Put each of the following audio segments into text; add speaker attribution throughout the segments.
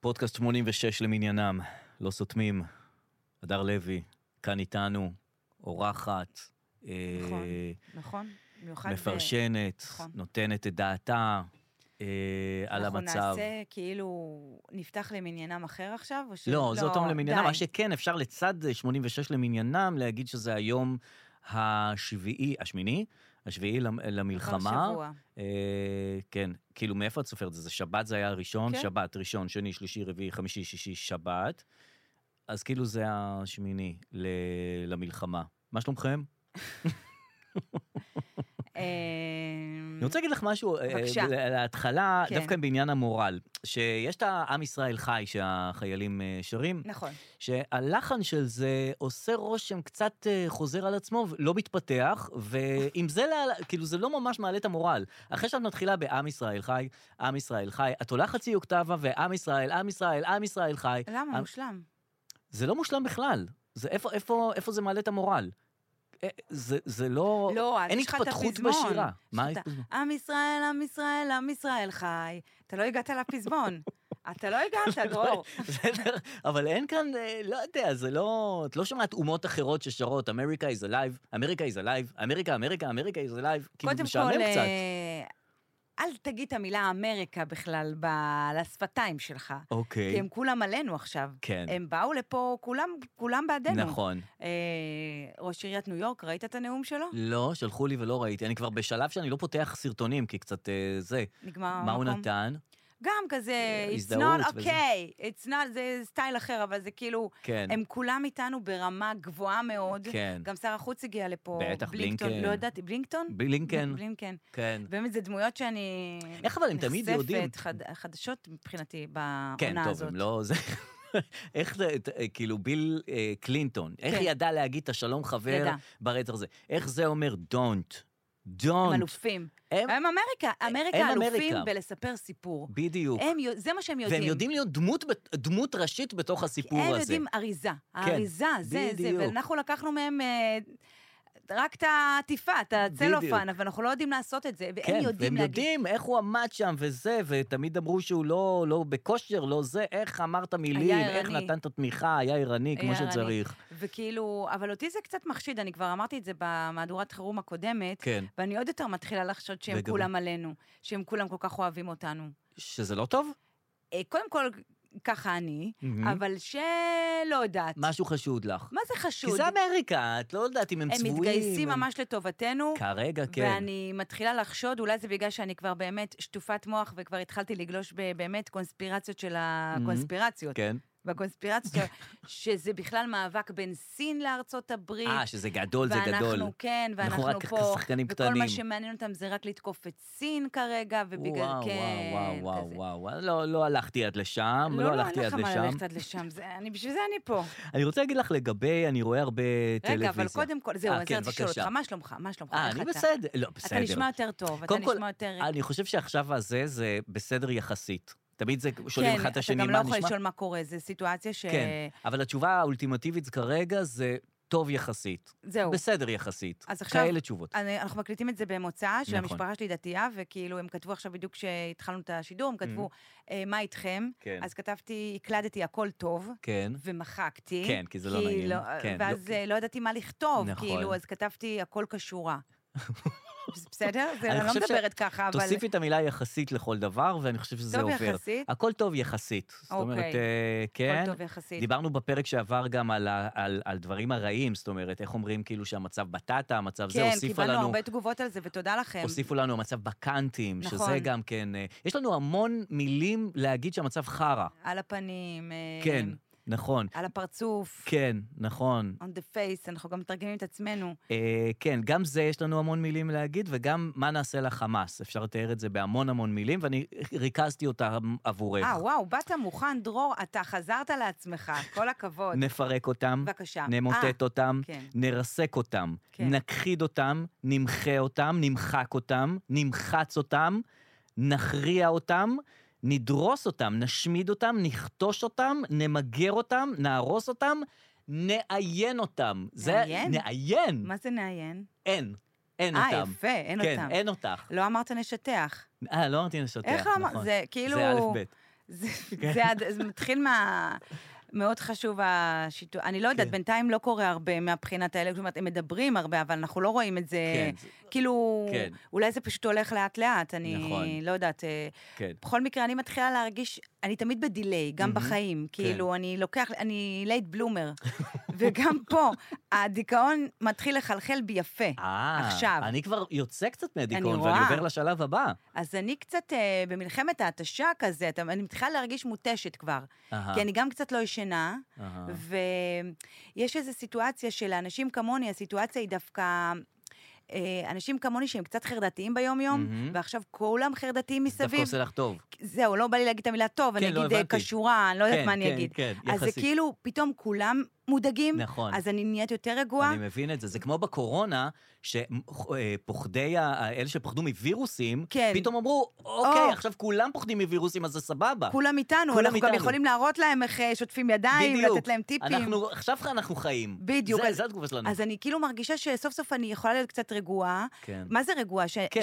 Speaker 1: פודקאסט 86 למניינם, לא סותמים. הדר לוי, כאן איתנו, אורחת, אה,
Speaker 2: נכון, נכון. במיוחד... ב-
Speaker 1: מפרשנת,
Speaker 2: נכון.
Speaker 1: נותנת את דעתה אה, על המצב.
Speaker 2: אנחנו נעשה כאילו, נפתח למניינם אחר עכשיו, או ש...
Speaker 1: לא, זה אותו יום למניינם. מה
Speaker 2: די.
Speaker 1: שכן, אפשר לצד 86 למניינם להגיד שזה היום השביעי, השמיני, השביעי למ- למלחמה.
Speaker 2: שבוע.
Speaker 1: אה, כן, כאילו, מאיפה את סופרת את זה? זה שבת זה היה הראשון,
Speaker 2: כן.
Speaker 1: שבת, ראשון, שני, שלישי, רביעי, חמישי, שישי, שבת. אז כאילו זה השמיני ל- למלחמה. מה שלומכם?
Speaker 2: אה,
Speaker 1: אני רוצה להגיד לך משהו, אה,
Speaker 2: Mm. בבקשה.
Speaker 1: ל- להתחלה,
Speaker 2: כן.
Speaker 1: דווקא בעניין המורל, שיש את העם ישראל חי שהחיילים אה, שרים,
Speaker 2: נכון,
Speaker 1: שהלחן של זה עושה רושם קצת אה, חוזר על עצמו, לא מתפתח, ועם זה, לה, כאילו, זה לא ממש מעלה את המורל. אחרי שאת מתחילה בעם ישראל חי, עם ישראל חי, את עולה חצי אוקטבה ועם ישראל, עם ישראל, עם ישראל חי,
Speaker 2: למה?
Speaker 1: אה,
Speaker 2: מושלם.
Speaker 1: זה לא מושלם בכלל. זה איפה, איפה, איפה זה מעלה את המורל? אה, זה, זה לא...
Speaker 2: לא, אז
Speaker 1: אין
Speaker 2: יש לך את
Speaker 1: התפתחות
Speaker 2: הפזמון.
Speaker 1: בשירה. מה
Speaker 2: שאתה-
Speaker 1: הפזמון?
Speaker 2: עם ישראל, עם ישראל, עם ישראל חי. אתה לא הגעת לפזמון. אתה לא הגעת, דרור.
Speaker 1: בסדר, אבל אין כאן, אה, לא יודע, זה לא... את לא שומעת אומות אחרות ששרות, אמריקה is alive, אמריקה is alive, אמריקה, אמריקה, אמריקה is alive, כאילו
Speaker 2: קודם
Speaker 1: משעמם
Speaker 2: כל,
Speaker 1: קצת.
Speaker 2: אה, אל תגיד את המילה אמריקה בכלל ב- על השפתיים שלך. כי
Speaker 1: אוקיי,
Speaker 2: הם כולם עלינו עכשיו.
Speaker 1: כן.
Speaker 2: הם באו לפה, כולם, כולם בעדנו.
Speaker 1: נכון.
Speaker 2: אה, ראש עיריית ניו יורק, ראית את הנאום שלו?
Speaker 1: לא, שלחו לי ולא ראיתי. אני כבר בשלב שאני לא פותח סרטונים, כי קצת אה, זה.
Speaker 2: נגמר
Speaker 1: מה הוא
Speaker 2: המקום.
Speaker 1: נתן? אה,
Speaker 2: גם כזה, it's
Speaker 1: הזדהות
Speaker 2: not
Speaker 1: וזה.
Speaker 2: okay, it's not, זה סטייל אחר, אבל זה כאילו,
Speaker 1: כן.
Speaker 2: הם כולם איתנו ברמה גבוהה מאוד.
Speaker 1: כן.
Speaker 2: גם שר החוץ הגיע לפה.
Speaker 1: בטח, בלינקן.
Speaker 2: לא ידעתי, בלינקטון?
Speaker 1: בלינקן.
Speaker 2: בלינקן.
Speaker 1: כן.
Speaker 2: באמת, זה דמויות שאני...
Speaker 1: איך אבל הם תמיד יודעים?
Speaker 2: נחשפת חד- חדשות מבחינתי בעונה הזאת.
Speaker 1: כן, טוב, הם לא... זה... איך זה, את- אה, כאילו, ביל אה, קלינטון, איך
Speaker 2: כן.
Speaker 1: ידע להגיד את השלום חבר
Speaker 2: ידע.
Speaker 1: ברצח הזה? איך זה אומר don't?
Speaker 2: הם
Speaker 1: don't.
Speaker 2: אלופים.
Speaker 1: הם-
Speaker 2: הם אמריקה, אמריקה
Speaker 1: הם
Speaker 2: אלופים
Speaker 1: אמריקה.
Speaker 2: בלספר סיפור.
Speaker 1: בדיוק.
Speaker 2: הם, יו- זה מה שהם יודעים.
Speaker 1: והם יודעים להיות דמות, בת- דמות ראשית בתוך הסיפור
Speaker 2: הם
Speaker 1: הזה. כן,
Speaker 2: יודעים אריזה. האריזה, זה, זה,
Speaker 1: בדיוק.
Speaker 2: ואנחנו לקחנו מהם... אה, רק את העטיפה, את הצלופן,
Speaker 1: בדיוק.
Speaker 2: אבל אנחנו לא יודעים לעשות את זה, והם
Speaker 1: כן,
Speaker 2: יודעים
Speaker 1: והם
Speaker 2: להגיד.
Speaker 1: יודעים איך הוא עמד שם וזה, ותמיד אמרו שהוא לא, לא בכושר, לא זה, איך אמרת מילים,
Speaker 2: היה
Speaker 1: איך
Speaker 2: ערני.
Speaker 1: נתן את התמיכה, היה ערני כמו
Speaker 2: היה
Speaker 1: שצריך.
Speaker 2: ערני. וכאילו, אבל אותי זה קצת מחשיד, אני כבר אמרתי את זה במהדורת חירום הקודמת,
Speaker 1: כן.
Speaker 2: ואני עוד יותר מתחילה לחשוד שהם
Speaker 1: וגם-
Speaker 2: כולם עלינו, שהם כולם כל כך אוהבים אותנו.
Speaker 1: שזה לא טוב?
Speaker 2: אה, קודם כל, ככה אני,
Speaker 1: מהמם.
Speaker 2: אבל שלא יודעת.
Speaker 1: משהו חשוד לך.
Speaker 2: מה זה
Speaker 1: כי
Speaker 2: חשוד?
Speaker 1: זה אמריקה, את לא יודעת אם הם
Speaker 2: הם
Speaker 1: צבועים.
Speaker 2: מתגייסים
Speaker 1: הם-
Speaker 2: ממש לטובתנו.
Speaker 1: כרגע, כן.
Speaker 2: ואני מתחילה לחשוד, אולי זה בגלל שאני כבר באמת שטופת מוח, וכבר התחלתי לגלוש ב- באמת קונספירציות של הקונספירציות.
Speaker 1: כן.
Speaker 2: בקונספירציות, של- שזה בכלל מאבק בין סין לארצות הברית.
Speaker 1: אה, שזה גדול, זה גדול.
Speaker 2: ואנחנו, כן, ואנחנו
Speaker 1: אנחנו רק
Speaker 2: פה,
Speaker 1: שחקנים
Speaker 2: וכל
Speaker 1: קטנים.
Speaker 2: מה שמעניין אותם זה רק לתקוף את סין כרגע, ובגלל,
Speaker 1: וואו,
Speaker 2: כן,
Speaker 1: וואו, וואו,
Speaker 2: כזה.
Speaker 1: וואו, וואו, לא, לא הלכתי עד לשם, לא, הלכתי עד
Speaker 2: לא, אין לך
Speaker 1: לשם.
Speaker 2: מה ללכת עד לשם, זה- אני- בשביל זה אני פה.
Speaker 1: אני רוצה להגיד לך לגבי, אני רואה הרבה טלוויזיה.
Speaker 2: רגע, אבל קודם כל, זהו,
Speaker 1: אה,
Speaker 2: אז
Speaker 1: כן,
Speaker 2: רציתי לשאול אותך, לא
Speaker 1: בבקשה.
Speaker 2: מה שלומך? מה שלומך?
Speaker 1: אה,
Speaker 2: איך
Speaker 1: אני
Speaker 2: אתה?
Speaker 1: בסדר. לא, בסדר.
Speaker 2: אתה נשמע יותר טוב, אתה
Speaker 1: קודם כל,
Speaker 2: נשמע יותר...
Speaker 1: אני חושב שעכשיו הזה זה בסדר יחסית. תמיד זה שואלים
Speaker 2: כן,
Speaker 1: אחד את השני
Speaker 2: אתה
Speaker 1: מה
Speaker 2: גם לא
Speaker 1: נשמע.
Speaker 2: יכול לשאול מה קורה, זו סיטואציה ש...
Speaker 1: כן, אבל התשובה האולטימטיבית כרגע זה טוב יחסית.
Speaker 2: זהו.
Speaker 1: בסדר יחסית.
Speaker 2: אז עכשיו-
Speaker 1: כאלה תשובות.
Speaker 2: אני- אנחנו מקליטים את זה במוצא,
Speaker 1: נכון.
Speaker 2: שהמשפחה שלי דתייה, וכאילו, הם כתבו עכשיו בדיוק כשהתחלנו את השידור, הם כתבו, אה, מה איתכם?
Speaker 1: Mm-hmm. כן.
Speaker 2: אז כתבתי, הקלדתי הכל טוב.
Speaker 1: כן.
Speaker 2: ומחקתי.
Speaker 1: כן, כי זה לא נעים. כן, לא-
Speaker 2: ואז אה, לא ידעתי מה לכתוב,
Speaker 1: נכון.
Speaker 2: כאילו, אז כתבתי הכל כשורה. בסדר? זה-
Speaker 1: אני
Speaker 2: אני לא
Speaker 1: חושב ש-
Speaker 2: מדברת ככה, אבל...
Speaker 1: תוסיפי את המילה יחסית לכל דבר, ואני חושב שזה
Speaker 2: טוב
Speaker 1: עובר.
Speaker 2: יחסית?
Speaker 1: הכל טוב יחסית. זאת אומרת,
Speaker 2: אוקיי.
Speaker 1: אה, כן.
Speaker 2: טוב יחסית.
Speaker 1: דיברנו בפרק שעבר גם על, ה- על, על דברים הרעים, זאת אומרת, איך אומרים כאילו שהמצב בטטה, המצב זה,
Speaker 2: כן,
Speaker 1: הוסיפה
Speaker 2: קיבלנו
Speaker 1: לנו...
Speaker 2: הרבה תגובות על זה, ותודה לכם.
Speaker 1: הוסיפו לנו המצב בקאנטים,
Speaker 2: נכון.
Speaker 1: שזה גם כן... אה, יש לנו המון מילים להגיד שהמצב חרא.
Speaker 2: על הפנים, אה,
Speaker 1: כן, נכון.
Speaker 2: על הפרצוף,
Speaker 1: כן, נכון.
Speaker 2: on the face, אנחנו גם מתרגמים את עצמנו.
Speaker 1: אה, כן, גם זה יש לנו המון מילים להגיד, וגם מה נעשה לחמאס. אפשר לתאר את זה בהמון המון מילים, ואני ריכזתי אותם עבורך.
Speaker 2: אה, וואו, באת מוכן, דרור, אתה חזרת לעצמך, כל הכבוד.
Speaker 1: נפרק אותם,
Speaker 2: בבקשה.
Speaker 1: נמוטט
Speaker 2: אה,
Speaker 1: אותם,
Speaker 2: כן.
Speaker 1: נרסק אותם,
Speaker 2: כן.
Speaker 1: נכחיד אותם, נמחה אותם, נמחק אותם, נמחץ אותם, נכריע אותם, נדרוס אותם, נשמיד אותם, נכתוש אותם, נמגר אותם, נהרוס אותם, נעיין אותם. זה-
Speaker 2: נעיין?
Speaker 1: נעיין.
Speaker 2: מה זה נעיין?
Speaker 1: אין. אין
Speaker 2: אה,
Speaker 1: אותם.
Speaker 2: יפה, אין
Speaker 1: כן,
Speaker 2: אותם.
Speaker 1: אין אותך.
Speaker 2: לא אמרת נשטח.
Speaker 1: אה, לא אמרתי לשטח,
Speaker 2: איך
Speaker 1: נכון.
Speaker 2: אמרת? זה כאילו...
Speaker 1: זה כן. א' ב'.
Speaker 2: זה, זה, עד- זה מתחיל מה... מאוד חשוב השיתוף. אני לא יודעת,
Speaker 1: כן.
Speaker 2: בינתיים לא קורה הרבה מהבחינת האלה, זאת אומרת, הם מדברים הרבה, אבל אנחנו לא רואים את זה.
Speaker 1: כן, זה-
Speaker 2: כאילו,
Speaker 1: כן.
Speaker 2: אולי זה פשוט הולך לאט-לאט, אני
Speaker 1: נכון.
Speaker 2: לא יודעת. אה,
Speaker 1: כן.
Speaker 2: בכל מקרה, אני מתחילה להרגיש, אני תמיד בדיליי, גם
Speaker 1: מהמם. כן.
Speaker 2: בחיים. כאילו, אני לוקח, אני לייט בלומר. וגם פה, הדיכאון מתחיל לחלחל בי יפה.
Speaker 1: אה,
Speaker 2: עכשיו.
Speaker 1: אני כבר יוצא קצת מהדיכאון, ואני
Speaker 2: רואה.
Speaker 1: עובר לשלב הבא.
Speaker 2: אז אני קצת אה, במלחמת ההתשה כזה, אתה- אני מתחילה להרגיש מותשת כבר.
Speaker 1: אהה,
Speaker 2: כי אני גם קצת לא ישנה,
Speaker 1: אהה.
Speaker 2: ויש איזו סיטואציה שלאנשים כמוני, הסיטואציה היא דווקא... אה, אנשים כמוני שהם קצת חרדתיים ביום-יום,
Speaker 1: מהמם.
Speaker 2: ועכשיו כולם חרדתיים
Speaker 1: דווקא
Speaker 2: מסביב.
Speaker 1: עושה לך טוב.
Speaker 2: זהו, לא בא לי להגיד את המילה טוב, אני
Speaker 1: כן, לא
Speaker 2: אגיד אה,
Speaker 1: הבנתי.
Speaker 2: כשורה, אני לא יודעת
Speaker 1: כן,
Speaker 2: מה אני
Speaker 1: כן,
Speaker 2: אגיד.
Speaker 1: כן,
Speaker 2: אז זה
Speaker 1: יחסית.
Speaker 2: כאילו, פתאום כולם מודאגים,
Speaker 1: נכון.
Speaker 2: אז אני נהיית יותר רגועה.
Speaker 1: אני מבין את זה. זה כמו בקורונה, שפוחדי, אלה שפחדו מווירוסים,
Speaker 2: כן.
Speaker 1: פתאום אמרו, אוקיי,
Speaker 2: או.
Speaker 1: עכשיו כולם פוחדים מווירוסים, אז זה סבבה.
Speaker 2: כולם איתנו,
Speaker 1: כולם
Speaker 2: אנחנו גם
Speaker 1: איתנו.
Speaker 2: יכולים להראות להם איך אה, שוטפים ידיים,
Speaker 1: בדיוק.
Speaker 2: לתת להם טיפים.
Speaker 1: אנחנו, עכשיו אנחנו חיים.
Speaker 2: בדיוק,
Speaker 1: זה,
Speaker 2: אז-
Speaker 1: זה התגובה שלנו.
Speaker 2: אז אני כאילו מרגישה שסוף סוף אני יכולה להיות קצת רגועה.
Speaker 1: כן.
Speaker 2: מה זה רגועה? ש-
Speaker 1: כן.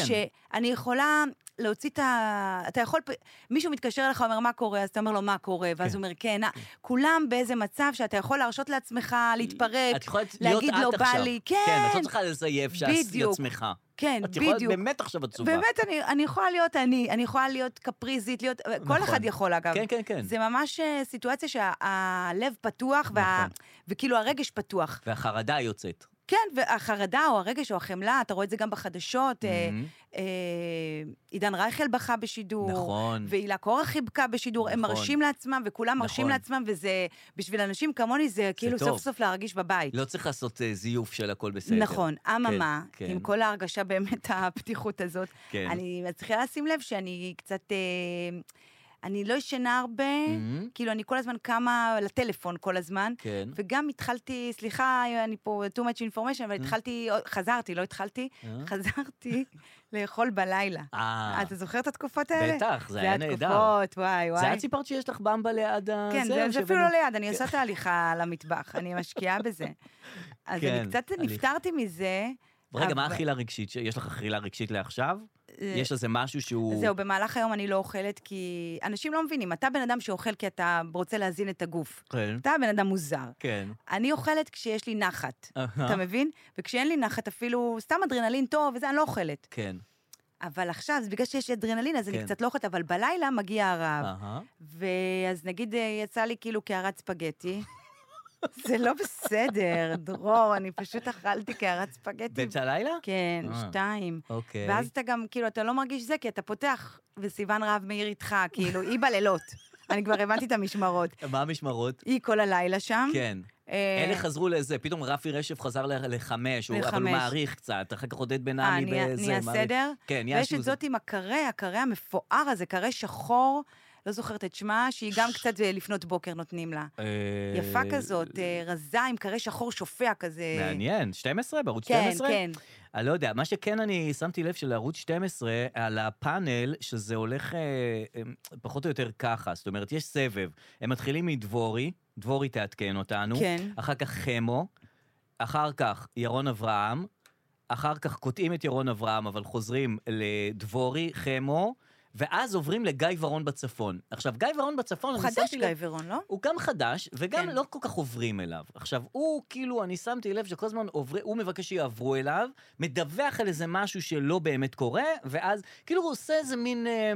Speaker 2: שאני יכולה להוציא את ה... אתה יכול... פ- מישהו מתקשר אליך, אומר, מה קורה? אז אתה אומר לו, מה קורה? ואז
Speaker 1: כן.
Speaker 2: הוא אומר, כן. אה." כולם באיזה מצב שאתה יכול להרשות לעצמך להתפרק.
Speaker 1: את יכולת להיות
Speaker 2: להגיד
Speaker 1: את
Speaker 2: לא בא
Speaker 1: עכשיו.
Speaker 2: לי,
Speaker 1: כן, את
Speaker 2: כן.
Speaker 1: לא צריכה לזייף
Speaker 2: בדיוק.
Speaker 1: לעצמך.
Speaker 2: כן,
Speaker 1: את יכולה
Speaker 2: בדיוק.
Speaker 1: להיות באמת עכשיו עצובה.
Speaker 2: באמת, אני- אני יכולה להיות אני, אני יכולה להיות קפריזית, להיות...
Speaker 1: נכון.
Speaker 2: כל אחד יכול, אגב.
Speaker 1: כן, כן, כן.
Speaker 2: זה ממש אה, סיטואציה שהלב פתוח, וה-
Speaker 1: נכון.
Speaker 2: וכאילו הרגש פתוח.
Speaker 1: והחרדה יוצאת.
Speaker 2: כן, והחרדה או הרגש או החמלה, אתה רואה את זה גם בחדשות. אה,
Speaker 1: מהמם.
Speaker 2: אה, עידן רייכל בכה בשידור.
Speaker 1: Mm-hmm. נכון.
Speaker 2: והילה קורח חיבקה בשידור, הם
Speaker 1: נכון.
Speaker 2: מרשים לעצמם, וכולם מרשים
Speaker 1: נכון.
Speaker 2: לעצמם, וזה, בשביל אנשים כמוני, זה כאילו
Speaker 1: טוב.
Speaker 2: סוף סוף להרגיש בבית.
Speaker 1: לא צריך לעשות אה, זיוף של הכל בסדר.
Speaker 2: נכון, אממה,
Speaker 1: כן,
Speaker 2: עם
Speaker 1: כן.
Speaker 2: כל ההרגשה באמת הפתיחות הזאת,
Speaker 1: כן.
Speaker 2: אני מצליחה לשים לב שאני קצת... אה, אני לא ישנה הרבה,
Speaker 1: מהמם.
Speaker 2: כאילו, אני כל הזמן קמה לטלפון כל הזמן,
Speaker 1: כן.
Speaker 2: וגם התחלתי, סליחה, אני פה too much information,
Speaker 1: Mm-hmm.
Speaker 2: אבל התחלתי, חזרתי, לא התחלתי,
Speaker 1: אה?
Speaker 2: חזרתי לאכול בלילה.
Speaker 1: אה,
Speaker 2: אתה זוכר את התקופות האלה?
Speaker 1: בטח, זה היה נהדר.
Speaker 2: התקופות, וואי,
Speaker 1: זה
Speaker 2: וואי.
Speaker 1: את סיפרת שיש לך במבה ליד ה...
Speaker 2: כן, זה- זה
Speaker 1: שבנו-
Speaker 2: אפילו לא ליד, אני עושה את ההליכה למטבח, אני משקיעה בזה. אז
Speaker 1: כן,
Speaker 2: אני קצת
Speaker 1: הליך.
Speaker 2: נפטרתי מזה.
Speaker 1: רגע, מה
Speaker 2: אבל-
Speaker 1: האכילה הרגשית? ש- יש לך אכילה רגשית לעכשיו?
Speaker 2: אה,
Speaker 1: יש איזה משהו שהוא...
Speaker 2: זהו, במהלך היום אני לא אוכלת כי... אנשים לא מבינים, אתה בן אדם שאוכל כי אתה רוצה להזין את הגוף.
Speaker 1: כן.
Speaker 2: אתה בן אדם מוזר.
Speaker 1: כן.
Speaker 2: אני אוכלת כשיש לי נחת,
Speaker 1: אהה,
Speaker 2: אתה מבין? וכשאין לי נחת אפילו סתם אדרנלין טוב וזה, אני לא אוכלת.
Speaker 1: כן.
Speaker 2: אבל עכשיו, זה בגלל שיש אדרנלין, אז אני
Speaker 1: כן. אה.
Speaker 2: קצת לא אוכלת, אבל בלילה מגיע הרעב.
Speaker 1: אהה.
Speaker 2: ואז נגיד אה, יצא לי כאילו קערת ספגטי. זה לא בסדר, דרור, אני פשוט אכלתי קערת ספגטי.
Speaker 1: באמצע הלילה?
Speaker 2: כן,
Speaker 1: אה.
Speaker 2: שתיים.
Speaker 1: אוקיי.
Speaker 2: ואז אתה גם, כאילו, אתה לא מרגיש זה, כי אתה פותח, וסיוון רהב מאיר איתך, כאילו, היא בלילות. אני כבר הבנתי את המשמרות.
Speaker 1: מה המשמרות?
Speaker 2: היא כל הלילה שם.
Speaker 1: כן.
Speaker 2: אה,
Speaker 1: אלה חזרו לזה, פתאום רפי רשף חזר ל- לחמש, הוא- אבל הוא
Speaker 2: לחמש.
Speaker 1: מעריך קצת, אחר כך עודד בן
Speaker 2: אה,
Speaker 1: עמי
Speaker 2: נהיה-
Speaker 1: בזה.
Speaker 2: נהיה
Speaker 1: מעריך.
Speaker 2: סדר?
Speaker 1: כן, נהיה
Speaker 2: ויש
Speaker 1: שהוא
Speaker 2: את
Speaker 1: זה.
Speaker 2: זאת עם הקרה, הקרה המפואר הזה, קרה שחור, לא זוכרת את שמה, שהיא גם
Speaker 1: ש-
Speaker 2: קצת אה, לפנות בוקר נותנים לה.
Speaker 1: אה,
Speaker 2: יפה כזאת, אה, רזה עם קרה שחור שופע כזה.
Speaker 1: מעניין, 12? בערוץ
Speaker 2: כן,
Speaker 1: 12?
Speaker 2: כן.
Speaker 1: אני לא יודע, מה שכן אני שמתי לב שלערוץ 12, על הפאנל, שזה הולך אה, אה, פחות או יותר ככה, זאת אומרת, יש סבב. הם מתחילים מדבורי, דבורי תעדכן אותנו,
Speaker 2: כן.
Speaker 1: אחר כך חמו, אחר כך ירון אברהם, אחר כך קוטעים את ירון אברהם, אבל חוזרים לדבורי, חמו, ואז עוברים לגיא ורון בצפון. עכשיו, גיא ורון בצפון,
Speaker 2: הוא
Speaker 1: אני
Speaker 2: חדש
Speaker 1: שמתי
Speaker 2: גיא
Speaker 1: לב...
Speaker 2: ורון, לא?
Speaker 1: הוא גם חדש, וגם
Speaker 2: כן.
Speaker 1: לא כל כך עוברים אליו. עכשיו, הוא כאילו, אני שמתי לב שכל הזמן עובר, הוא מבקש שיעברו אליו, מדווח על איזה משהו שלא באמת קורה, ואז כאילו הוא עושה איזה מין... אה,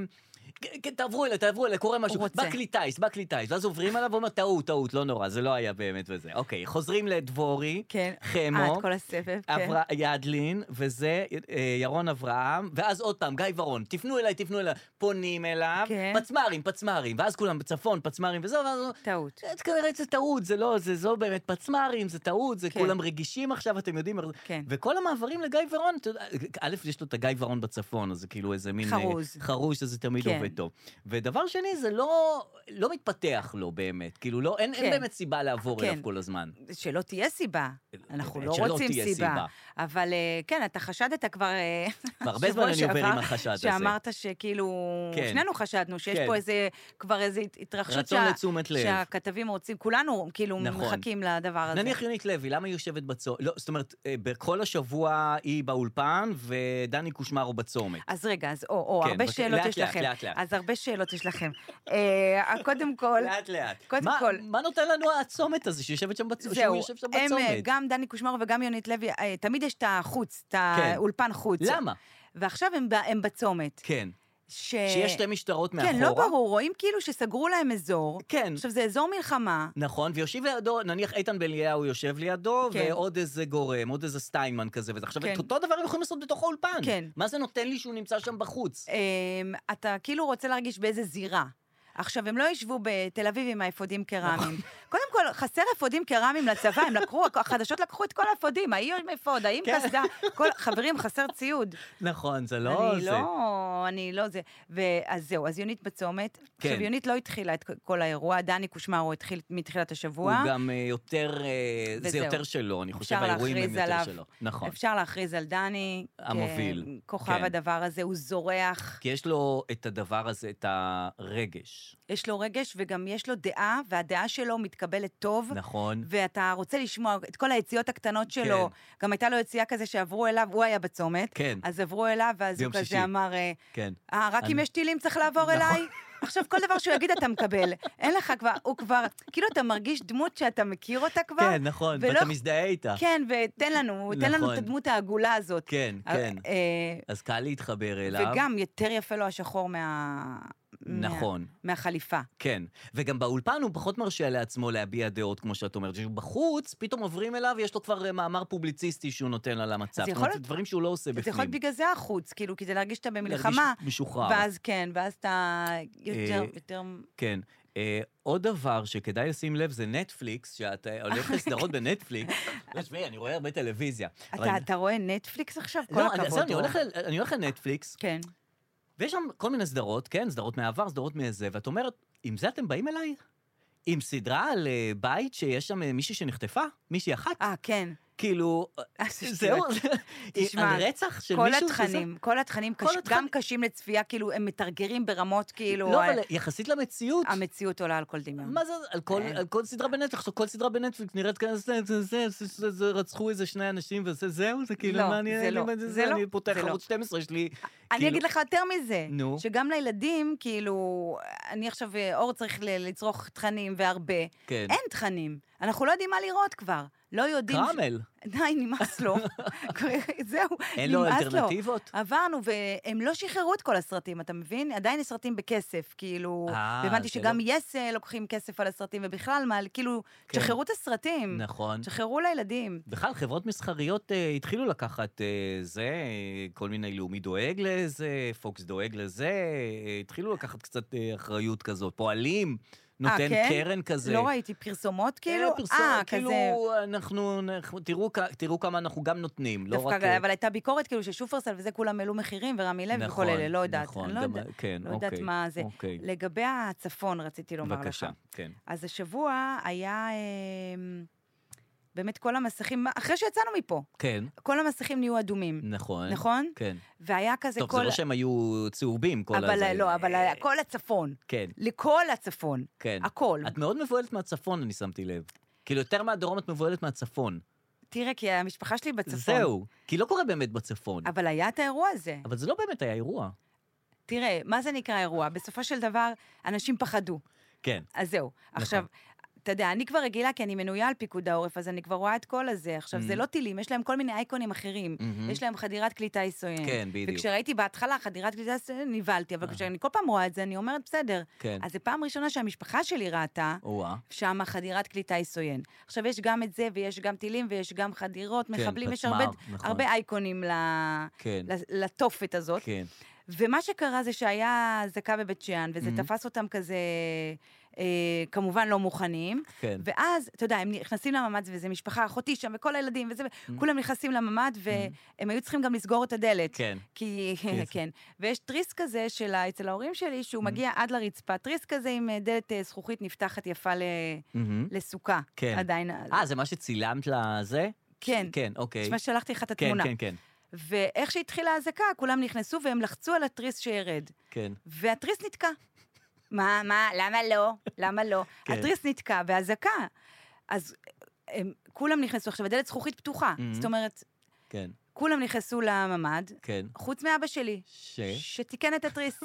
Speaker 1: כן, תעברו אליי, תעברו אליי, קורה משהו.
Speaker 2: רוצה.
Speaker 1: בא כלי טיס, בא כלי טיס, ואז עוברים עליו ואומר, טעות, טעות, לא נורא, זה לא היה באמת וזה. אוקיי, חוזרים לדבורי,
Speaker 2: כן. אה,
Speaker 1: חמו,
Speaker 2: את כל הסבב, כן.
Speaker 1: אברה, ידלין, וזה אה, ירון אברהם, ואז עוד פעם, גיא ורון, תפנו אליי, תפנו אליי, פונים אליו,
Speaker 2: כן.
Speaker 1: פצמ"רים, פצמ"רים, ואז כולם בצפון, פצמ"רים וזה, ואז הוא-
Speaker 2: טעות.
Speaker 1: זה כן, כנראה זה טעות, זה לא, זה לא באמת פצמ"רים, זה טעות, זה
Speaker 2: כן.
Speaker 1: כולם רגישים עכשיו, אתם יודעים. איך זה-
Speaker 2: כן.
Speaker 1: וכל המעברים לגיא ורון, אתה יודע, א', יש לו את הגיא ורון בצפון, אז זה כאילו איזה מין... אה,
Speaker 2: חרוז.
Speaker 1: חרוש, אז זה תמיד
Speaker 2: כן.
Speaker 1: עובד טוב. ודבר שני, זה לא, לא מתפתח לו באמת, כאילו לא, אין, אין
Speaker 2: כן.
Speaker 1: באמת סיבה לעבור
Speaker 2: כן.
Speaker 1: אליו כל הזמן.
Speaker 2: שלא תהיה סיבה. אנחנו
Speaker 1: באמת
Speaker 2: לא
Speaker 1: שלא
Speaker 2: רוצים
Speaker 1: תהיה
Speaker 2: סיבה. אבל אה, כן, אתה חשדת כבר אה,
Speaker 1: והרבה זמן
Speaker 2: שבוע
Speaker 1: אני עובר
Speaker 2: שעבר,
Speaker 1: עם החשד הזה.
Speaker 2: שאמרת שכאילו,
Speaker 1: כן.
Speaker 2: שנינו חשדנו שיש
Speaker 1: כן.
Speaker 2: פה איזה, כבר איזו הת- התרחשות
Speaker 1: רצון
Speaker 2: שה-
Speaker 1: לתשומת לב.
Speaker 2: שהכתבים רוצים, כולנו כאילו
Speaker 1: נכון.
Speaker 2: מחכים לדבר הזה.
Speaker 1: נניח יונית לוי, למה היא יושבת בצומת? לא, זאת אומרת, אה, בכל השבוע היא באולפן ודני קושמרו בצומת.
Speaker 2: אז רגע, אז או, או,
Speaker 1: כן,
Speaker 2: הרבה
Speaker 1: בבקשה,
Speaker 2: שאלות
Speaker 1: לאט,
Speaker 2: יש
Speaker 1: לאט,
Speaker 2: לכם.
Speaker 1: לאט, לאט.
Speaker 2: אז הרבה שאלות יש לכם. אה, קודם כל,
Speaker 1: לאט לאט.
Speaker 2: קודם
Speaker 1: מה-
Speaker 2: כל-
Speaker 1: מה נותן לנו הצומת הזה שיושבת שם בצומת? שהוא
Speaker 2: זהו,
Speaker 1: יושב שם
Speaker 2: הם, אה,
Speaker 1: בצומת.
Speaker 2: גם דני קושמרו וגם יונית לוי, אה, תמיד יש את החוץ, את
Speaker 1: כן.
Speaker 2: האולפן חוץ.
Speaker 1: למה?
Speaker 2: ועכשיו הם ב- הם בצומת.
Speaker 1: כן.
Speaker 2: ש...
Speaker 1: שיש שתי משטרות מאחורה.
Speaker 2: אה, כן, לא ברור, רואים כאילו שסגרו להם אזור.
Speaker 1: כן.
Speaker 2: עכשיו, זה אזור מלחמה.
Speaker 1: נכון, ויושיב לידו, נניח איתן בן אליהו יושב לידו,
Speaker 2: כן.
Speaker 1: ועוד איזה גורם, עוד איזה סטיינמן כזה, וזה עכשיו,
Speaker 2: כן.
Speaker 1: את אותו דבר הם יכולים לעשות בתוך האולפן.
Speaker 2: כן.
Speaker 1: מה זה נותן לי שהוא נמצא שם בחוץ?
Speaker 2: אמ, אתה כאילו רוצה להרגיש באיזה זירה. עכשיו, הם לא ישבו בתל אביב עם האפודים
Speaker 1: נכון.
Speaker 2: קרמיים. קודם כל, חסר אפודים קרמיים לצבא, הם לקחו, החדשות לקחו את כל האפודים, ההיא עם אפוד, ההיא עם
Speaker 1: כן.
Speaker 2: קסדה. כל- חברים, חסר ציוד.
Speaker 1: נכון, זה לא
Speaker 2: אני
Speaker 1: זה.
Speaker 2: לא, אני לא זה. אז זהו, אז יונית בצומת.
Speaker 1: כן.
Speaker 2: עכשיו, יונית לא התחילה את כל האירוע, דני קושמרו התחיל מתחילת
Speaker 1: הוא
Speaker 2: השבוע.
Speaker 1: גם אה, יותר, אה, זה
Speaker 2: וזהו.
Speaker 1: יותר שלו, אני חושב,
Speaker 2: אפשר
Speaker 1: האירועים הם
Speaker 2: להכריז
Speaker 1: יותר
Speaker 2: עליו.
Speaker 1: שלו. נכון.
Speaker 2: אפשר להכריז על דני.
Speaker 1: המוביל,
Speaker 2: כוכב
Speaker 1: כן.
Speaker 2: הדבר הזה, הוא זורח.
Speaker 1: כי יש לו את הדבר הזה, את הרגש,
Speaker 2: יש לו רגש וגם יש לו דעה, והדעה שלו מתקבלת טוב.
Speaker 1: נכון?
Speaker 2: ואתה רוצה לשמוע את כל היציאות הקטנות שלו. גם הייתה לו יציאה כזה שעברו אליו, הוא היה בצומת.
Speaker 1: כן,
Speaker 2: אז עברו אליו, ואז
Speaker 1: ביום
Speaker 2: הוא
Speaker 1: שישי.
Speaker 2: כזה אמר, אה,
Speaker 1: כן.
Speaker 2: אה, רק אם
Speaker 1: אני-
Speaker 2: יש טילים צריך לעבור
Speaker 1: נכון.
Speaker 2: אליי? עכשיו, כל דבר שהוא יגיד אתה מקבל. אין לך כבר, הוא כבר, כאילו אתה מרגיש דמות שאתה מכיר אותה כבר?
Speaker 1: כן, נכון,
Speaker 2: ולא-
Speaker 1: ואתה מזדהה איתה.
Speaker 2: כן, ותן לנו, תן לנו את
Speaker 1: נכון.
Speaker 2: הדמות העגולה הזאת.
Speaker 1: כן, כן.
Speaker 2: אה, אה,
Speaker 1: אז קל להתחבר אליו.
Speaker 2: וגם יותר יפה לו השחור מה... מה-
Speaker 1: נכון.
Speaker 2: מהחליפה.
Speaker 1: כן, וגם באולפן הוא פחות מרשה לעצמו להביע דעות, כמו שאת אומרת. בחוץ, פתאום עוברים אליו, יש לו כבר אה, מאמר פובליציסטי שהוא נותן על המצב.
Speaker 2: אז
Speaker 1: זאת
Speaker 2: יכול
Speaker 1: אומרת,
Speaker 2: להיות-
Speaker 1: זה דברים שהוא לא עושה בפנים.
Speaker 2: זה יכול להיות בגלל זה החוץ, כאילו, כי זה להרגיש שאתה
Speaker 1: להרגיש
Speaker 2: במלחמה,
Speaker 1: משוחרר.
Speaker 2: ואז כן, ואז אתה
Speaker 1: אה,
Speaker 2: יותר, יותר...
Speaker 1: כן. אה, עוד דבר שכדאי לשים לב זה נטפליקס, שאתה הולך לסדרות בנטפליקס. תשמעי, אני רואה הרבה טלוויזיה. אבל-
Speaker 2: אתה- אתה רואה נטפליקס עכשיו? כל
Speaker 1: לא, אני-
Speaker 2: הכבוד.
Speaker 1: זהו, אני
Speaker 2: דרור.
Speaker 1: הולך ל- אני הולך לנטפליקס,
Speaker 2: כן.
Speaker 1: ויש שם כל מיני סדרות, כן, סדרות מהעבר, סדרות מזה, ואת אומרת, עם זה אתם באים אליי? עם סדרה על אה, בית שיש שם אה, מישהי שנחטפה? מישהי אחת?
Speaker 2: אה, כן.
Speaker 1: כאילו,
Speaker 2: אה, זה
Speaker 1: זהו,
Speaker 2: שטויות.
Speaker 1: תשמע,
Speaker 2: תשמע,
Speaker 1: על רצח של
Speaker 2: כל
Speaker 1: מישהו שזה-
Speaker 2: התכנים, כל התכנים
Speaker 1: כל
Speaker 2: קש- גם
Speaker 1: התכנים-
Speaker 2: קשים לצפייה, כאילו, הם מתרגרים ברמות, כאילו,
Speaker 1: לא,
Speaker 2: ה-
Speaker 1: אבל יחסית למציאות.
Speaker 2: המציאות עולה על כל דמיון.
Speaker 1: מה זה, על כל,
Speaker 2: אה.
Speaker 1: על כל סדרה בנטפליקס, עכשיו כל סדרה בנטפליקס נראית כאן, זה, זה, זה, זה, זה, זה, רצחו איזה שני אנשים וזה, זהו, זה כאילו,
Speaker 2: לא,
Speaker 1: מה אני,
Speaker 2: זה
Speaker 1: אני-
Speaker 2: לא,
Speaker 1: מה
Speaker 2: זה לא,
Speaker 1: אני פותח
Speaker 2: זה לא.
Speaker 1: ערוץ 12 שלי.
Speaker 2: אני
Speaker 1: כאילו-
Speaker 2: אגיד לך יותר מזה.
Speaker 1: נו.
Speaker 2: שגם לילדים, כאילו, אני עכשיו, אה, אור צריך ל- לצרוך תכנים, והרבה.
Speaker 1: כן.
Speaker 2: אין תכנים. אנחנו לא יודעים מה לראות כבר. לא יודעים... ש-
Speaker 1: קרמל,
Speaker 2: די, נמאס לו. זהו,
Speaker 1: אין לו
Speaker 2: נמאס לו.
Speaker 1: אלטרנטיבות?
Speaker 2: עברנו, והם לא שחררו את כל הסרטים, אתה מבין? עדיין יש סרטים בכסף, כאילו...
Speaker 1: אה,
Speaker 2: והבנתי
Speaker 1: זה
Speaker 2: שגם יס אה, לוקחים כסף על הסרטים, ובכלל, מה, כאילו,
Speaker 1: כן.
Speaker 2: שחררו את הסרטים.
Speaker 1: נכון.
Speaker 2: שחררו לילדים.
Speaker 1: בכלל, חברות מסחריות אה, התחילו לקחת אה, זה, אה, כל מיני לאומי דואג לזה, פוקס דואג לזה, אה, התחילו לקחת קצת אה, אחריות כזאת. פועלים, נותן
Speaker 2: כן?
Speaker 1: קרן כזה.
Speaker 2: לא ראיתי פרסומות,
Speaker 1: כן,
Speaker 2: כאילו?
Speaker 1: פרסום,
Speaker 2: אה,
Speaker 1: כאילו,
Speaker 2: כזה...
Speaker 1: אנחנו, אנחנו- תראו, כ- תראו כמה אנחנו גם נותנים, לא
Speaker 2: דווקא,
Speaker 1: רק... אה,
Speaker 2: אבל הייתה ביקורת, כאילו, ששופרסל וזה, כולם העלו מחירים, ורמי לוי וכל
Speaker 1: נכון,
Speaker 2: אלה, לא יודעת.
Speaker 1: נכון,
Speaker 2: אני לא
Speaker 1: גם-
Speaker 2: יודעת.
Speaker 1: כן,
Speaker 2: לא יודעת
Speaker 1: אוקיי,
Speaker 2: מה זה.
Speaker 1: אוקיי,
Speaker 2: לגבי הצפון, רציתי לומר לך.
Speaker 1: בבקשה, כן.
Speaker 2: אז השבוע היה אמ, באמת כל המסכים, אחרי שיצאנו מפה,
Speaker 1: כן,
Speaker 2: כל המסכים נהיו אדומים,
Speaker 1: נכון.
Speaker 2: נכון?
Speaker 1: כן.
Speaker 2: והיה כזה
Speaker 1: טוב,
Speaker 2: כל...
Speaker 1: זה לא שהם היו צהובים, כל הזה.
Speaker 2: אבל לא, אבל
Speaker 1: אה,
Speaker 2: כל הצפון,
Speaker 1: כן,
Speaker 2: לכל הצפון,
Speaker 1: כן.
Speaker 2: הכל.
Speaker 1: את מאוד מבוהלת מהצפון, אני שמתי לב. כאילו, יותר מהדרום את מבוהלת מהצפון.
Speaker 2: תראה, כי המשפחה שלי בצפון.
Speaker 1: זהו. כי לא קורה באמת בצפון.
Speaker 2: אבל היה את האירוע הזה.
Speaker 1: אבל זה לא באמת היה אירוע.
Speaker 2: תראה, מה זה נקרא אירוע? בסופו של דבר, אנשים פחדו.
Speaker 1: כן.
Speaker 2: אז זהו. עכשיו, אתה יודע, אני כבר רגילה, כי אני מנויה על פיקוד העורף, אז אני כבר רואה את כל הזה. עכשיו, זה
Speaker 1: Mhm.
Speaker 2: לא טילים, יש להם כל מיני אייקונים אחרים.
Speaker 1: מהמם.
Speaker 2: יש להם חדירת קליטה יסוין.
Speaker 1: Mm. Mm-hmm. כן, בדיוק.
Speaker 2: וכשראיתי בהתחלה חדירת קליטה יסוין, נבהלתי, אבל
Speaker 1: אה.
Speaker 2: כשאני כל פעם רואה את זה, אני אומרת, בסדר.
Speaker 1: כן.
Speaker 2: אז זו פעם ראשונה שהמשפחה שלי ראתה
Speaker 1: או-אה.
Speaker 2: שם חדירת קליטה יסוין. עכשיו, יש גם את זה, ויש גם טילים, ויש גם חדירות, מחבלים, יש הרבה,
Speaker 1: פצמ"ר, כן, נכון.
Speaker 2: הרבה אייקונים ל...
Speaker 1: כן.
Speaker 2: ל- לתופת הזאת.
Speaker 1: כן.
Speaker 2: ומה שקרה זה שהיה אזעקה בבית שאן, וזה
Speaker 1: Mhm.
Speaker 2: תפס אותם כזה, אה, כמובן לא מוכנים.
Speaker 1: כן.
Speaker 2: ואז, אתה יודע, הם נכנסים לממ"ד, וזה משפחה, אחותי שם, וכל הילדים, וזה, כולם נכנסים לממ"ד, והם היו צריכים גם לסגור את הדלת.
Speaker 1: כן.
Speaker 2: כי,
Speaker 1: כן. Mm-hmm.
Speaker 2: כן. ויש תריס כזה של ה- אצל ההורים שלי, שהוא מגיע עד לרצפה. תריס כזה עם אה, דלת אה, זכוכית נפתחת יפה ל-
Speaker 1: מהמם.
Speaker 2: לסוכה.
Speaker 1: כן.
Speaker 2: עדיין. אה,
Speaker 1: אה, זה מה שצילמת לזה?
Speaker 2: כן.
Speaker 1: כן, אוקיי.
Speaker 2: תשמע, שלחתי לך את
Speaker 1: כן,
Speaker 2: התמונה.
Speaker 1: כן, כן,
Speaker 2: ואיך שהתחילה האזעקה, כולם נכנסו והם לחצו על התריס שירד.
Speaker 1: כן.
Speaker 2: והתריס נתקע. מה, מה, למה לא? למה לא?
Speaker 1: כן.
Speaker 2: התריס נתקע באזעקה. אז אה, הם, כולם נכנסו, עכשיו הדלת זכוכית פתוחה.
Speaker 1: Mhm.
Speaker 2: זאת אומרת,
Speaker 1: כן,
Speaker 2: כולם נכנסו לממ"ד,
Speaker 1: כן.
Speaker 2: חוץ מאבא שלי,
Speaker 1: ש...
Speaker 2: שתיקן את התריס.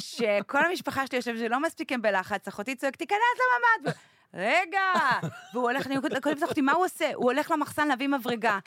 Speaker 2: שכל המשפחה שלי יושבת שלא מספיק הם בלחץ, אחותי צועקת, תיכנס לממ"ד. ו- רגע! והוא הולך, אני קודם פתחתי, מה הוא עושה? הוא הולך למחסן להביא מברגה.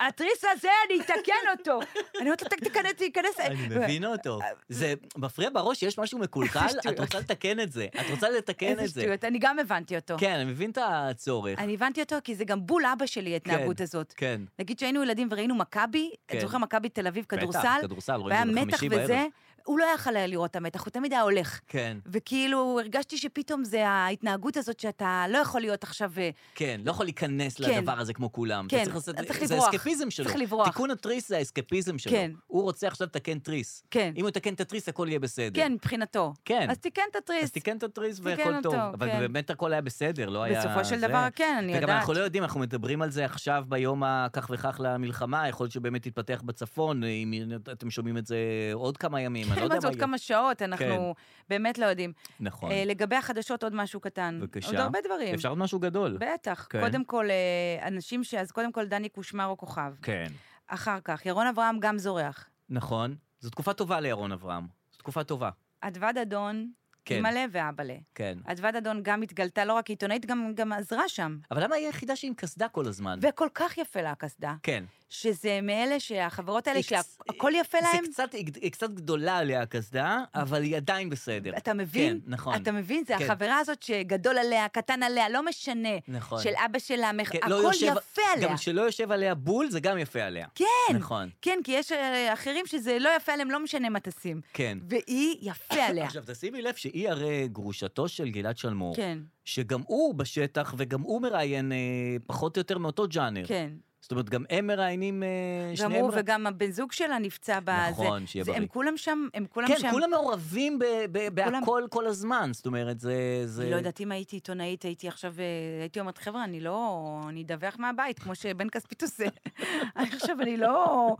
Speaker 2: התריס הזה, אני אתקן אותו. אני אומרת לו, "ת- תיכנס, תיכנס.
Speaker 1: אני מבין אותו. זה מפריע בראש, יש משהו מקולקל,
Speaker 2: אה, שטויות.
Speaker 1: את רוצה לתקן את זה. את רוצה לתקן
Speaker 2: איזה
Speaker 1: את זה.
Speaker 2: שטויות, אני גם הבנתי אותו.
Speaker 1: כן, אני מבין את הצורך.
Speaker 2: אני הבנתי אותו כי זה גם בול אבא שלי, ההתנהגות הזאת.
Speaker 1: כן.
Speaker 2: נגיד שהיינו ילדים וראינו מכבי,
Speaker 1: כן.
Speaker 2: אתה זוכר מכבי תל אביב, כדורסל,
Speaker 1: בטח, כדורסל, רואים
Speaker 2: והיה
Speaker 1: את זה
Speaker 2: מתח
Speaker 1: בחמישי בערב.
Speaker 2: וזה, הוא לא יכל היה לראות את המתח, הוא תמיד היה הולך.
Speaker 1: כן,
Speaker 2: וכאילו, הרגשתי שפתאום זה ההתנהגות הזאת שאתה לא יכול להיות עכשיו... אה,
Speaker 1: כן, לא יכול להיכנס
Speaker 2: כן.
Speaker 1: לדבר הזה כמו כולם.
Speaker 2: כן,
Speaker 1: אתה צריך לעשות-
Speaker 2: אתה צריך
Speaker 1: זה
Speaker 2: לברוח.
Speaker 1: האסקפיזם שלו.
Speaker 2: צריך לברוח.
Speaker 1: תיקון התריס זה האסקפיזם שלו.
Speaker 2: כן.
Speaker 1: הוא רוצה עכשיו לתקן תריס.
Speaker 2: כן,
Speaker 1: אם הוא יתקן את התריס, הכל יהיה בסדר.
Speaker 2: כן, מבחינתו.
Speaker 1: כן.
Speaker 2: אז תיקן את
Speaker 1: אז
Speaker 2: התריס.
Speaker 1: תיקן את התריס
Speaker 2: תיקן
Speaker 1: והכל
Speaker 2: אותו,
Speaker 1: טוב. אבל
Speaker 2: כן.
Speaker 1: באמת הכל היה בסדר, לא היה...
Speaker 2: בסופו של
Speaker 1: זה.
Speaker 2: דבר, כן, אני
Speaker 1: וגם
Speaker 2: יודעת.
Speaker 1: אנחנו לא יודעים, אנחנו מדברים על זה עכשיו ביום הכך וכך למלחמה, יכול להיות שבאמת תתפתח בצפון, אם אתם שומעים את זה עוד כמה ימים, אני לא יודע מה
Speaker 2: מה זה עוד
Speaker 1: יהיה.
Speaker 2: כן,
Speaker 1: כן.
Speaker 2: כמה שעות, אנחנו באמת לא יודעים.
Speaker 1: נכון.
Speaker 2: אה, לא. לגבי החדשות, עוד משהו קטן.
Speaker 1: בבקשה.
Speaker 2: עוד הרבה דברים.
Speaker 1: אפשר עוד משהו גדול.
Speaker 2: בטח.
Speaker 1: כן.
Speaker 2: קודם כל, אה, אנשים ש... אז קודם כל, דני קושמרו כוכב.
Speaker 1: כן.
Speaker 2: אחר כך, ירון אברהם גם זורח.
Speaker 1: נכון. זו תקופה טובה לירון אברהם. זו תקופה טובה.
Speaker 2: אדוה דדון,
Speaker 1: כן.
Speaker 2: כן. אימא'לה ואבאלה.
Speaker 1: כן.
Speaker 2: אדוה דדון גם התגלתה לא רק עיתונאית, גם, גם עזרה שם.
Speaker 1: אבל למה היא היחידה שהיא עם קסדה כל הזמן?
Speaker 2: וכל כך יפה לה הקסדה,
Speaker 1: כן.
Speaker 2: שזה מאלה שהחברות האלה,
Speaker 1: היא קצ-
Speaker 2: שהכל יפה
Speaker 1: זה
Speaker 2: להם,
Speaker 1: קצת, היא היא קצת גדולה עליה הקסדה, אבל היא עדיין בסדר.
Speaker 2: אתה מבין?
Speaker 1: כן, נכון.
Speaker 2: אתה מבין? זה
Speaker 1: כן.
Speaker 2: החברה הזאת שגדול עליה, קטן עליה, לא משנה.
Speaker 1: נכון.
Speaker 2: של אבא שלה, מח...
Speaker 1: כן,
Speaker 2: הכל
Speaker 1: לא יושב-
Speaker 2: יפה עליה.
Speaker 1: גם שלא יושב עליה בול, זה גם יפה עליה.
Speaker 2: כן,
Speaker 1: נכון,
Speaker 2: כן, כי יש אה, אחרים שזה לא יפה עליהם, לא משנה מה תשים.
Speaker 1: כן.
Speaker 2: והיא יפה עליה.
Speaker 1: עכשיו, תשימי לב שהיא הרי גרושתו של גלעד שלמור,
Speaker 2: כן,
Speaker 1: שגם הוא בשטח וגם הוא מראיין אה, פחות או יותר מאותו ג'אנר.
Speaker 2: כן.
Speaker 1: זאת אומרת, גם הם מראיינים, אה,
Speaker 2: גם
Speaker 1: שניהם
Speaker 2: הוא
Speaker 1: מראי-
Speaker 2: וגם הבן זוג שלה נפצע בזה.
Speaker 1: נכון, שיהיה
Speaker 2: זה-
Speaker 1: בריא.
Speaker 2: הם כולם שם, הם כולם שם.
Speaker 1: כן, כולם מעורבים ב- ב- בהכל כל הזמן, זאת אומרת, זה... זה-
Speaker 2: אני לא יודעת אם הייתי עיתונאית, הייתי עכשיו, אה, הייתי אומרת, חבר'ה, אני לא, אני אדווח מהבית, כמו שבן כספית עושה. אני עכשיו, אני לא,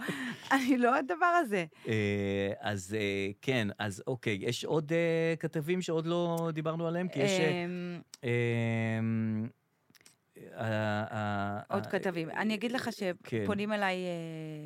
Speaker 2: אני לא הדבר הזה.
Speaker 1: אה, אז אה, כן, אז אוקיי, יש עוד אה, כתבים שעוד לא דיברנו עליהם? כי יש... אה,
Speaker 2: אמ,
Speaker 1: אמ, אה, אה,
Speaker 2: עוד
Speaker 1: אה,
Speaker 2: כתבים. אני אגיד לך
Speaker 1: כן.
Speaker 2: שפונים אליי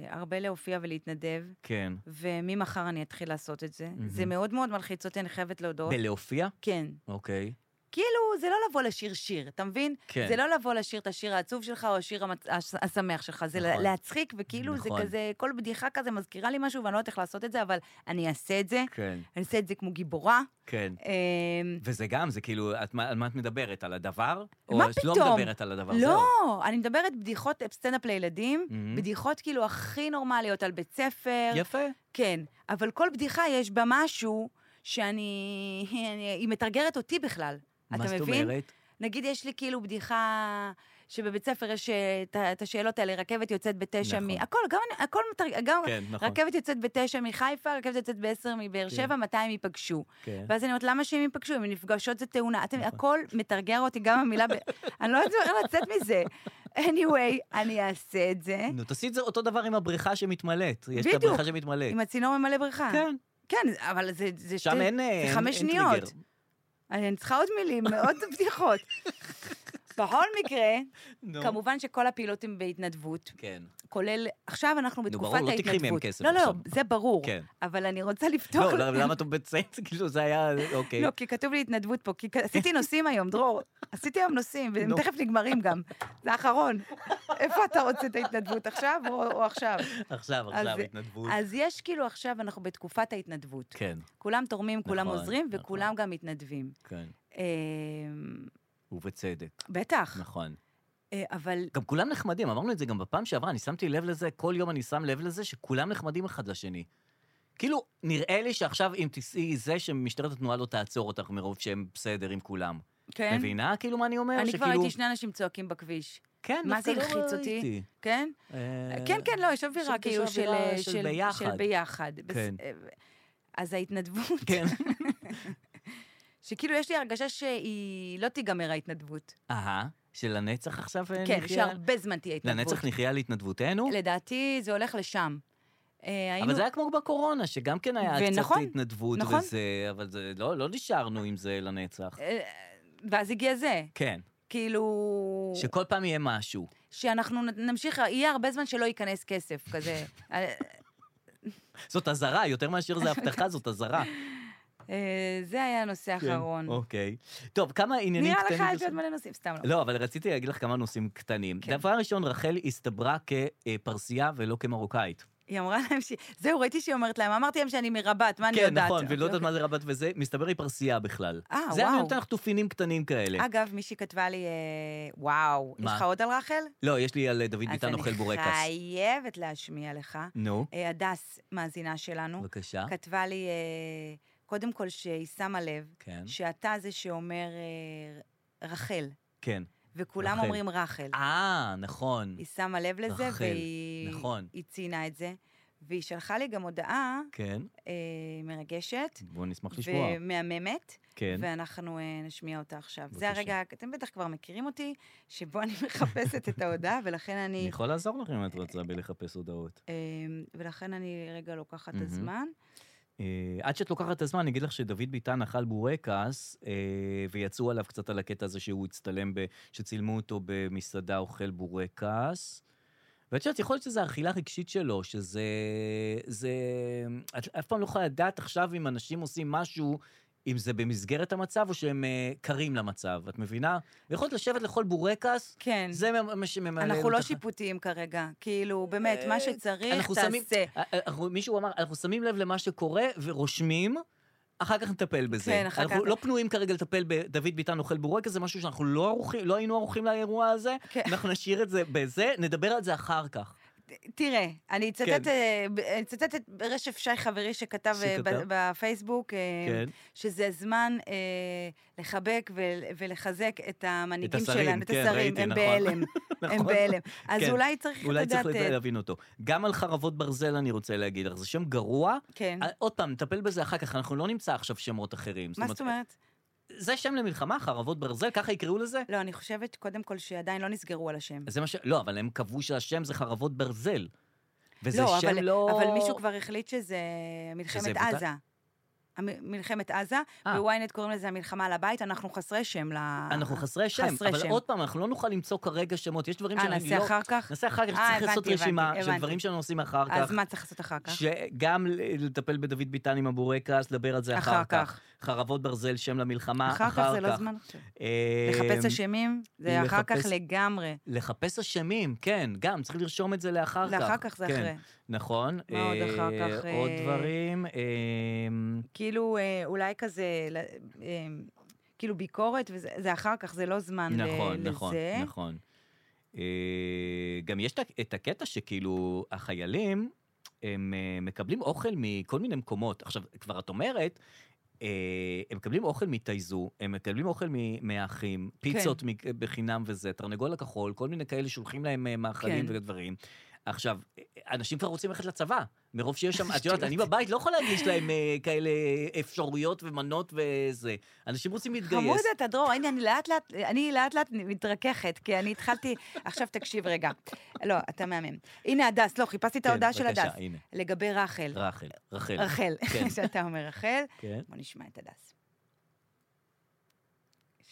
Speaker 2: אה, הרבה להופיע ולהתנדב,
Speaker 1: כן.
Speaker 2: וממחר אני אתחיל לעשות את זה. זה
Speaker 1: מהמם.
Speaker 2: מאוד מאוד מלחיץ אותי, אני חייבת להודות.
Speaker 1: בלהופיע?
Speaker 2: כן.
Speaker 1: אוקיי.
Speaker 2: כאילו, זה לא לבוא לשיר שיר, אתה מבין?
Speaker 1: כן.
Speaker 2: זה לא לבוא לשיר את השיר העצוב שלך או השיר המצ... הש- השמח שלך, זה
Speaker 1: נכון.
Speaker 2: נכון. להצחיק, וכאילו
Speaker 1: נכון.
Speaker 2: זה כזה, כל בדיחה כזה מזכירה לי משהו, ואני לא יודעת איך לעשות את זה, אבל אני אעשה את זה.
Speaker 1: כן,
Speaker 2: אני אעשה את זה כמו גיבורה.
Speaker 1: כן.
Speaker 2: אמ,
Speaker 1: וזה גם, זה כאילו, את, מה- על מה את מדברת? על הדבר?
Speaker 2: מה
Speaker 1: או את לא
Speaker 2: פתאום?
Speaker 1: מדברת על הדבר?
Speaker 2: לא,
Speaker 1: זהו.
Speaker 2: אני מדברת בדיחות אה, סטנדאפ לילדים,
Speaker 1: מהמם.
Speaker 2: בדיחות כאילו הכי נורמליות על בית ספר.
Speaker 1: יפה.
Speaker 2: כן, אבל כל בדיחה יש בה משהו שאני... אני- היא מתרגרת אותי בכלל. אתה
Speaker 1: מה זאת
Speaker 2: מבין?
Speaker 1: אומרת?
Speaker 2: נגיד יש לי כאילו בדיחה שבבית ספר יש אה, את ה- את השאלות האלה, רכבת יוצאת בתשע
Speaker 1: נכון.
Speaker 2: מ... הכל, גם... אני- הכל מתרג... גם...
Speaker 1: כן, נכון.
Speaker 2: רכבת יוצאת בתשע מחיפה, רכבת יוצאת בעשר מבאר
Speaker 1: כן.
Speaker 2: שבע, מתי הם ייפגשו?
Speaker 1: כן.
Speaker 2: ואז אני אומרת, למה שהם ייפגשו? אם הן נפגשות זה תאונה. אתם,
Speaker 1: נכון.
Speaker 2: הכל מתרגר אותי, גם המילה... ב... אני לא יודעת איך לצאת מזה. anyway, אני אעשה את זה.
Speaker 1: נו, תעשי את זה אותו דבר עם הבריכה שמתמלאת. יש את
Speaker 2: כן. בדיוק.
Speaker 1: הבריכה שמתמלאת.
Speaker 2: עם הצינור ממלא בריכה.
Speaker 1: כן,
Speaker 2: כן, אבל זה... זה
Speaker 1: שם
Speaker 2: שתי-
Speaker 1: אין אה,
Speaker 2: זה
Speaker 1: אין-
Speaker 2: חמש
Speaker 1: אין
Speaker 2: שניות.
Speaker 1: טריגר.
Speaker 2: אני צריכה עוד מילים, עוד בדיחות. בכל מקרה,
Speaker 1: נו.
Speaker 2: כמובן שכל הפעילות הן בהתנדבות,
Speaker 1: כן,
Speaker 2: כולל, עכשיו אנחנו בתקופת
Speaker 1: ברור, לא
Speaker 2: ההתנדבות.
Speaker 1: תיקחי מהם כסף
Speaker 2: לא, לא,
Speaker 1: עכשיו.
Speaker 2: זה ברור.
Speaker 1: כן.
Speaker 2: אבל אני רוצה לפתוח...
Speaker 1: לא, לא, למה את בציית? כאילו, זה היה, אוקיי.
Speaker 2: לא, כי כתוב לי התנדבות פה, כי כ- עשיתי נושאים היום, דרור. עשיתי היום נושאים, והם
Speaker 1: נו.
Speaker 2: תכף נגמרים גם. זה האחרון. איפה אתה רוצה את ההתנדבות, עכשיו או או עכשיו?
Speaker 1: עכשיו,
Speaker 2: אז-
Speaker 1: עכשיו, התנדבות.
Speaker 2: אז יש כאילו עכשיו, אנחנו בתקופת ההתנדבות.
Speaker 1: כן,
Speaker 2: כולם תורמים, כולם
Speaker 1: נכון,
Speaker 2: עוזרים,
Speaker 1: נכון.
Speaker 2: וכולם גם מתנדבים.
Speaker 1: כן.
Speaker 2: אה,
Speaker 1: ובצדק,
Speaker 2: בטח,
Speaker 1: נכון.
Speaker 2: אה, אבל
Speaker 1: גם כולם נחמדים, אמרנו את זה גם בפעם שעברה, אני שמתי לב לזה, כל יום אני שם לב לזה שכולם נחמדים אחד לשני. כאילו, נראה לי שעכשיו אם תיסעי זה שמשטרת התנועה לא תעצור אותך מרוב שהם בסדר עם כולם.
Speaker 2: כן.
Speaker 1: מבינה כאילו מה אני אומר?
Speaker 2: אני כבר
Speaker 1: שכאילו-
Speaker 2: הייתי שני אנשים צועקים בכביש,
Speaker 1: כן,
Speaker 2: מה
Speaker 1: דווקא
Speaker 2: זה
Speaker 1: לא
Speaker 2: הלחיץ אותי?
Speaker 1: ראיתי.
Speaker 2: כן?
Speaker 1: אה,
Speaker 2: כן, כן, לא, יש
Speaker 1: יש
Speaker 2: אווירה
Speaker 1: כזו
Speaker 2: כאילו של,
Speaker 1: אווירה
Speaker 2: אה,
Speaker 1: של
Speaker 2: של
Speaker 1: ביחד.
Speaker 2: של ביחד. בס-
Speaker 1: כן.
Speaker 2: אה, אז ההתנדבות,
Speaker 1: כן.
Speaker 2: שכאילו יש לי הרגשה שהיא לא תיגמר ההתנדבות.
Speaker 1: אהה, שלנצח עכשיו אה, נחיה?
Speaker 2: כן, שהרבה זמן תהיה התנדבות.
Speaker 1: לנצח נחיה על התנדבותנו?
Speaker 2: לדעתי זה הולך לשם. אה,
Speaker 1: אבל
Speaker 2: היינו-
Speaker 1: זה היה כמו בקורונה, שגם כן היה קצת
Speaker 2: ונכון,
Speaker 1: התנדבות
Speaker 2: נכון.
Speaker 1: וזה, אבל זה- לא לא נשארנו עם זה לנצח.
Speaker 2: אה, ואז הגיע זה,
Speaker 1: כן,
Speaker 2: כאילו...
Speaker 1: שכל פעם יהיה משהו.
Speaker 2: שאנחנו נ- נמשיך, יהיה הרבה זמן שלא ייכנס כסף, כזה. אה,
Speaker 1: זאת אזהרה, יותר מאשר זה הבטחה, זאת אזהרה.
Speaker 2: אה, זה היה הנושא האחרון.
Speaker 1: כן, אוקיי. טוב, כמה עניינים
Speaker 2: נראה לך
Speaker 1: קטנים...
Speaker 2: יש עוד מלא נושאים, סתם לא.
Speaker 1: לא, אבל רציתי להגיד לך כמה נושאים קטנים.
Speaker 2: כן.
Speaker 1: דבר ראשון, רחל הסתברה כפרסייה ולא כמרוקאית.
Speaker 2: היא אמרה להם ש... זהו, ראיתי שהיא אומרת להם, אמרתי להם שאני מרבת, מה אני
Speaker 1: כן,
Speaker 2: יודעת?
Speaker 1: נכון,
Speaker 2: אמרתי,
Speaker 1: ולא יודעת מה
Speaker 2: "אוקיי".
Speaker 1: זה רבת וזה, מסתבר היא פרסייה בכלל.
Speaker 2: אה,
Speaker 1: זה היה
Speaker 2: וואו.
Speaker 1: נותן לך תופינים קטנים כאלה.
Speaker 2: אגב, מישהי כתבה לי, אה, וואו, יש
Speaker 1: מה?
Speaker 2: לך עוד על רחל?
Speaker 1: לא, יש לי על אה, דוד ביטן אוכל בורקס.
Speaker 2: אז אני חייבת להשמיע לך.
Speaker 1: נו,
Speaker 2: אה, הדס, מאזינה שלנו,
Speaker 1: בבקשה.
Speaker 2: כתבה לי, אה, קודם כל שהיא שמה לב,
Speaker 1: כן,
Speaker 2: שאתה זה שאומר אה, רחל,
Speaker 1: כן.
Speaker 2: וכולם
Speaker 1: רחל.
Speaker 2: אומרים רחל.
Speaker 1: אה, נכון,
Speaker 2: היא שמה לב לזה,
Speaker 1: רחל,
Speaker 2: והיא
Speaker 1: נכון.
Speaker 2: היא ציינה את זה. והיא שלחה לי גם הודעה
Speaker 1: כן.
Speaker 2: אה, מרגשת
Speaker 1: בואו נשמח לשמוע.
Speaker 2: ומהממת,
Speaker 1: כן.
Speaker 2: ואנחנו אה, נשמיע אותה עכשיו.
Speaker 1: בבקשה.
Speaker 2: זה הרגע, אתם בטח כבר מכירים אותי, שבו אני מחפשת את ההודעה, ולכן
Speaker 1: אני
Speaker 2: אני...
Speaker 1: יכול לעזור לך אם את רוצה בלחפש הודעות.
Speaker 2: אה, ולכן אני רגע לוקחת את
Speaker 1: מהמם.
Speaker 2: הזמן.
Speaker 1: אה, עד שאת לוקחת את הזמן, אני אגיד לך שדוד ביטן אכל בורקס, אה, ויצאו עליו קצת על הקטע הזה שהוא הצטלם, ב, שצילמו אותו במסעדה אוכל בורקס. ואת יודעת, יכול להיות שזו האכילה הרגשית שלו, שזה... זה... את אף פעם לא יכולה לדעת עכשיו אם אנשים עושים משהו, אם זה במסגרת המצב או שהם אה, קרים למצב, את מבינה? ויכולת לשבת לאכול בורקס,
Speaker 2: כן.
Speaker 1: זה מה- מה שממלא
Speaker 2: אנחנו לא
Speaker 1: אותך.
Speaker 2: שיפוטיים כרגע. כאילו, באמת,
Speaker 1: אה,
Speaker 2: מה שצריך,
Speaker 1: אנחנו שמים-
Speaker 2: תעשה.
Speaker 1: אה, אנחנו, מישהו אמר, אנחנו שמים לב למה שקורה ורושמים, אחר כך נטפל בזה.
Speaker 2: כן, אחר
Speaker 1: אנחנו
Speaker 2: כך.
Speaker 1: לא פנויים כרגע לטפל בדוד ביטן אוכל בורקס, זה משהו שאנחנו לא, ערוכים, לא היינו ערוכים לאירוע הזה,
Speaker 2: כן.
Speaker 1: אנחנו נשאיר את זה בזה, נדבר על זה אחר כך.
Speaker 2: תראה, אני אצטט
Speaker 1: כן.
Speaker 2: אה, ב- אני אצטט את רשף שי חברי שכתב אה,
Speaker 1: שכתב?
Speaker 2: ב- בפייסבוק, אה,
Speaker 1: כן.
Speaker 2: שזה הזמן אה, לחבק ול- ולחזק את המנהיגים
Speaker 1: השרים,
Speaker 2: שלנו, את
Speaker 1: כן,
Speaker 2: השרים,
Speaker 1: ראיתי,
Speaker 2: הם
Speaker 1: נכון.
Speaker 2: בהלם, הם
Speaker 1: נכון.
Speaker 2: בהלם. אז
Speaker 1: כן.
Speaker 2: אולי צריך, אה,
Speaker 1: אולי
Speaker 2: את יודעת,
Speaker 1: צריך לזה- להבין אותו. גם על חרבות ברזל אני רוצה להגיד לך, זה שם גרוע.
Speaker 2: כן.
Speaker 1: אה, עוד פעם, נטפל בזה אחר כך, אנחנו לא נמצא עכשיו שמות אחרים.
Speaker 2: מה זאת אומרת?
Speaker 1: זה שם למלחמה, חרבות ברזל, ככה יקראו לזה?
Speaker 2: לא, אני חושבת, קודם כל, שעדיין לא נסגרו על השם.
Speaker 1: זה מה ש... לא, אבל הם קבעו שהשם זה חרבות ברזל. וזה
Speaker 2: לא,
Speaker 1: שם
Speaker 2: אבל,
Speaker 1: לא...
Speaker 2: אבל מישהו כבר החליט שזה
Speaker 1: שזה
Speaker 2: מלחמת
Speaker 1: בוט-
Speaker 2: עזה. המ- מלחמת עזה,
Speaker 1: אה.
Speaker 2: בוויינט קוראים לזה המלחמה על הבית, אנחנו חסרי שם ל...
Speaker 1: אנחנו חסרי שם,
Speaker 2: אה, חסרי
Speaker 1: אבל
Speaker 2: שם.
Speaker 1: עוד פעם, אנחנו לא נוכל למצוא כרגע שמות, יש דברים
Speaker 2: אה,
Speaker 1: שאני לא...
Speaker 2: נעשה אחר כך?
Speaker 1: נעשה אחר כך,
Speaker 2: אה,
Speaker 1: צריך לעשות
Speaker 2: הבנתי, הבנתי,
Speaker 1: רשימה של
Speaker 2: הבנתי.
Speaker 1: דברים שאנחנו עושים אחר כך.
Speaker 2: אז מה צריך לעשות אחר כך?
Speaker 1: שגם ל- לטפל בדוד ביטן עם הבורקס, לדבר על זה אחר
Speaker 2: אחר
Speaker 1: כך.
Speaker 2: כך.
Speaker 1: חרבות ברזל, שם למלחמה,
Speaker 2: אחר כך זה לא זמן עכשיו.
Speaker 1: אה,
Speaker 2: לחפש אשמים, זה אחר כך
Speaker 1: לחפש-
Speaker 2: לגמרי.
Speaker 1: לחפש אשמים, כן, גם, צריך לרשום את זה לאחר כך.
Speaker 2: לאחר כך זה
Speaker 1: כן,
Speaker 2: אחרי.
Speaker 1: נכון.
Speaker 2: מה עוד
Speaker 1: אה,
Speaker 2: אחר כך?
Speaker 1: עוד
Speaker 2: אה,
Speaker 1: דברים. אה,
Speaker 2: כאילו, אה, אולי כזה, ל- אה, כאילו ביקורת, וזה זה אחר כך, זה לא זמן ל- לזה.
Speaker 1: נכון, נכון, נכון. אה, גם יש את ה- את הקטע שכאילו החיילים, הם אה, מקבלים אוכל מכל מיני מקומות. עכשיו, כבר את אומרת, אה, הם מקבלים אוכל מטייזו, הם מקבלים אוכל מ- מהאחים,
Speaker 2: כן.
Speaker 1: פיצות מ- בחינם וזה, תרנגול הכחול, כל מיני כאלה שולחים להם אה, מאכלים
Speaker 2: כן.
Speaker 1: ודברים. עכשיו, אה, אנשים כבר רוצים ללכת לצבא, מרוב שיש שם, את יודעת,
Speaker 2: שטויות.
Speaker 1: אני בבית לא יכול להגיש להם אה, כאלה אפשרויות ומנות וזה. אנשים רוצים להתגייס.
Speaker 2: חמוד אתה, דרור, הנה, אני לאט לאט, אני לאט לאט מתרככת, כי אני התחלתי, עכשיו תקשיב רגע. לא, אתה מהמם. הנה הדס, לא, חיפשתי את
Speaker 1: כן,
Speaker 2: ההודעה של
Speaker 1: בבקשה,
Speaker 2: הדס.
Speaker 1: הנה.
Speaker 2: לגבי רחל.
Speaker 1: רחל, רחל.
Speaker 2: רחל,
Speaker 1: כן.
Speaker 2: שאתה אומר רחל.
Speaker 1: כן.
Speaker 2: בוא נשמע את הדס.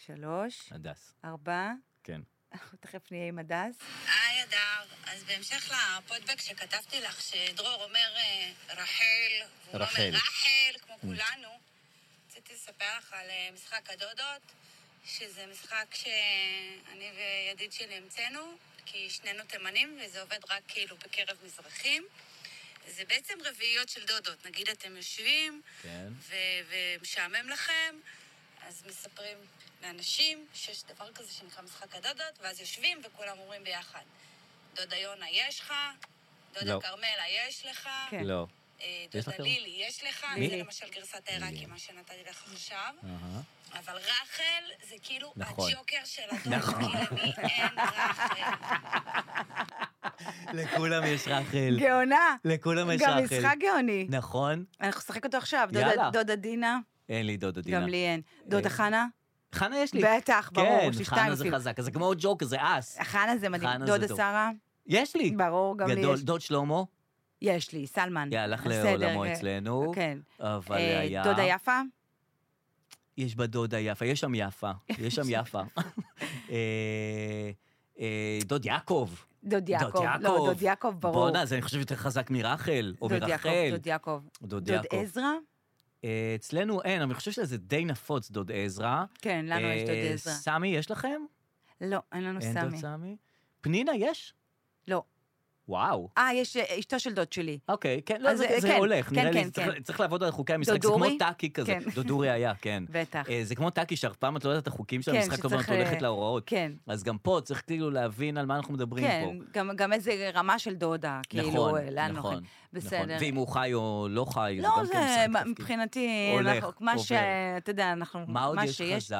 Speaker 2: שלוש,
Speaker 1: הדס,
Speaker 2: ארבע,
Speaker 1: כן.
Speaker 2: אנחנו תכף נהיה עם הדס.
Speaker 3: היי אדר, אז בהמשך לפודבק שכתבתי לך, שדרור אומר אה, רחל, והוא לא
Speaker 1: רחל. Mm.
Speaker 3: אומר רחל, כמו כולנו, רציתי לספר לך על אה, משחק הדודות, שזה משחק שאני וידיד שלי המצאנו, כי שנינו תימנים, וזה עובד רק כאילו בקרב מזרחים. זה בעצם רביעיות של דודות. נגיד אתם יושבים,
Speaker 1: כן.
Speaker 3: ו- ומשעמם לכם, אז מספרים לאנשים שיש דבר כזה שנקרא משחק הדודות, ואז יושבים וכולם אומרים ביחד. דודה יונה יש לך,
Speaker 1: לא.
Speaker 3: דודה כרמלה יש לך,
Speaker 2: כן.
Speaker 1: לא.
Speaker 3: אה,
Speaker 1: יש
Speaker 3: דודה
Speaker 1: לך-
Speaker 3: לילי יש לך,
Speaker 2: לילי.
Speaker 3: זה למשל גרסת העיראקי, מה שנתתי לך עכשיו.
Speaker 1: אהה.
Speaker 3: אבל רחל זה כאילו
Speaker 1: נכון.
Speaker 3: הג'וקר של הדודות, כי למי אין רחל.
Speaker 1: לכולם יש רחל.
Speaker 2: גאונה!
Speaker 1: לכולם לא. יש
Speaker 2: גם
Speaker 1: רחל.
Speaker 2: משחק גאוני.
Speaker 1: נכון?
Speaker 2: אנחנו נשחק אותו עכשיו. דודה-
Speaker 1: יאללה.
Speaker 2: דודה דינה,
Speaker 1: אין לי דודה דינה.
Speaker 2: גם לי אין.
Speaker 1: אה,
Speaker 2: דודה חנה,
Speaker 1: חנה יש לי.
Speaker 2: בטח, ברור,
Speaker 1: כן,
Speaker 2: יש לי שתיים
Speaker 1: חנה זה
Speaker 2: אפילו.
Speaker 1: חזק, זה כמו ג'וק, זה אס.
Speaker 2: חנה זה מדהים.
Speaker 1: חנה זה
Speaker 2: דודה
Speaker 1: טוב.
Speaker 2: שרה?
Speaker 1: יש לי.
Speaker 2: ברור, גם לי
Speaker 1: גדול,
Speaker 2: יש.
Speaker 1: דוד שלמה,
Speaker 2: יש לי, סלמן.
Speaker 1: יא, הלך
Speaker 2: בסדר,
Speaker 1: לעולמו
Speaker 2: אה,
Speaker 1: אצלנו,
Speaker 2: כן.
Speaker 1: אבל
Speaker 2: אה,
Speaker 1: היה...
Speaker 2: דודה יפה?
Speaker 1: יש בה דודה יפה, יש שם יפה, יש שם יפה. אה, אה, דוד יעקב.
Speaker 2: דוד יעקב.
Speaker 1: יעקב.
Speaker 2: לא, דוד יעקב, ברור.
Speaker 1: בואנה, זה אני חושב יותר חזק מרחל, או
Speaker 2: דוד יעקב,
Speaker 1: מרחל.
Speaker 2: דוד יעקב.
Speaker 1: דוד
Speaker 2: דוד
Speaker 1: יעקב.
Speaker 2: עזרא?
Speaker 1: אה, אצלנו אין, אבל אני חושב שזה די נפוץ, דוד עזרא.
Speaker 2: כן, לנו יש
Speaker 1: אה,
Speaker 2: דוד עזרא.
Speaker 1: סמי, יש לכם?
Speaker 2: לא, אין לנו
Speaker 1: אין דוד
Speaker 2: סמי.
Speaker 1: סמי? פנינה, יש?
Speaker 2: לא.
Speaker 1: וואו.
Speaker 2: אה, יש אה, אשתו של דוד שלי.
Speaker 1: אוקיי, כן, לא,
Speaker 2: אז,
Speaker 1: זה
Speaker 2: אה,
Speaker 1: זה
Speaker 2: כן,
Speaker 1: הולך,
Speaker 2: כן,
Speaker 1: נראה לי,
Speaker 2: כן,
Speaker 1: צריך-
Speaker 2: כן.
Speaker 1: צריך לעבוד על חוקי המשחק, זה כמו
Speaker 2: דודורי?
Speaker 1: טאקי כזה,
Speaker 2: כן.
Speaker 1: דודורי היה, כן.
Speaker 2: בטח.
Speaker 1: אה, זה כמו טאקי, שאף פעם את לא יודעת את החוקים של
Speaker 2: כן,
Speaker 1: המשחק, כל הזמן את
Speaker 2: שצריך,
Speaker 1: הולכת
Speaker 2: אה,
Speaker 1: להוראות.
Speaker 2: כן.
Speaker 1: אז גם פה צריך כאילו להבין על מה אנחנו מדברים
Speaker 2: כן,
Speaker 1: פה.
Speaker 2: גם, גם איזה רמה של דודה, כאילו,
Speaker 1: נכון,
Speaker 2: אה, לאן
Speaker 1: נכון,
Speaker 2: הולכים. בסדר.
Speaker 1: נכון. ואם הוא חי או לא חי,
Speaker 2: לא,
Speaker 1: זה גם
Speaker 2: זה
Speaker 1: כן משחק
Speaker 2: מ-
Speaker 1: תפקיד.
Speaker 2: מבחינתי,
Speaker 1: הולך,
Speaker 2: אנחנו- מה
Speaker 1: עובר.
Speaker 2: ש... אתה יודע, אנחנו...
Speaker 1: מה עוד יש
Speaker 2: שיש,
Speaker 1: חזק?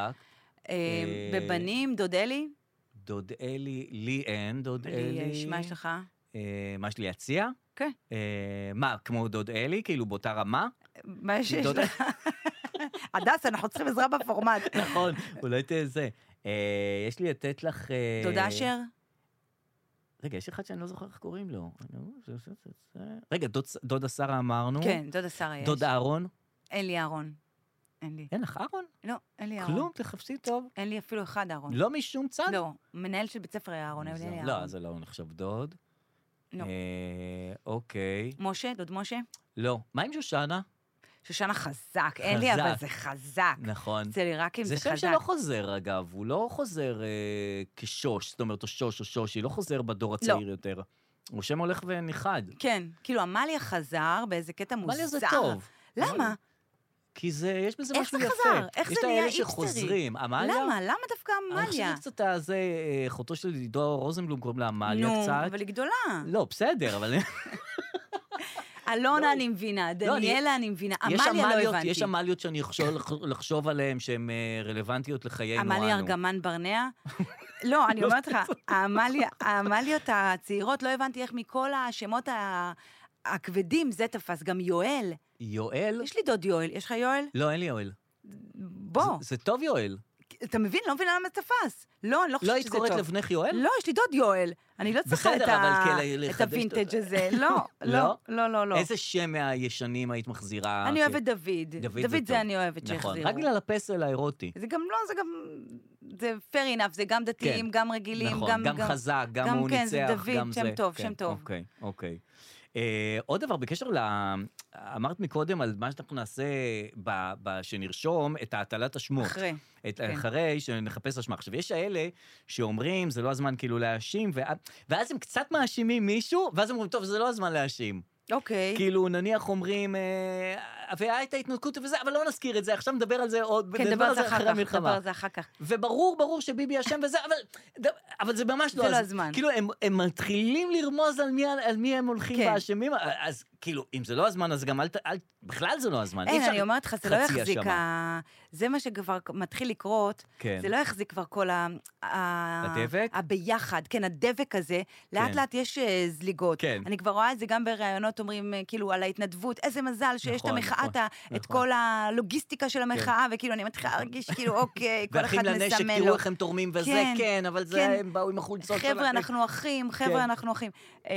Speaker 2: אה,
Speaker 1: אה,
Speaker 2: בבנים, דוד אלי?
Speaker 1: דוד אלי, לי אין דוד
Speaker 2: בלי, אה,
Speaker 1: אלי.
Speaker 2: שמע יש לך?
Speaker 1: אה, מה יש לי להציע?
Speaker 2: כן.
Speaker 1: אה, מה, כמו דוד אלי? כאילו באותה רמה?
Speaker 2: מה שיש
Speaker 1: דוד-
Speaker 2: לך? הדס, אנחנו צריכים עזרה בפורמט.
Speaker 1: נכון, אולי תהיה זה. אה, יש לי לתת לך... אה,
Speaker 2: דודה אשר?
Speaker 1: רגע, יש אחד שאני לא זוכר איך קוראים לו. לא- רגע, דוד- דודה שרה אמרנו.
Speaker 2: כן, דודה שרה יש.
Speaker 1: דוד אהרון.
Speaker 2: אין לי אהרון. אין לי.
Speaker 1: אין לך אהרון?
Speaker 2: לא, אין לי אהרון.
Speaker 1: כלום, תחפשי טוב.
Speaker 2: אין לי אפילו אחד אהרון.
Speaker 1: לא משום צד?
Speaker 2: לא, מנהל של בית ספר היה אהרון, אבל אין לי
Speaker 1: מוזר.
Speaker 2: אהרון.
Speaker 1: לא, זה לא נחשב דוד.
Speaker 2: לא.
Speaker 1: אה, אוקיי.
Speaker 2: משה, דוד משה?
Speaker 1: לא. מה עם שושנה?
Speaker 2: שושנה חזק, אין לי, אבל
Speaker 1: חזק.
Speaker 2: זה חזק.
Speaker 1: נכון.
Speaker 2: זה לי רק אם זה
Speaker 1: זה
Speaker 2: חזק.
Speaker 1: שם שלא חוזר, אגב, הוא לא חוזר אה, כשוש, זאת אומרת, או שוש או שושי, לא חוזר בדור הצעיר יותר. הוא שם הולך ונכחד.
Speaker 2: כן, כאילו, עמליה חזר באיזה קטע מוזר.
Speaker 1: מלא זה טוב.
Speaker 2: למה?
Speaker 1: כי זה, יש בזה
Speaker 2: איך
Speaker 1: משהו
Speaker 2: זה
Speaker 1: יפה.
Speaker 2: חזר? איך
Speaker 1: יש
Speaker 2: זה
Speaker 1: את
Speaker 2: נהיה
Speaker 1: האלה
Speaker 2: היפסטרי?
Speaker 1: שחוזרים. עמליה?
Speaker 2: למה? למה דווקא
Speaker 1: אני חושב
Speaker 2: עמליה?
Speaker 1: שקצת הזה, אה, אחותו של עידו רוזנבלום קוראים לה עמליה
Speaker 2: נו,
Speaker 1: קצת.
Speaker 2: אבל היא גדולה.
Speaker 1: לא, בסדר, אבל
Speaker 2: אלונה אני מבינה,
Speaker 1: לא, אני-
Speaker 2: דניאלה אני מבינה,
Speaker 1: יש
Speaker 2: עמליה לא
Speaker 1: עמליות-
Speaker 2: הבנתי.
Speaker 1: יש עמליות שאני אחשוב לחשוב עליהן שהן אה, רלוונטיות לחיינו אנו.
Speaker 2: עמליה ארגמן ברנע? לא, אני אומרת לך, העמליה- העמליות הצעירות, לא הבנתי איך מכל השמות ה- הכבדים זה תפס, גם יואל.
Speaker 1: יואל?
Speaker 2: יש לי דוד יואל, יש לך יואל?
Speaker 1: לא, אין לי יואל.
Speaker 2: בוא,
Speaker 1: זה זה טוב יואל.
Speaker 2: אתה מבין? לא מבינה למה זה תפס. לא, אני לא
Speaker 1: לא
Speaker 2: חושבת
Speaker 1: היית
Speaker 2: שזה טוב.
Speaker 1: קוראת לבנך יואל?
Speaker 2: לא, יש לי דוד יואל. אני לא צריכה
Speaker 1: בסדר,
Speaker 2: את, ה...
Speaker 1: אבל כן, לחדש
Speaker 2: את הווינטג'
Speaker 1: אותו.
Speaker 2: הזה. לא, לא,
Speaker 1: לא?
Speaker 2: לא, לא, לא.
Speaker 1: איזה שם מהישנים היית מחזירה?
Speaker 2: אני
Speaker 1: כ-
Speaker 2: אוהבת דוד.
Speaker 1: דוד זה
Speaker 2: דוד
Speaker 1: טוב.
Speaker 2: זה אני אוהבת
Speaker 1: נכון,
Speaker 2: שהחזירו.
Speaker 1: רק בגלל הפסל האירוטי.
Speaker 2: זה גם לא, זה גם... זה fair enough, זה גם דתיים,
Speaker 1: כן,
Speaker 2: גם רגילים,
Speaker 1: נכון, גם חזק, גם
Speaker 2: גם
Speaker 1: הוא
Speaker 2: כן,
Speaker 1: ניצח,
Speaker 2: זה
Speaker 1: גם זה.
Speaker 2: דוד, שם טוב,
Speaker 1: כן,
Speaker 2: שם טוב.
Speaker 1: אוקיי, אוקיי. אה, עוד דבר, בקשר ל... אמרת מקודם על מה שאנחנו נעשה, ב... ב... שנרשום את הטלת השמות.
Speaker 2: אחרי.
Speaker 1: את,
Speaker 2: כן.
Speaker 1: אחרי שנחפש אשמה. עכשיו, יש האלה שאומרים, זה לא הזמן כאילו להאשים, ואז, ואז הם קצת מאשימים מישהו, ואז הם אומרים, טוב, זה לא הזמן להאשים.
Speaker 2: אוקיי.
Speaker 1: כאילו, נניח אומרים, אה, והיה את ההתנתקות וזה, אבל לא נזכיר את זה, עכשיו נדבר על זה עוד,
Speaker 2: כן,
Speaker 1: נדבר
Speaker 2: דבר
Speaker 1: על
Speaker 2: על
Speaker 1: זה
Speaker 2: זה אחר
Speaker 1: אחרי
Speaker 2: כך, דבר
Speaker 1: המלחמה.
Speaker 2: על זה אחר כך.
Speaker 1: וברור, ברור שביבי אשם וזה, אבל, ד- אבל זה ממש לא
Speaker 2: זה לא
Speaker 1: הז-
Speaker 2: הזמן.
Speaker 1: כאילו, הם, הם מתחילים לרמוז על מי, על מי הם הולכים
Speaker 2: כן.
Speaker 1: והאשמים, אז כאילו, אם זה לא הזמן, אז גם אל, ת- אל בכלל זה לא הזמן. אי
Speaker 2: אין,
Speaker 1: אפשר-
Speaker 2: אני אומרת לך, זה לא
Speaker 1: חצי
Speaker 2: יחזיק
Speaker 1: האשמה.
Speaker 2: ה... זה מה שכבר מתחיל לקרות,
Speaker 1: כן.
Speaker 2: זה לא יחזיק כבר כל ה... ה-
Speaker 1: הדבק?
Speaker 2: הביחד, כן, הדבק הזה. לאט
Speaker 1: כן.
Speaker 2: לאט יש אה, זליגות.
Speaker 1: כן.
Speaker 2: אני כבר רואה את זה גם בראיונות, אומרים, אה, כאילו, על ההתנדבות, איזה מזל שיש את
Speaker 1: נכון,
Speaker 2: המחאה,
Speaker 1: נכון,
Speaker 2: את ה- את
Speaker 1: נכון.
Speaker 2: כל הלוגיסטיקה של המחאה, וכאילו, אני מתחילה להרגיש כאילו, אוקיי, כל
Speaker 1: ואחים
Speaker 2: אחד
Speaker 1: לנשק,
Speaker 2: מסמן
Speaker 1: תראו
Speaker 2: לו.
Speaker 1: איך הם תורמים וזה,
Speaker 2: כן,
Speaker 1: כן, אבל זה,
Speaker 2: כן.
Speaker 1: הם באו עם החולצות של
Speaker 2: חבר'ה,
Speaker 1: ה-
Speaker 2: אנחנו
Speaker 1: כן.
Speaker 2: אחים, חבר'ה, אנחנו אחים. אה,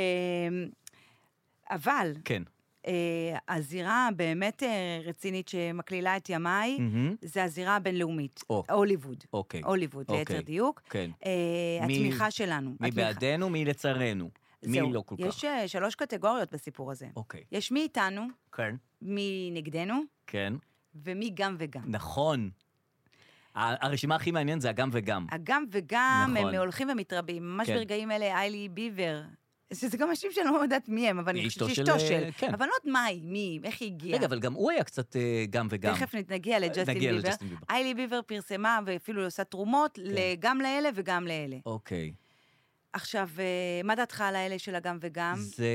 Speaker 2: אבל,
Speaker 1: כן.
Speaker 2: אה, הזירה הבאמת אה, רצינית שמקלילה את ימיי,
Speaker 1: מהמם.
Speaker 2: זה הזירה הבינלאומית,
Speaker 1: או.
Speaker 2: הוליווד.
Speaker 1: אוקיי,
Speaker 2: הוליווד,
Speaker 1: אוקיי.
Speaker 2: ליתר דיוק.
Speaker 1: כן.
Speaker 2: אה,
Speaker 1: מי-
Speaker 2: התמיכה שלנו.
Speaker 1: מי
Speaker 2: התמיכה.
Speaker 1: בעדנו, מי לצרינו.
Speaker 2: זהו,
Speaker 1: מי לא כל
Speaker 2: יש
Speaker 1: כך.
Speaker 2: אה, שלוש קטגוריות בסיפור הזה.
Speaker 1: אוקיי.
Speaker 2: יש מי איתנו,
Speaker 1: כן.
Speaker 2: מי נגדנו,
Speaker 1: כן.
Speaker 2: ומי גם וגם.
Speaker 1: נכון. ה- הרשימה הכי מעניינת זה הגם וגם.
Speaker 2: הגם וגם
Speaker 1: נכון.
Speaker 2: הם הולכים ומתרבים. ממש
Speaker 1: כן.
Speaker 2: ברגעים אלה איילי ביבר, שזה גם אנשים שאני לא יודעת מי הם, אבל אני
Speaker 1: אשתו
Speaker 2: חושבת
Speaker 1: של,
Speaker 2: שאשתו
Speaker 1: אה,
Speaker 2: של.
Speaker 1: כן.
Speaker 2: אבל אני לא יודעת מה היא, מי, היא, איך היא הגיעה.
Speaker 1: רגע, אבל גם הוא היה קצת אה, גם וגם. אה,
Speaker 2: תכף נת- נגיע לג'סטין
Speaker 1: נגיע
Speaker 2: ביבר.
Speaker 1: לג'סטין ביבר.
Speaker 2: איילי ביבר פרסמה, ואפילו עושה תרומות,
Speaker 1: כן.
Speaker 2: ל- גם לאלה וגם לאלה.
Speaker 1: אוקיי.
Speaker 2: עכשיו, אה, מה דעתך על האלה של הגם וגם?
Speaker 1: זה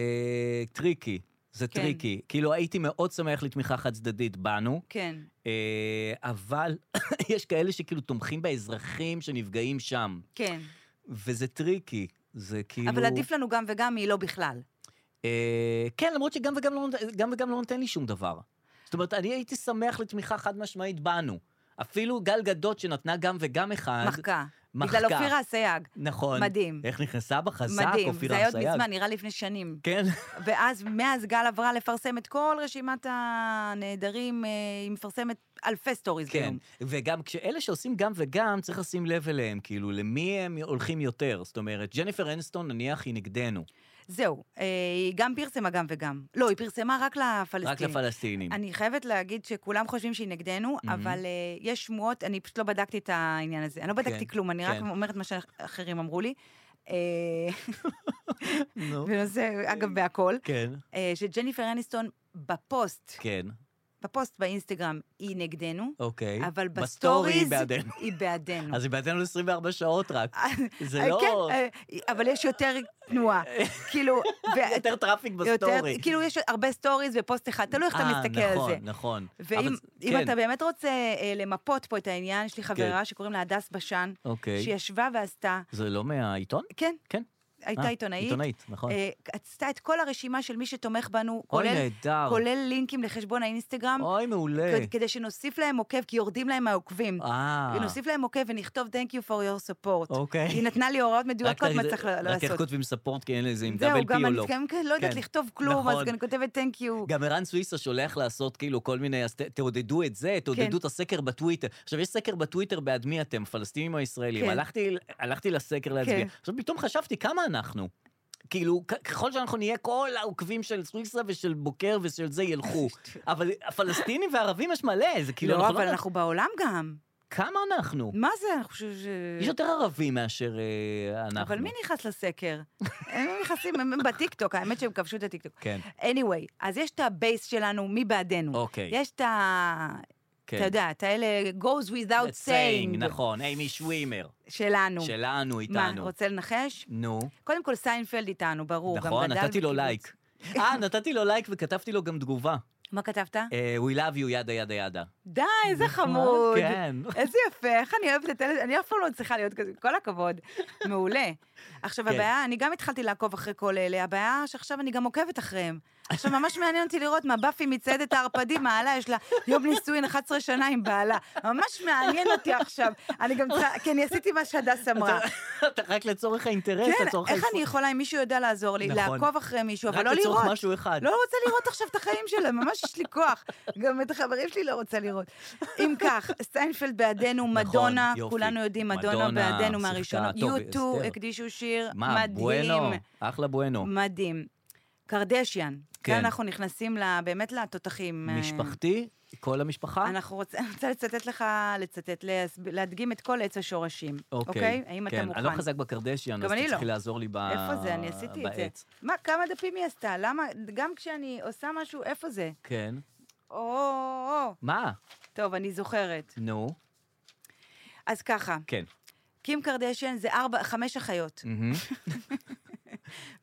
Speaker 1: טריקי. זה
Speaker 2: כן.
Speaker 1: טריקי. כאילו, הייתי מאוד שמח לתמיכה חד צדדית בנו.
Speaker 2: כן.
Speaker 1: אה, אבל יש כאלה שכאילו תומכים באזרחים שנפגעים שם,
Speaker 2: כן,
Speaker 1: וזה טריקי. זה כאילו...
Speaker 2: אבל עדיף לנו גם וגם מלא בכלל.
Speaker 1: אה, כן, למרות שגם וגם לא, נות- גם וגם לא נותן לי שום דבר. זאת אומרת, אני הייתי שמח לתמיכה חד משמעית בנו. אפילו גל גדות שנתנה גם וגם אחד.
Speaker 2: מחקה.
Speaker 1: מחקה.
Speaker 2: בגלל אופירה אסייג.
Speaker 1: נכון.
Speaker 2: מדהים.
Speaker 1: איך נכנסה בחזק,
Speaker 2: מדהים. זה
Speaker 1: אופירה
Speaker 2: היה עוד
Speaker 1: אסייג.
Speaker 2: מזמן, נראה לפני שנים.
Speaker 1: כן,
Speaker 2: ואז, מאז גל עברה לפרסם את כל רשימת הנעדרים, אה, היא מפרסמת אלפי סטוריז
Speaker 1: כן.
Speaker 2: ביום.
Speaker 1: וגם כשאלה שעושים גם וגם, צריך לשים לב אליהם, כאילו, למי הם הולכים יותר. זאת אומרת, ג'ניפר אנסטון, נניח, היא נגדנו.
Speaker 2: זהו, אה, היא גם פרסמה גם וגם. לא, היא פרסמה רק לפלסטינים.
Speaker 1: רק לפלסטינים.
Speaker 2: אני חייבת להגיד שכולם חושבים שהיא נגדנו,
Speaker 1: מהמם.
Speaker 2: אבל אה, יש שמועות, אני פשוט לא בדקתי את העניין הזה. אני לא
Speaker 1: כן,
Speaker 2: בדקתי כלום, אני רק
Speaker 1: כן.
Speaker 2: אומרת מה שאחרים אמרו לי. אה,
Speaker 1: נו.
Speaker 2: בנושא, אגב, בהכל.
Speaker 1: כן.
Speaker 2: אה, שג'ניפר אניסטון בפוסט,
Speaker 1: כן,
Speaker 2: בפוסט באינסטגרם היא נגדנו,
Speaker 1: אוקיי.
Speaker 2: אבל
Speaker 1: בסטורי היא
Speaker 2: בסטוריז
Speaker 1: בעדנו.
Speaker 2: היא בעדנו.
Speaker 1: אז היא בעדנו 24 שעות רק. זה
Speaker 2: אה,
Speaker 1: לא...
Speaker 2: כן, אה, אבל יש יותר תנועה. כאילו, ו-
Speaker 1: יותר טראפיק בסטורי.
Speaker 2: יותר- כאילו, יש הרבה סטוריז ופוסט אחד, תלוי איך אתה
Speaker 1: אה,
Speaker 2: מסתכל על זה.
Speaker 1: נכון, נכון.
Speaker 2: ואם
Speaker 1: אבל-
Speaker 2: אם
Speaker 1: כן,
Speaker 2: אתה באמת רוצה אה, למפות פה את העניין, יש לי חברה שקוראים לה הדס בשן,
Speaker 1: אוקיי.
Speaker 2: שישבה ועשתה,
Speaker 1: זה לא מהעיתון?
Speaker 2: כן,
Speaker 1: כן.
Speaker 2: הייתה
Speaker 1: אה,
Speaker 2: עיתונאית,
Speaker 1: עיתונאית, נכון.
Speaker 2: אה, עשתה את כל הרשימה של מי שתומך בנו,
Speaker 1: אוי,
Speaker 2: כולל-
Speaker 1: נהדר.
Speaker 2: כולל לינקים לחשבון האינסטגרם,
Speaker 1: אוי, מעולה.
Speaker 2: כ- כדי שנוסיף להם עוקב, כי יורדים להם העוקבים.
Speaker 1: אה,
Speaker 2: נוסיף להם עוקב ונכתוב Thank you for your support.
Speaker 1: אוקיי.
Speaker 2: היא נתנה לי הוראות
Speaker 1: רק
Speaker 2: מדויקות מה
Speaker 1: תגיד-
Speaker 2: צריך ל-
Speaker 1: רק איך
Speaker 2: לעשות.
Speaker 1: כותבים ספורט, כי אין לזה עם
Speaker 2: זהו,
Speaker 1: דאבל
Speaker 2: גם
Speaker 1: פי או
Speaker 2: אני
Speaker 1: לא.
Speaker 2: גם לא יודעת
Speaker 1: כן.
Speaker 2: לכתוב כלום, אז
Speaker 1: נכון.
Speaker 2: אני כותבת Thank you. לא,
Speaker 1: גם ערן סוויסה שולח לעשות כאילו כל מיני, אז ת- תעודדו את זה, תעודדו
Speaker 2: כן.
Speaker 1: את הסקר בטוויטר. עכשיו, יש סקר בטוויטר בעד מי אתם, פלסטינים או ישראלים.
Speaker 2: כן.
Speaker 1: הלכתי- הלכתי לסקר להצביע.
Speaker 2: כן.
Speaker 1: עכשיו, פתאום חשבתי כמה אנחנו. כאילו, כ- ככל שאנחנו נהיה, כל העוקבים של סוויסה ושל בוקר ושל זה ילכו. אבל הפלסטינים והערבים יש מלא, זה כאילו,
Speaker 2: לא,
Speaker 1: אנחנו לא
Speaker 2: אבל
Speaker 1: יודעים
Speaker 2: אנחנו בעולם גם.
Speaker 1: כמה אנחנו.
Speaker 2: מה זה, אני חושב ש...
Speaker 1: יש יותר ערבים מאשר אה, אנחנו.
Speaker 2: אבל מי נכנס לסקר? הם לא נכנסים, הם הם בטיקטוק, האמת שהם כבשו את הטיקטוק.
Speaker 1: כן,
Speaker 2: anyway, אז יש את הבייס שלנו, מי בעדנו.
Speaker 1: אוקיי.
Speaker 2: יש את ה...
Speaker 1: כן.
Speaker 2: אתה יודע, את האלה goes without
Speaker 1: That's saying,
Speaker 2: saying
Speaker 1: נכון, אימי שווימר,
Speaker 2: שלנו.
Speaker 1: שלנו,
Speaker 2: מה,
Speaker 1: איתנו.
Speaker 2: רוצה לנחש?
Speaker 1: נו,
Speaker 2: קודם כל, סיינפלד איתנו, ברור. גם
Speaker 1: נכון,
Speaker 2: גדל
Speaker 1: נתתי לו
Speaker 2: בקיבוץ.
Speaker 1: לייק. אה, נתתי לו לייק וכתבתי לו גם תגובה.
Speaker 2: מה כתבת?
Speaker 1: אה, We love you, ידה ידה ידה.
Speaker 2: די, איזה חמוד.
Speaker 1: נכון, כן.
Speaker 2: איזה יפה, איך אני אוהבת את אלה, אני אף פעם לא צריכה להיות כזה, כל הכבוד. מעולה. עכשיו,
Speaker 1: כן.
Speaker 2: הבעיה, אני גם התחלתי לעקוב אחרי כל אלה, הבעיה שעכשיו אני גם עוקבת אחריהם. עכשיו, ממש מעניין אותי לראות מה באפי מצעדת הערפדים, מעלה, יש לה יום נישואין 11 שנה עם בעלה. ממש מעניין אותי עכשיו. אני גם צריכה, כי אני עשיתי מה שהדס אמרה.
Speaker 1: אתה רק לצורך האינטרס,
Speaker 2: כן,
Speaker 1: לצורך
Speaker 2: איך
Speaker 1: האיפור-
Speaker 2: אני יכולה, אם מישהו יודע לעזור לי,
Speaker 1: נכון.
Speaker 2: לעקוב אחרי מישהו, אבל לא
Speaker 1: רק לצורך
Speaker 2: לראות.
Speaker 1: משהו אחד.
Speaker 2: לא רוצה לראות עכשיו את החיים שלה, ממש יש לי כוח. גם את החברים שלי לא רוצה לראות. אם כך, סטיינפלד בעדנו,
Speaker 1: נכון,
Speaker 2: מדונה,
Speaker 1: יופי.
Speaker 2: כולנו יודעים, מדונה
Speaker 1: מדונה
Speaker 2: בעדנו
Speaker 1: שיחקה
Speaker 2: מהראשונות.
Speaker 1: טוב,
Speaker 2: יוטו
Speaker 1: אסתר.
Speaker 2: הקדישו שיר
Speaker 1: מה, בואנו,
Speaker 2: מדהים.
Speaker 1: אחלה בואנו.
Speaker 2: מדהים. קרדשיאן.
Speaker 1: כן.
Speaker 2: כאן אנחנו נכנסים ל- באמת לתותחים. אה,
Speaker 1: משפחתי, כל המשפחה.
Speaker 2: אנחנו רוצ- אני רוצה לצטט לך, לצטט, להס- להדגים את כל עץ השורשים.
Speaker 1: אוקיי,
Speaker 2: אוקיי? האם אתה
Speaker 1: כן,
Speaker 2: מוכן?
Speaker 1: אני לא חזק בקרדשיאן,
Speaker 2: גם
Speaker 1: אז
Speaker 2: אני לא.
Speaker 1: תצטרכי לעזור לי ב-
Speaker 2: איפה זה? אני עשיתי את זה.
Speaker 1: בעץ.
Speaker 2: מה, כמה דפים היא עשתה? למה? גם כשאני עושה משהו, איפה זה?
Speaker 1: כן.
Speaker 2: או, או, או.
Speaker 1: מה?
Speaker 2: טוב, אני זוכרת.
Speaker 1: נו,
Speaker 2: אז ככה,
Speaker 1: כן.
Speaker 2: קים קרדשן זה ארבע, חמש אחיות.
Speaker 1: מהמם,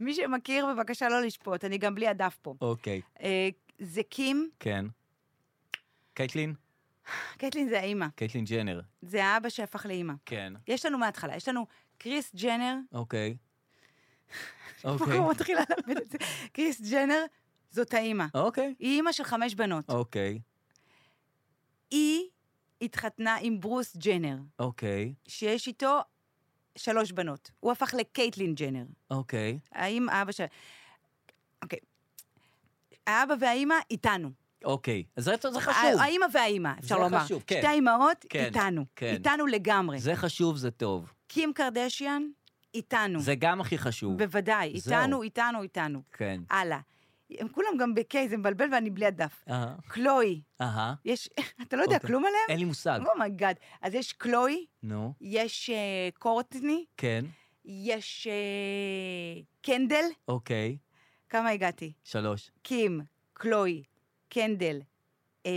Speaker 2: מי שמכיר, בבקשה לא לשפוט, אני גם בלי הדף פה.
Speaker 1: אוקיי,
Speaker 2: אה, זה קים,
Speaker 1: כן. קייטלין?
Speaker 2: קייטלין זה האימא,
Speaker 1: קייטלין ג'נר.
Speaker 2: זה האבא שהפך לאימא.
Speaker 1: כן.
Speaker 2: יש לנו מההתחלה, יש לנו קריס ג'נר,
Speaker 1: אוקיי.
Speaker 2: פה
Speaker 1: אוקיי.
Speaker 2: כבר מתחילה לאבד את זה, קריס ג'נר זאת האימא.
Speaker 1: אוקיי.
Speaker 2: היא אימא של חמש בנות.
Speaker 1: אוקיי.
Speaker 2: היא התחתנה עם ברוס ג'נר,
Speaker 1: אוקיי.
Speaker 2: שיש איתו שלוש בנות. הוא הפך לקייטלין ג'נר.
Speaker 1: אוקיי.
Speaker 2: האם האבא של... אוקיי. האבא והאימא איתנו.
Speaker 1: אוקיי. אז זה
Speaker 2: אה,
Speaker 1: זה חשוב.
Speaker 2: האימא והאימא, אפשר
Speaker 1: זה
Speaker 2: לומר.
Speaker 1: חשוב, כן.
Speaker 2: שתי האימהות
Speaker 1: כן,
Speaker 2: איתנו.
Speaker 1: כן.
Speaker 2: איתנו לגמרי.
Speaker 1: זה חשוב, זה טוב.
Speaker 2: קים קרדשיאן, איתנו.
Speaker 1: זה גם הכי חשוב.
Speaker 2: בוודאי,
Speaker 1: זהו.
Speaker 2: איתנו, איתנו, איתנו.
Speaker 1: כן.
Speaker 2: הלאה. הם כולם גם בקיי, זה מבלבל ואני בלי הדף.
Speaker 1: אהה,
Speaker 2: קלוי,
Speaker 1: אה, אהה.
Speaker 2: יש... אתה לא יודע
Speaker 1: אוקיי.
Speaker 2: כלום עליהם?
Speaker 1: אין לי מושג.
Speaker 2: לא. אומייגאד. אז יש קלוי,
Speaker 1: נו.
Speaker 2: יש אה, קורטני,
Speaker 1: כן.
Speaker 2: יש אה, קנדל.
Speaker 1: אוקיי.
Speaker 2: כמה הגעתי?
Speaker 1: שלוש.
Speaker 2: קים, קלוי, קנדל, אה,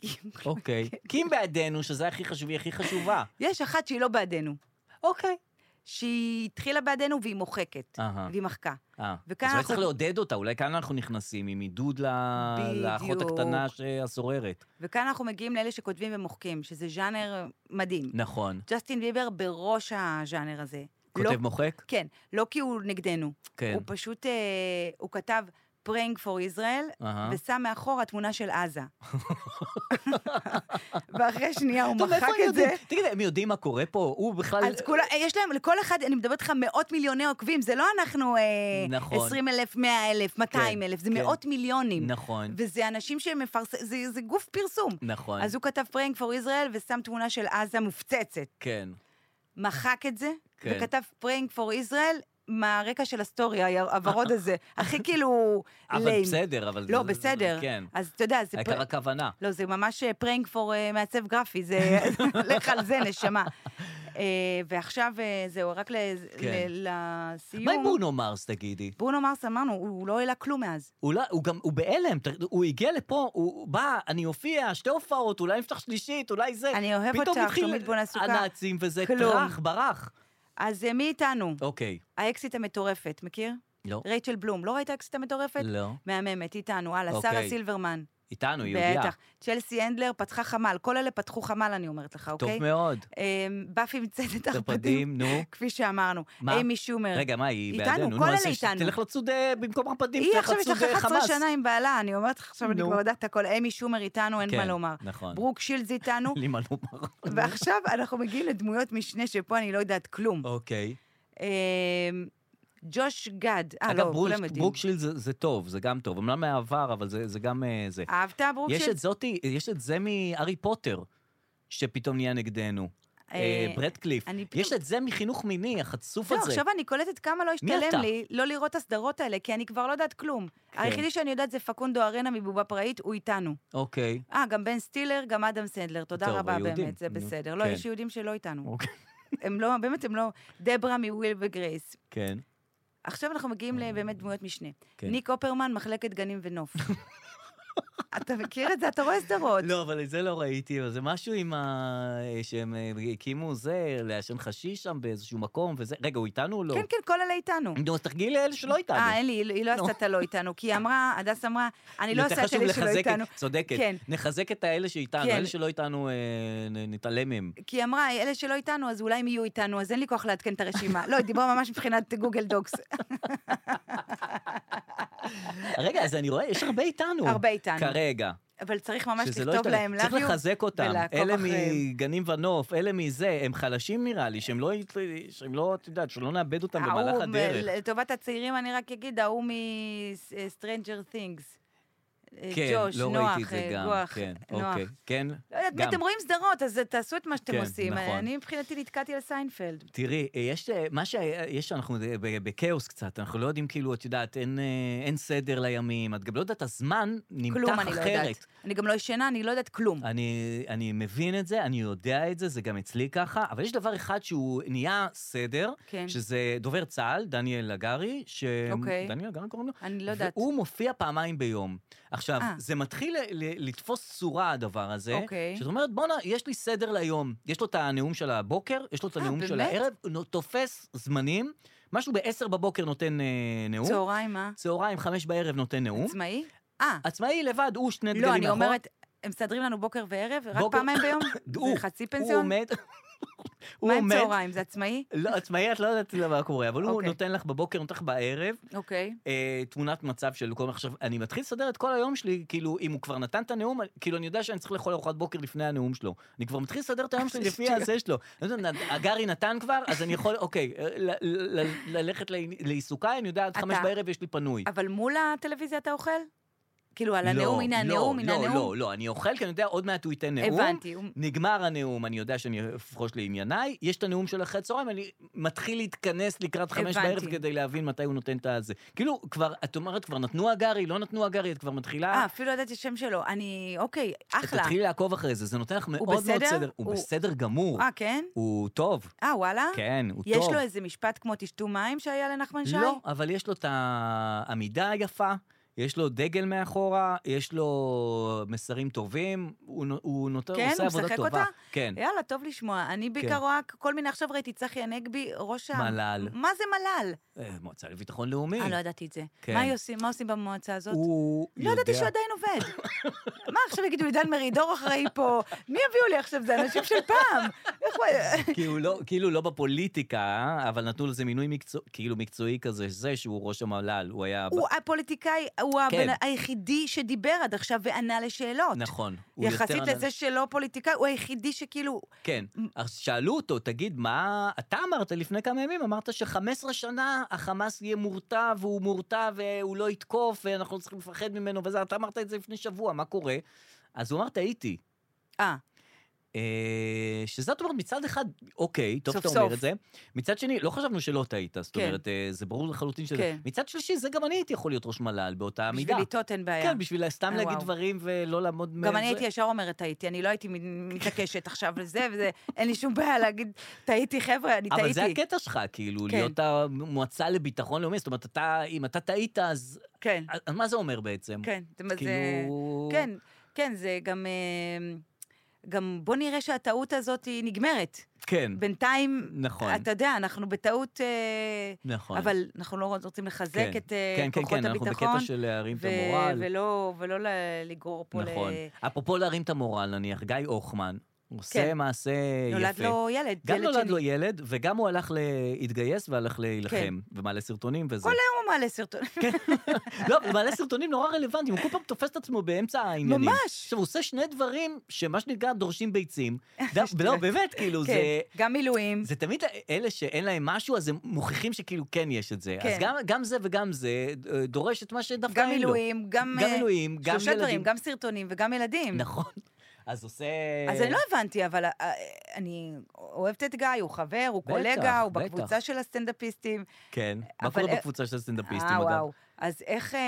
Speaker 2: קים, קלוי.
Speaker 1: אוקיי. קים בעדנו, שזה הכי חשוב, היא הכי חשובה.
Speaker 2: יש אחת שהיא לא בעדנו,
Speaker 1: אוקיי.
Speaker 2: שהיא התחילה בעדנו והיא מוחקת,
Speaker 1: אהה.
Speaker 2: והיא מחקה.
Speaker 1: אה, אז
Speaker 2: וכאן
Speaker 1: אולי
Speaker 2: אנחנו-
Speaker 1: צריך לעודד אותה, אולי כאן אנחנו נכנסים עם עידוד ל- לאחות
Speaker 2: בדיוק.
Speaker 1: הקטנה הסוררת.
Speaker 2: וכאן אנחנו מגיעים לאלה שכותבים ומוחקים, שזה ז'אנר מדהים.
Speaker 1: נכון.
Speaker 2: ג'סטין ביבר בראש הז'אנר הזה.
Speaker 1: כותב
Speaker 2: לא,
Speaker 1: מוחק?
Speaker 2: כן, לא כי הוא נגדנו,
Speaker 1: כן.
Speaker 2: הוא פשוט, אה, הוא כתב praying for Israel,
Speaker 1: אהה.
Speaker 2: ושם מאחורה תמונה של עזה. ואחרי שנייה הוא
Speaker 1: טוב,
Speaker 2: מחק
Speaker 1: מאיפה הם
Speaker 2: את זה.
Speaker 1: יודעים? תגיד, הם יודעים מה קורה פה? הוא בכלל...
Speaker 2: אז כולה, יש להם, לכל אחד, אני מדברת איתך, מאות מיליוני עוקבים, זה לא אנחנו אה,
Speaker 1: נכון.
Speaker 2: 20 אלף, 100 אלף, 200 אלף, זה
Speaker 1: כן.
Speaker 2: מאות מיליונים.
Speaker 1: נכון,
Speaker 2: וזה אנשים שמפרסמים, זה, זה גוף פרסום.
Speaker 1: נכון,
Speaker 2: אז הוא כתב פריינג פור ישראל ושם תמונה של עזה מופצצת.
Speaker 1: כן.
Speaker 2: מחק את זה,
Speaker 1: כן.
Speaker 2: וכתב פריינג פור ישראל מהרקע של הסטורי, היה- הוורוד הזה. הכי כאילו
Speaker 1: אבל
Speaker 2: ליים.
Speaker 1: בסדר, אבל...
Speaker 2: לא,
Speaker 1: זה- זה-
Speaker 2: בסדר.
Speaker 1: כן.
Speaker 2: אז אתה יודע, זה...
Speaker 1: העיקר
Speaker 2: פר-
Speaker 1: הכוונה.
Speaker 2: לא, זה ממש פריינג פור אה, מעצב גרפי, זה... לך על זה, נשמה. אה, ועכשיו, אה, זהו, רק לז-
Speaker 1: כן.
Speaker 2: ל- לסיום.
Speaker 1: מה עם ברונו מרס, תגידי?
Speaker 2: ברונו מרס, אמרנו, הוא לא העלה כלום מאז.
Speaker 1: הוא לא- הוא גם, הוא בהלם, ת- הוא הגיע לפה, הוא בא, אני אופיע, שתי הופעות, אולי נפתח שלישית, אולי זה.
Speaker 2: אני אוהב
Speaker 1: אה, פתאום
Speaker 2: אותך,
Speaker 1: התחיל
Speaker 2: שולמית בונאסוקה.
Speaker 1: הנאצים וזה,
Speaker 2: כלום.
Speaker 1: טרח, ברח.
Speaker 2: אז אה, מי איתנו?
Speaker 1: אוקיי,
Speaker 2: האקסיט המטורפת, מכיר?
Speaker 1: לא,
Speaker 2: רייצ'ל בלום, לא ראית האקסיט המטורפת?
Speaker 1: לא.
Speaker 2: מהממת, איתנו, הלאה,
Speaker 1: אוקיי.
Speaker 2: שרה סילברמן.
Speaker 1: איתנו, יהודיה.
Speaker 2: בטח. צ'לסי הנדלר פתחה חמ"ל, כל אלה פתחו חמ"ל, אני אומרת לך,
Speaker 1: טוב
Speaker 2: אוקיי?
Speaker 1: מאוד.
Speaker 2: אמ, באפי מצדת ערפדים,
Speaker 1: ערפדים, נו.
Speaker 2: כפי שאמרנו.
Speaker 1: מה?
Speaker 2: אימי שומר.
Speaker 1: רגע, מה, היא
Speaker 2: איתנו,
Speaker 1: בעדנו?
Speaker 2: כל
Speaker 1: נו, אז
Speaker 2: אלה
Speaker 1: ש-
Speaker 2: איתנו.
Speaker 1: תלך לצוד אה, במקום ערפדים,
Speaker 2: היא
Speaker 1: תלך
Speaker 2: עכשיו יש
Speaker 1: לצוד
Speaker 2: לך
Speaker 1: אה,
Speaker 2: 11
Speaker 1: חמאס.
Speaker 2: שנה עם בעלה, אני אומרת לך עכשיו, אני
Speaker 1: נו.
Speaker 2: כבר יודעת הכל. אמי שומר איתנו, אין מה
Speaker 1: כן,
Speaker 2: לומר.
Speaker 1: נכון.
Speaker 2: ברוק שילדס איתנו,
Speaker 1: לי מה לומר.
Speaker 2: ועכשיו אנחנו מגיעים לדמויות משנה שפה אני לא יודעת כלום.
Speaker 1: אוקיי.
Speaker 2: אמ, ג'וש גד, אה, לא,
Speaker 1: אגב, ברוק-
Speaker 2: כולם יודעים.
Speaker 1: ברוק שילד זה זה טוב, זה גם טוב. אמנם מהעבר, אבל זה זה גם אה, זה.
Speaker 2: אהבת, ברוק
Speaker 1: יש את
Speaker 2: שילדס?
Speaker 1: זאתי, יש את זה מהארי פוטר, שפתאום נהיה נגדנו. אה,
Speaker 2: אה,
Speaker 1: ברד קליף.
Speaker 2: אני פתאום-
Speaker 1: יש את זה מחינוך מיני, החצוף
Speaker 2: לא,
Speaker 1: הזה.
Speaker 2: עכשיו אני קולטת כמה לא
Speaker 1: מי אתה? כן.
Speaker 2: השתלם לי לא לראות את הסדרות האלה, כי אני כבר לא יודעת כלום. היחידי שאני יודעת זה פקונדו ארנה מבובה פראית, הוא איתנו.
Speaker 1: אוקיי.
Speaker 2: אה, גם בן סטילר, גם אדם סנדלר, תודה
Speaker 1: טוב,
Speaker 2: רבה
Speaker 1: היהודים.
Speaker 2: באמת, זה
Speaker 1: נו,
Speaker 2: בסדר. לא,
Speaker 1: כן.
Speaker 2: יש יהודים שלא איתנו.
Speaker 1: אוקיי.
Speaker 2: הם לא, באמת, הם לא... דברה מוויל וגרייס.
Speaker 1: כן.
Speaker 2: עכשיו אנחנו מגיעים לבאמת דמויות משנה.
Speaker 1: אה. כן.
Speaker 2: ניק אופרמן, מחלקת גנים ונוף. אתה מכיר את זה? אתה רואה סדרות.
Speaker 1: לא, אבל את זה לא ראיתי, אבל זה משהו עם ה... שהם אה, הקימו זה, לעשן חשיש שם באיזשהו מקום וזה. רגע, הוא איתנו או לא?
Speaker 2: כן, כן, כל אלה איתנו.
Speaker 1: נו, אז תרגיל לאלה שלא איתנו.
Speaker 2: אה, אין לי, היא לא- היא לא
Speaker 1: נו.
Speaker 2: עשתה את הלא איתנו, כי היא אמרה, הדס אמרה, אני לא
Speaker 1: יותר
Speaker 2: עושה את
Speaker 1: חשוב
Speaker 2: אלה שלא
Speaker 1: לחזק את-
Speaker 2: איתנו.
Speaker 1: צודקת.
Speaker 2: כן.
Speaker 1: נחזק את האלה שאיתנו,
Speaker 2: כן.
Speaker 1: אלה שלא איתנו, אה, נ- נתעלם מהם.
Speaker 2: כי היא אמרה, אלה שלא איתנו, אז אולי הם יהיו איתנו, אז אין לי כוח לעדכן את הרשימה. לא, היא דיברה ממש מבחינת גוגל דוקס.
Speaker 1: רגע, אז אני רואה, יש הרבה איתנו.
Speaker 2: הרבה איתנו.
Speaker 1: כרגע.
Speaker 2: אבל צריך ממש
Speaker 1: שזה לא
Speaker 2: לכתוב
Speaker 1: ישתנה.
Speaker 2: להם,
Speaker 1: צריך
Speaker 2: love you,
Speaker 1: לחזק אותם.
Speaker 2: ולעקוב
Speaker 1: אלה
Speaker 2: אחריהם.
Speaker 1: מגנים ונוף, אלה מזה, הם חלשים נראה לי, שהם לא, ית- שהם לא, את יודעת, שלא נאבד אותם במהלך
Speaker 2: ההוא מ-
Speaker 1: הדרך.
Speaker 2: לטובת הצעירים, אני רק אגיד, ההוא מ-Stranger Things. אה,
Speaker 1: כן,
Speaker 2: ג'וש,
Speaker 1: לא
Speaker 2: נוח,
Speaker 1: ראיתי את זה
Speaker 2: אה,
Speaker 1: גם.
Speaker 2: גוח,
Speaker 1: כן,
Speaker 2: נוח.
Speaker 1: אוקיי, כן,
Speaker 2: לא יודעת,
Speaker 1: גם.
Speaker 2: אתם רואים סדרות, אז תעשו את מה שאתם
Speaker 1: כן,
Speaker 2: עושים. אה,
Speaker 1: נכון.
Speaker 2: אני מבחינתי נתקעתי על סיינפלד.
Speaker 1: תראי, אה, יש אה, מה שיש, אנחנו אה, ב- בכאוס קצת, אנחנו לא יודעים, כאילו, את יודעת, אין, אה, אין סדר לימים, את גם לא יודעת, הזמן נמתח אחרת.
Speaker 2: כלום אני לא יודעת. אני גם לא ישנה, אני לא יודעת כלום.
Speaker 1: אני, אני מבין את זה, אני יודע את זה, זה גם אצלי ככה, אבל יש דבר אחד שהוא נהיה סדר,
Speaker 2: כן.
Speaker 1: שזה דובר צה"ל, דניאל לגרי, ש...
Speaker 2: אוקיי.
Speaker 1: דניאל לגרי קוראים לו?
Speaker 2: אני לא יודעת.
Speaker 1: והוא מופיע פעמיים ביום. עכשיו,
Speaker 2: אה.
Speaker 1: זה מתחיל ל- ל- לתפוס צורה, הדבר הזה.
Speaker 2: אוקיי.
Speaker 1: שאת אומרת, בואנה, יש לי סדר ליום. יש לו את הנאום של הבוקר, יש לו את
Speaker 2: אה,
Speaker 1: הנאום של
Speaker 2: באמת?
Speaker 1: הערב, הוא נו- תופס זמנים, משהו ב-10 בבוקר נותן אה, נאום,
Speaker 2: צהריים, מה?
Speaker 1: צהריים, 5 בערב נותן נאום.
Speaker 2: עצמאי? אה,
Speaker 1: עצמאי לבד, הוא שני דגלים
Speaker 2: לא, אני
Speaker 1: מאחור.
Speaker 2: אומרת, הם מסדרים לנו בוקר וערב, רק
Speaker 1: נכון? בוקר-
Speaker 2: פעמיים ביום?
Speaker 1: הוא-
Speaker 2: זה חצי
Speaker 1: הוא
Speaker 2: פנסיון?
Speaker 1: עומד... הוא
Speaker 2: מה עם
Speaker 1: עומד...
Speaker 2: צהריים? זה עצמאי?
Speaker 1: לא, עצמאי, את לא יודעת מה קורה, אבל הוא
Speaker 2: אוקיי.
Speaker 1: נותן לך בבוקר, נותן לך בערב,
Speaker 2: אוקיי.
Speaker 1: אה, תמונת מצב של כל... עכשיו, אני מתחיל לסדר את כל היום שלי, כאילו, אם הוא כבר נתן את הנאום, כאילו, אני יודע שאני צריך לאכול ארוחת בוקר לפני הנאום שלו. אני כבר מתחיל לסדר את היום שלי לפי
Speaker 2: שטויות.
Speaker 1: הזה שלו. אני יודע, הגרי נתן כבר, אז אני יכול, אוקיי, ל- ל- ל- ללכת לעי- לעיסוקיי, אני יודע, עד
Speaker 2: אתה-
Speaker 1: חמש בערב יש לי פנוי.
Speaker 2: אבל מול הטלוויזיה אתה אוכל? כאילו, על
Speaker 1: לא,
Speaker 2: הנאום, הנה
Speaker 1: לא,
Speaker 2: הנאום, הנה
Speaker 1: לא,
Speaker 2: הנאום.
Speaker 1: לא, לא, אני אוכל, כי אני יודע, עוד מעט הוא ייתן נאום.
Speaker 2: הבנתי. הוא-
Speaker 1: נגמר הנאום, אני יודע שאני אפרוש לענייניי, יש את הנאום של אחרי הצהריים, אני מתחיל להתכנס לקראת חמש
Speaker 2: הבנתי.
Speaker 1: בערב כדי להבין מתי הוא נותן את הזה. כאילו, כבר, את אומרת, כבר נתנו הגרי, לא נתנו הגרי, את כבר
Speaker 2: אה,
Speaker 1: מתחילה...
Speaker 2: אפילו ידעתי שם שלו. אני, אוקיי, אחלה.
Speaker 1: תתחילי לעקוב אחרי זה, זה נותן לך מאוד מאוד
Speaker 2: בסדר?
Speaker 1: סדר. הוא
Speaker 2: הוא-
Speaker 1: בסדר גמור.
Speaker 2: אה, כן?
Speaker 1: הוא טוב,
Speaker 2: אה, וואלה?
Speaker 1: כן, הוא
Speaker 2: יש
Speaker 1: טוב.
Speaker 2: לו איזה משפט כמו תשתו מים שהיה לנחמן שי?
Speaker 1: לא, אבל יש לו את העמידה היפה, יש לו דגל מאחורה, יש לו מסרים טובים, הוא נו- הוא נותן,
Speaker 2: כן?
Speaker 1: הוא עושה
Speaker 2: הוא
Speaker 1: עבודה
Speaker 2: משחק
Speaker 1: טובה.
Speaker 2: אותה?
Speaker 1: כן.
Speaker 2: יאללה, טוב לשמוע. אני בעיקר רואה כל מיני, עכשיו ראיתי צחי הנגבי, ראש ה...
Speaker 1: מל"ל.
Speaker 2: מה זה מל"ל?
Speaker 1: אה, מועצה לביטחון לאומי.
Speaker 2: אה, לא ידעתי את זה.
Speaker 1: כן.
Speaker 2: מה היא עושים- מה עושים במועצה הזאת?
Speaker 1: הוא
Speaker 2: לא ידעתי שהוא עדיין עובד. מה, עכשיו יגידו לי, דן מרידור אחראי פה, מי יביאו לי עכשיו? זה אנשים של פעם. איך הוא...
Speaker 1: כי הוא לא, כאילו לא בפוליטיקה, אה? אבל נתנו לזה מינוי מקצוע, כאילו מקצועי כזה, זה שהוא ראש המל"ל, הוא היה... ב-
Speaker 2: הוא הפוליטיקאי, הוא הוא
Speaker 1: כן.
Speaker 2: הבן- היחידי שדיבר עד עכשיו וענה לשאלות.
Speaker 1: נכון. הוא יותר
Speaker 2: יחסית
Speaker 1: אנל-
Speaker 2: לזה שלא פוליטיקאי, הוא היחידי שכאילו...
Speaker 1: כן. אז שאלו אותו, תגיד, מה... אתה אמרת לפני כמה ימים, אמרת ש-15 שנה החמאס יהיה מורתע, והוא מורתע והוא לא יתקוף, ואנחנו צריכים לפחד ממנו וזה, אתה אמרת את זה לפני שבוע, מה קורה? אז הוא אמר, טעיתי.
Speaker 2: אה,
Speaker 1: אה, שזה, את אומרת, מצד אחד, אוקיי, טוב
Speaker 2: סוף
Speaker 1: שאתה אומר
Speaker 2: סוף.
Speaker 1: את זה. מצד שני, לא חשבנו שלא טעית, זאת
Speaker 2: כן.
Speaker 1: אומרת, אה, זה ברור לחלוטין שזה.
Speaker 2: כן.
Speaker 1: מצד שלישי, זה גם אני הייתי יכול להיות ראש מל"ל באותה המידה.
Speaker 2: בשביל לטעות אין בעיה.
Speaker 1: כן, בשביל סתם
Speaker 2: אה,
Speaker 1: להגיד
Speaker 2: וואו.
Speaker 1: דברים ולא לעמוד...
Speaker 2: גם
Speaker 1: מזה.
Speaker 2: אני הייתי ישר אומרת טעיתי, אני לא הייתי מתעקשת עכשיו על זה, וזה, אין לי שום בעיה להגיד, טעיתי חבר'ה, אני
Speaker 1: אבל זה
Speaker 2: טעיתי.
Speaker 1: הקטע שלך, כאילו,
Speaker 2: כן.
Speaker 1: להיות המועצה לביטחון לאומי, זאת אומרת, אתה, אם אתה טעית, אז...
Speaker 2: כן,
Speaker 1: אז מה זה אומר בעצם?
Speaker 2: כן, זה- זה...
Speaker 1: כאילו...
Speaker 2: כן, כן, זה גם... אה, גם בוא נראה שהטעות הזאת היא נגמרת.
Speaker 1: כן,
Speaker 2: בינתיים,
Speaker 1: נכון.
Speaker 2: אתה יודע, אנחנו בטעות... אה,
Speaker 1: נכון.
Speaker 2: אבל אנחנו לא רוצים לחזק
Speaker 1: כן.
Speaker 2: את אה,
Speaker 1: כן, כן,
Speaker 2: כוחות
Speaker 1: כן, אנחנו
Speaker 2: הביטחון,
Speaker 1: בקטע של להרים את
Speaker 2: ו-
Speaker 1: המורל.
Speaker 2: ולא, ולא ל- לגרור פה
Speaker 1: נכון.
Speaker 2: ל...
Speaker 1: אפרופו להרים את המורל, נניח, גיא הוכמן, עושה
Speaker 2: כן.
Speaker 1: מעשה אה, יפה.
Speaker 2: נולד לו ילד,
Speaker 1: גם
Speaker 2: ילד
Speaker 1: נולד
Speaker 2: שני.
Speaker 1: לו ילד, וגם הוא הלך להתגייס והלך
Speaker 2: כן.
Speaker 1: להילחם, ומעלה סרטונים וזה.
Speaker 2: כל היום הוא מעלה סרטונים.
Speaker 1: לא, הוא מעלה סרטונים נורא רלוונטיים, הוא כל פעם תופס את עצמו באמצע העניינים.
Speaker 2: ממש.
Speaker 1: עכשיו, הוא עושה שני דברים שמה שנקרא דורשים ביצים. ד- לא, באמת, כאילו,
Speaker 2: כן,
Speaker 1: זה...
Speaker 2: גם מילואים.
Speaker 1: זה תמיד אלה שאין להם משהו, אז הם מוכיחים שכאילו כן יש את זה. אז
Speaker 2: כן.
Speaker 1: גם, גם זה וגם זה אה, דורש את מה שדווקא
Speaker 2: גם
Speaker 1: אין לו.
Speaker 2: מילואים, גם...
Speaker 1: גם
Speaker 2: אה,
Speaker 1: מילואים, גם
Speaker 2: שלושה דברים,
Speaker 1: ילדים.
Speaker 2: גם סרטונים וגם ילדים.
Speaker 1: נכון. אז עושה...
Speaker 2: אז אני לא הבנתי, אבל אה, אה, אני אוהבת את גיא, הוא חבר, הוא
Speaker 1: בטח,
Speaker 2: קולגה, הוא
Speaker 1: בטח.
Speaker 2: בקבוצה של הסטנדאפיסטים.
Speaker 1: כן. מה
Speaker 2: אבל
Speaker 1: קורה
Speaker 2: אה-
Speaker 1: בקבוצה של הסטנדאפיסטים,
Speaker 2: אה,
Speaker 1: אגב?
Speaker 2: וואו. אז איך, אה,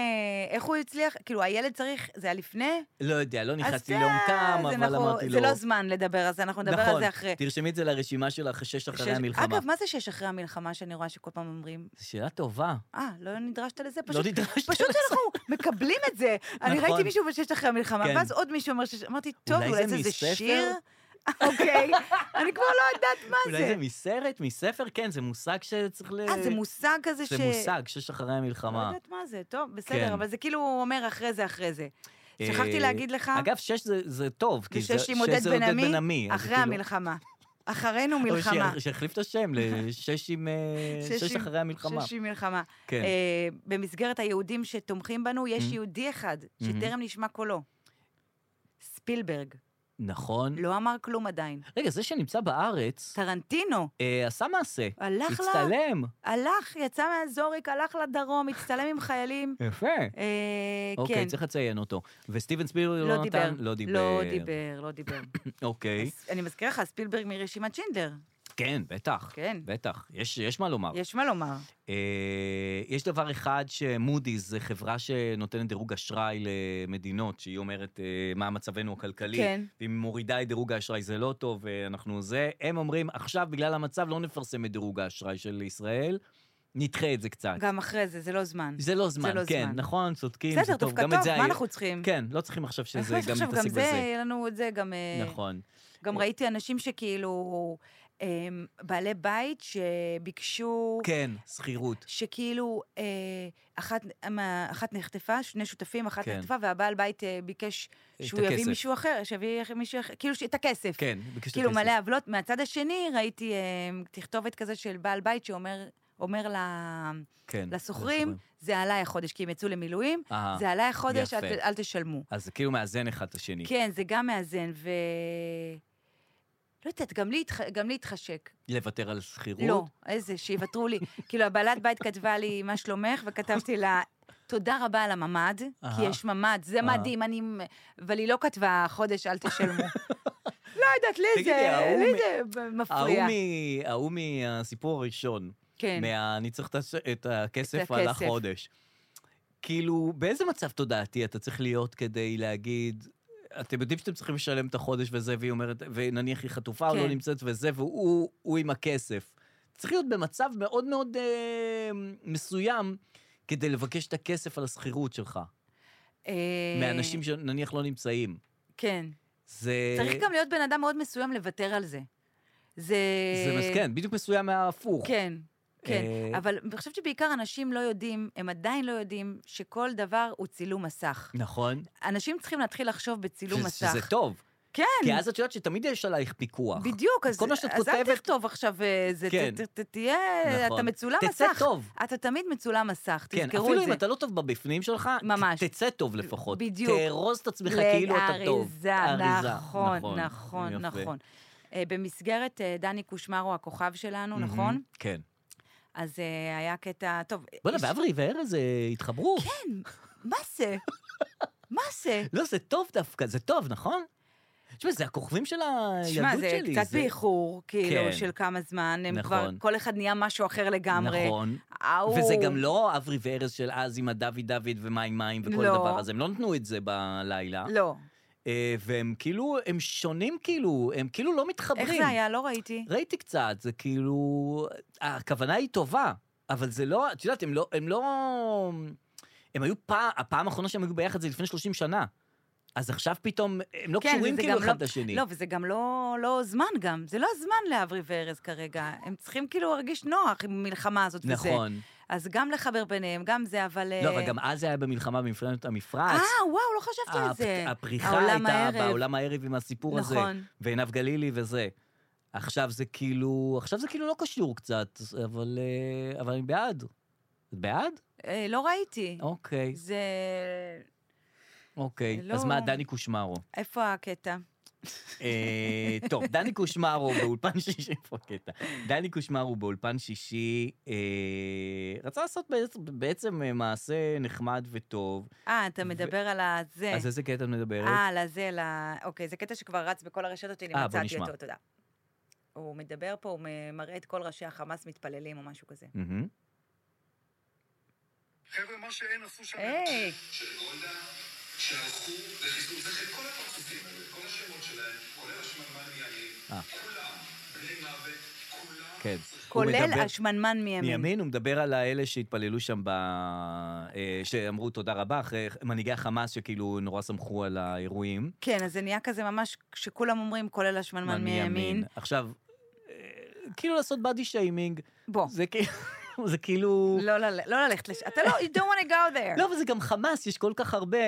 Speaker 2: איך הוא הצליח, כאילו, הילד צריך, זה היה לפני?
Speaker 1: לא יודע, לא
Speaker 2: אז
Speaker 1: נכנסתי
Speaker 2: זה-
Speaker 1: לעומקם,
Speaker 2: זה
Speaker 1: אבל
Speaker 2: אנחנו-
Speaker 1: אמרתי לו...
Speaker 2: זה לא זמן לדבר על זה, אנחנו נדבר על
Speaker 1: נכון,
Speaker 2: זה אחרי.
Speaker 1: תרשמי את זה לרשימה שלך, שש אחרי
Speaker 2: שש-
Speaker 1: המלחמה.
Speaker 2: אגב, מה זה שש אחרי המלחמה שאני רואה שכל פעם אומרים?
Speaker 1: זו שאלה טובה.
Speaker 2: אה, לא נדרשת לזה?
Speaker 1: לא
Speaker 2: פשוט
Speaker 1: נדרשת
Speaker 2: פשוט אנחנו מקבלים את זה. אני
Speaker 1: נכון.
Speaker 2: ראיתי מישהו בששת אחרי המלחמה,
Speaker 1: כן.
Speaker 2: ואז עוד מישהו אומר שש... אמרתי, טוב,
Speaker 1: אולי
Speaker 2: אולי
Speaker 1: זה
Speaker 2: זה איזה
Speaker 1: מספר?
Speaker 2: שיר? אוקיי, אני כבר לא יודעת מה
Speaker 1: אולי זה
Speaker 2: זה.
Speaker 1: מסרט, מספר? כן, זה מושג שצריך ל...
Speaker 2: אה, זה מושג כזה ש...
Speaker 1: זה מושג, שש אחרי
Speaker 2: לא
Speaker 1: המלחמה.
Speaker 2: יודעת מה זה, טוב,
Speaker 1: כן.
Speaker 2: בסדר, אבל זה כאילו הוא אומר אחרי זה, אחרי זה.
Speaker 1: אה,
Speaker 2: שכחתי להגיד לך,
Speaker 1: אגב, שש זה- זה טוב, כי זה
Speaker 2: ושש עם
Speaker 1: שש
Speaker 2: עודד
Speaker 1: זה
Speaker 2: בן
Speaker 1: עודד בן
Speaker 2: עמי,
Speaker 1: עמי. אז זה
Speaker 2: אחרי
Speaker 1: כאילו-
Speaker 2: המלחמה. אחרינו
Speaker 1: אבל
Speaker 2: מלחמה.
Speaker 1: שיה- שיחליף את השם לשש עם... אה,
Speaker 2: שש
Speaker 1: שש
Speaker 2: עם-
Speaker 1: אחרי המלחמה.
Speaker 2: שיש לי מלחמה.
Speaker 1: כן.
Speaker 2: אה, במסגרת היהודים שתומכים בנו, יש
Speaker 1: Mhm.
Speaker 2: יהודי אחד
Speaker 1: Mhm.
Speaker 2: שטרם נשמע קולו. ספילברג.
Speaker 1: נכון.
Speaker 2: לא אמר כלום עדיין.
Speaker 1: רגע, זה שנמצא בארץ,
Speaker 2: טרנטינו,
Speaker 1: אה, עשה מעשה.
Speaker 2: הלך ל...
Speaker 1: הצטלם.
Speaker 2: הלך, יצא מהזוריק, הלך לדרום, הצטלם עם חיילים.
Speaker 1: יפה.
Speaker 2: אה, כן.
Speaker 1: אוקיי, צריך לציין אותו. וסטיבן ספילברג
Speaker 2: לא
Speaker 1: לא
Speaker 2: דיבר.
Speaker 1: נתן? לא דיבר.
Speaker 2: לא דיבר, לא דיבר.
Speaker 1: אוקיי.
Speaker 2: אז אני מזכירה לך, ספילברג מרשימת שינדלר.
Speaker 1: כן, בטח.
Speaker 2: כן.
Speaker 1: בטח. יש יש מה לומר.
Speaker 2: יש מה לומר.
Speaker 1: אה, יש דבר אחד שמודי'ס זה חברה שנותנת דירוג אשראי למדינות, שהיא אומרת אה, מה מצבנו הכלכלי.
Speaker 2: כן.
Speaker 1: והיא מורידה את דירוג האשראי, זה לא טוב, ואנחנו זה. הם אומרים, עכשיו בגלל המצב לא נפרסם את דירוג האשראי של ישראל, נדחה את זה קצת.
Speaker 2: גם אחרי זה, זה לא זמן.
Speaker 1: זה לא זמן,
Speaker 2: לא
Speaker 1: כן,
Speaker 2: זמן.
Speaker 1: נכון, צודקים,
Speaker 2: בסדר,
Speaker 1: זה טוב.
Speaker 2: דווקא
Speaker 1: גם את
Speaker 2: טוב,
Speaker 1: זה
Speaker 2: מה
Speaker 1: היה-
Speaker 2: אנחנו צריכים?
Speaker 1: כן, לא צריכים עכשיו שזה
Speaker 2: אנחנו
Speaker 1: גם
Speaker 2: עכשיו
Speaker 1: מתעסק
Speaker 2: גם זה,
Speaker 1: בזה.
Speaker 2: יהיה לנו את זה גם... אה,
Speaker 1: נכון.
Speaker 2: גם
Speaker 1: אה.
Speaker 2: ראיתי אנשים שכאילו, הם, בעלי בית שביקשו,
Speaker 1: כן, שכירות.
Speaker 2: שכאילו, אה, אחת, מה- אחת נחטפה, שני שותפים, אחת
Speaker 1: כן.
Speaker 2: נחטפה, והבעל בית אה, ביקש
Speaker 1: את
Speaker 2: שהוא יביא
Speaker 1: הכסף.
Speaker 2: מישהו אחר, שיביא מישהו אחר, כאילו, ש- את הכסף.
Speaker 1: כן, ביקשת כסף.
Speaker 2: כאילו, מלא עוולות. מהצד השני ראיתי אה, תכתובת כזה של בעל בית שאומר... אומר ל-
Speaker 1: כן,
Speaker 2: לשוכרים, זה עליי החודש, כי הם יצאו למילואים,
Speaker 1: אה,
Speaker 2: זה עליי החודש, אל ת-
Speaker 1: יפה.
Speaker 2: אל תשלמו.
Speaker 1: אז זה כאילו מאזן אחד את השני.
Speaker 2: כן, זה גם מאזן, ו... לא יודעת, גם לי, התח- גם לי התחשק.
Speaker 1: לוותר על שכירות.
Speaker 2: לא, איזה, שיוותרו לי. כאילו, הבעלת בית כתבה לי, מה שלומך? וכתבתי לה, תודה רבה על הממ"ד, כי
Speaker 1: אהה.
Speaker 2: יש ממ"ד, זה
Speaker 1: אהה.
Speaker 2: מדהים, אני... מ- אבל היא לא כתבה, חודש אל תשלמו. לא יודעת, לי
Speaker 1: תגידי,
Speaker 2: זה,
Speaker 1: ההוא
Speaker 2: לי
Speaker 1: מ-
Speaker 2: זה מפריע.
Speaker 1: ההוא מ- ההוא מהסיפור הראשון,
Speaker 2: כן,
Speaker 1: מה- אני צריך את הש- את
Speaker 2: את
Speaker 1: הכסף
Speaker 2: הכסף.
Speaker 1: על החודש. כאילו, באיזה מצב תודעתי אתה צריך להיות כדי להגיד, אתם יודעים שאתם צריכים לשלם את החודש וזה, והיא אומרת, ונניח היא חטופה או
Speaker 2: כן.
Speaker 1: לא נמצאת וזה, והוא הוא עם הכסף. צריך להיות במצב מאוד מאוד אה, מסוים כדי לבקש את הכסף על השכירות שלך,
Speaker 2: אה,
Speaker 1: מאנשים שנניח לא נמצאים.
Speaker 2: כן.
Speaker 1: זה...
Speaker 2: צריך גם להיות בן אדם מאוד מסוים לוותר על זה. זה...
Speaker 1: זה מסכן, בדיוק מסוים מההפוך.
Speaker 2: אה, כן, כן.
Speaker 1: אה,
Speaker 2: אבל אני חושבת שבעיקר אנשים לא יודעים, הם עדיין לא יודעים, שכל דבר הוא צילום מסך.
Speaker 1: נכון.
Speaker 2: אנשים צריכים להתחיל לחשוב בצילום
Speaker 1: שזה-
Speaker 2: מסך.
Speaker 1: שזה טוב.
Speaker 2: כן.
Speaker 1: כי אז את יודעת שתמיד יש עלייך פיקוח.
Speaker 2: בדיוק, אז,
Speaker 1: כל מה שאת
Speaker 2: אז אל
Speaker 1: כותבת-
Speaker 2: תכתוב עכשיו אה, זה,
Speaker 1: כן.
Speaker 2: ת, ת, ת, תהיה,
Speaker 1: נכון.
Speaker 2: אתה מצולם
Speaker 1: תצא
Speaker 2: מסך.
Speaker 1: טוב.
Speaker 2: אתה תמיד מצולם מסך,
Speaker 1: כן,
Speaker 2: תזכרו
Speaker 1: אפילו
Speaker 2: את זה.
Speaker 1: אם אתה לא טוב בבפנים שלך, ת-
Speaker 2: ממש.
Speaker 1: תצא טוב לפחות.
Speaker 2: בדיוק.
Speaker 1: תארוז את עצמך כאילו אתה טוב.
Speaker 2: לאריזה, נכון, נכון,
Speaker 1: יפה.
Speaker 2: נכון. אה, במסגרת אה, דני קושמרו, הכוכב שלנו, נכון?
Speaker 1: מהמם, כן.
Speaker 2: אז אה, היה קטע, טוב.
Speaker 1: בוא'נה,
Speaker 2: יש-
Speaker 1: ואברי וארז אה, התחברו.
Speaker 2: כן, מה זה? מה זה?
Speaker 1: לא, זה טוב דווקא, זה טוב, נכון? תשמע, זה הכוכבים של הילדות שלי.
Speaker 2: תשמע, זה קצת באיחור,
Speaker 1: כן.
Speaker 2: כאילו, של כמה זמן, הם כבר,
Speaker 1: נכון.
Speaker 2: כל אחד נהיה משהו אחר לגמרי.
Speaker 1: נכון.
Speaker 2: נכון.
Speaker 1: וזה גם לא אברי וארז של אז עם הדוד דוד ומים מים וכל
Speaker 2: לא.
Speaker 1: הדבר הזה, הם לא נתנו את זה בלילה.
Speaker 2: לא.
Speaker 1: אה, והם כאילו, הם שונים כאילו, הם כאילו לא מתחברים.
Speaker 2: איך זה היה? לא ראיתי.
Speaker 1: ראיתי קצת, זה כאילו... הכוונה היא טובה, אבל זה לא... את יודעת, הם לא... הם, לא, הם היו פעם... הפעם האחרונה שהם היו ביחד זה לפני 30 שנה. אז עכשיו פתאום, הם לא
Speaker 2: כן,
Speaker 1: קשורים
Speaker 2: וזה
Speaker 1: כאילו
Speaker 2: גם
Speaker 1: אחד
Speaker 2: לא-
Speaker 1: לשני.
Speaker 2: לא, וזה גם לא, לא זמן גם, זה לא הזמן לאברי וארז כרגע. הם צריכים כאילו להרגיש נוח עם המלחמה הזאת וזה.
Speaker 1: נכון.
Speaker 2: אז גם לחבר ביניהם, גם זה, אבל...
Speaker 1: לא,
Speaker 2: אה,
Speaker 1: אבל גם אז זה היה במלחמה במפלגת המפרץ.
Speaker 2: אה, וואו, לא חשבתי על
Speaker 1: הפ-
Speaker 2: זה.
Speaker 1: הפריחה
Speaker 2: העולם
Speaker 1: הייתה
Speaker 2: הערב.
Speaker 1: בעולם הערב עם הסיפור הזה.
Speaker 2: נכון.
Speaker 1: ועינב גלילי וזה. עכשיו זה כאילו, עכשיו זה כאילו לא קשור קצת, אבל, אה, אבל אני בעד. את בעד?
Speaker 2: אה, לא ראיתי.
Speaker 1: אוקיי,
Speaker 2: זה...
Speaker 1: אוקיי.
Speaker 2: לא-
Speaker 1: אז מה, דני קושמרו.
Speaker 2: איפה הקטע?
Speaker 1: אה, טוב, דני קושמרו באולפן שישי, איפה הקטע? דני קושמרו באולפן שישי אה, רצה לעשות בעצם- בעצם אה, מעשה נחמד וטוב.
Speaker 2: אה, אתה מדבר על הזה.
Speaker 1: אז איזה קטע את מדברת?
Speaker 2: כן. אה, על הזה, ל... אוקיי, זה קטע שכבר רץ בכל הרשתות,
Speaker 1: אה,
Speaker 2: הנה
Speaker 1: בוא
Speaker 2: מצאתי
Speaker 1: נשמע.
Speaker 2: אותו, תודה. הוא מדבר פה, הוא מראה את כל ראשי החמאס מתפללים או משהו כזה.
Speaker 1: מהמם.
Speaker 4: חבר'ה, מה שאין עשו שם...
Speaker 2: היי,
Speaker 5: שגולדה, שהלכו וחיסלו את כל הפרצופים האלה, כל השמות שלהם, כולל השמנמן מימין,
Speaker 1: אה.
Speaker 5: כולם, בני מוות, כולם.
Speaker 1: כן. הוא
Speaker 2: כולל
Speaker 1: מדבר-
Speaker 2: השמנמן מימין.
Speaker 1: מימין, הוא מדבר על האלה שהתפללו שם ב... אה, שאמרו תודה רבה, אחרי מנהיגי החמאס שכאילו נורא שמחו על האירועים.
Speaker 2: כן, אז זה נהיה כזה ממש, כשכולם אומרים, כולל השמנמן מימין.
Speaker 1: עכשיו, אה, כאילו לעשות בדי שיימינג,
Speaker 2: בוא,
Speaker 1: זה כאילו... זה כאילו...
Speaker 2: לא לל- לא ללכת לש... אתה לא, you don't want to go there.
Speaker 1: לא, אבל זה גם חמאס, יש כל כך הרבה,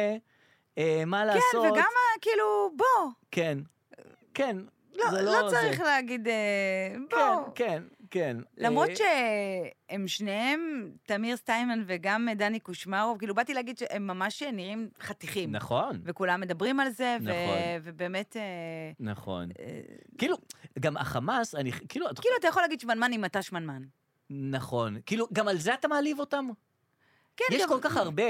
Speaker 1: אה, מה לעשות.
Speaker 2: כן, וגם, ה- כאילו, בוא.
Speaker 1: כן, כן.
Speaker 2: לא,
Speaker 1: זה
Speaker 2: לא
Speaker 1: זה.
Speaker 2: צריך להגיד, אה,
Speaker 1: כן,
Speaker 2: בוא.
Speaker 1: כן, כן.
Speaker 2: למרות
Speaker 1: אה,
Speaker 2: שהם שניהם, תמיר סטיימן וגם דני קושמרו, כאילו, באתי להגיד שהם ממש נראים חתיכים.
Speaker 1: נכון.
Speaker 2: וכולם מדברים על זה, ו-
Speaker 1: נכון.
Speaker 2: ובאמת... אה,
Speaker 1: נכון.
Speaker 2: אה,
Speaker 1: כאילו, גם החמאס, אני, כאילו, את-
Speaker 2: כאילו, אתה יכול להגיד שמנמן אם אתה שמנמן.
Speaker 1: נכון. כאילו, גם על זה אתה מעליב אותם?
Speaker 2: כן,
Speaker 1: יש
Speaker 2: גם-
Speaker 1: כל כך הרבה.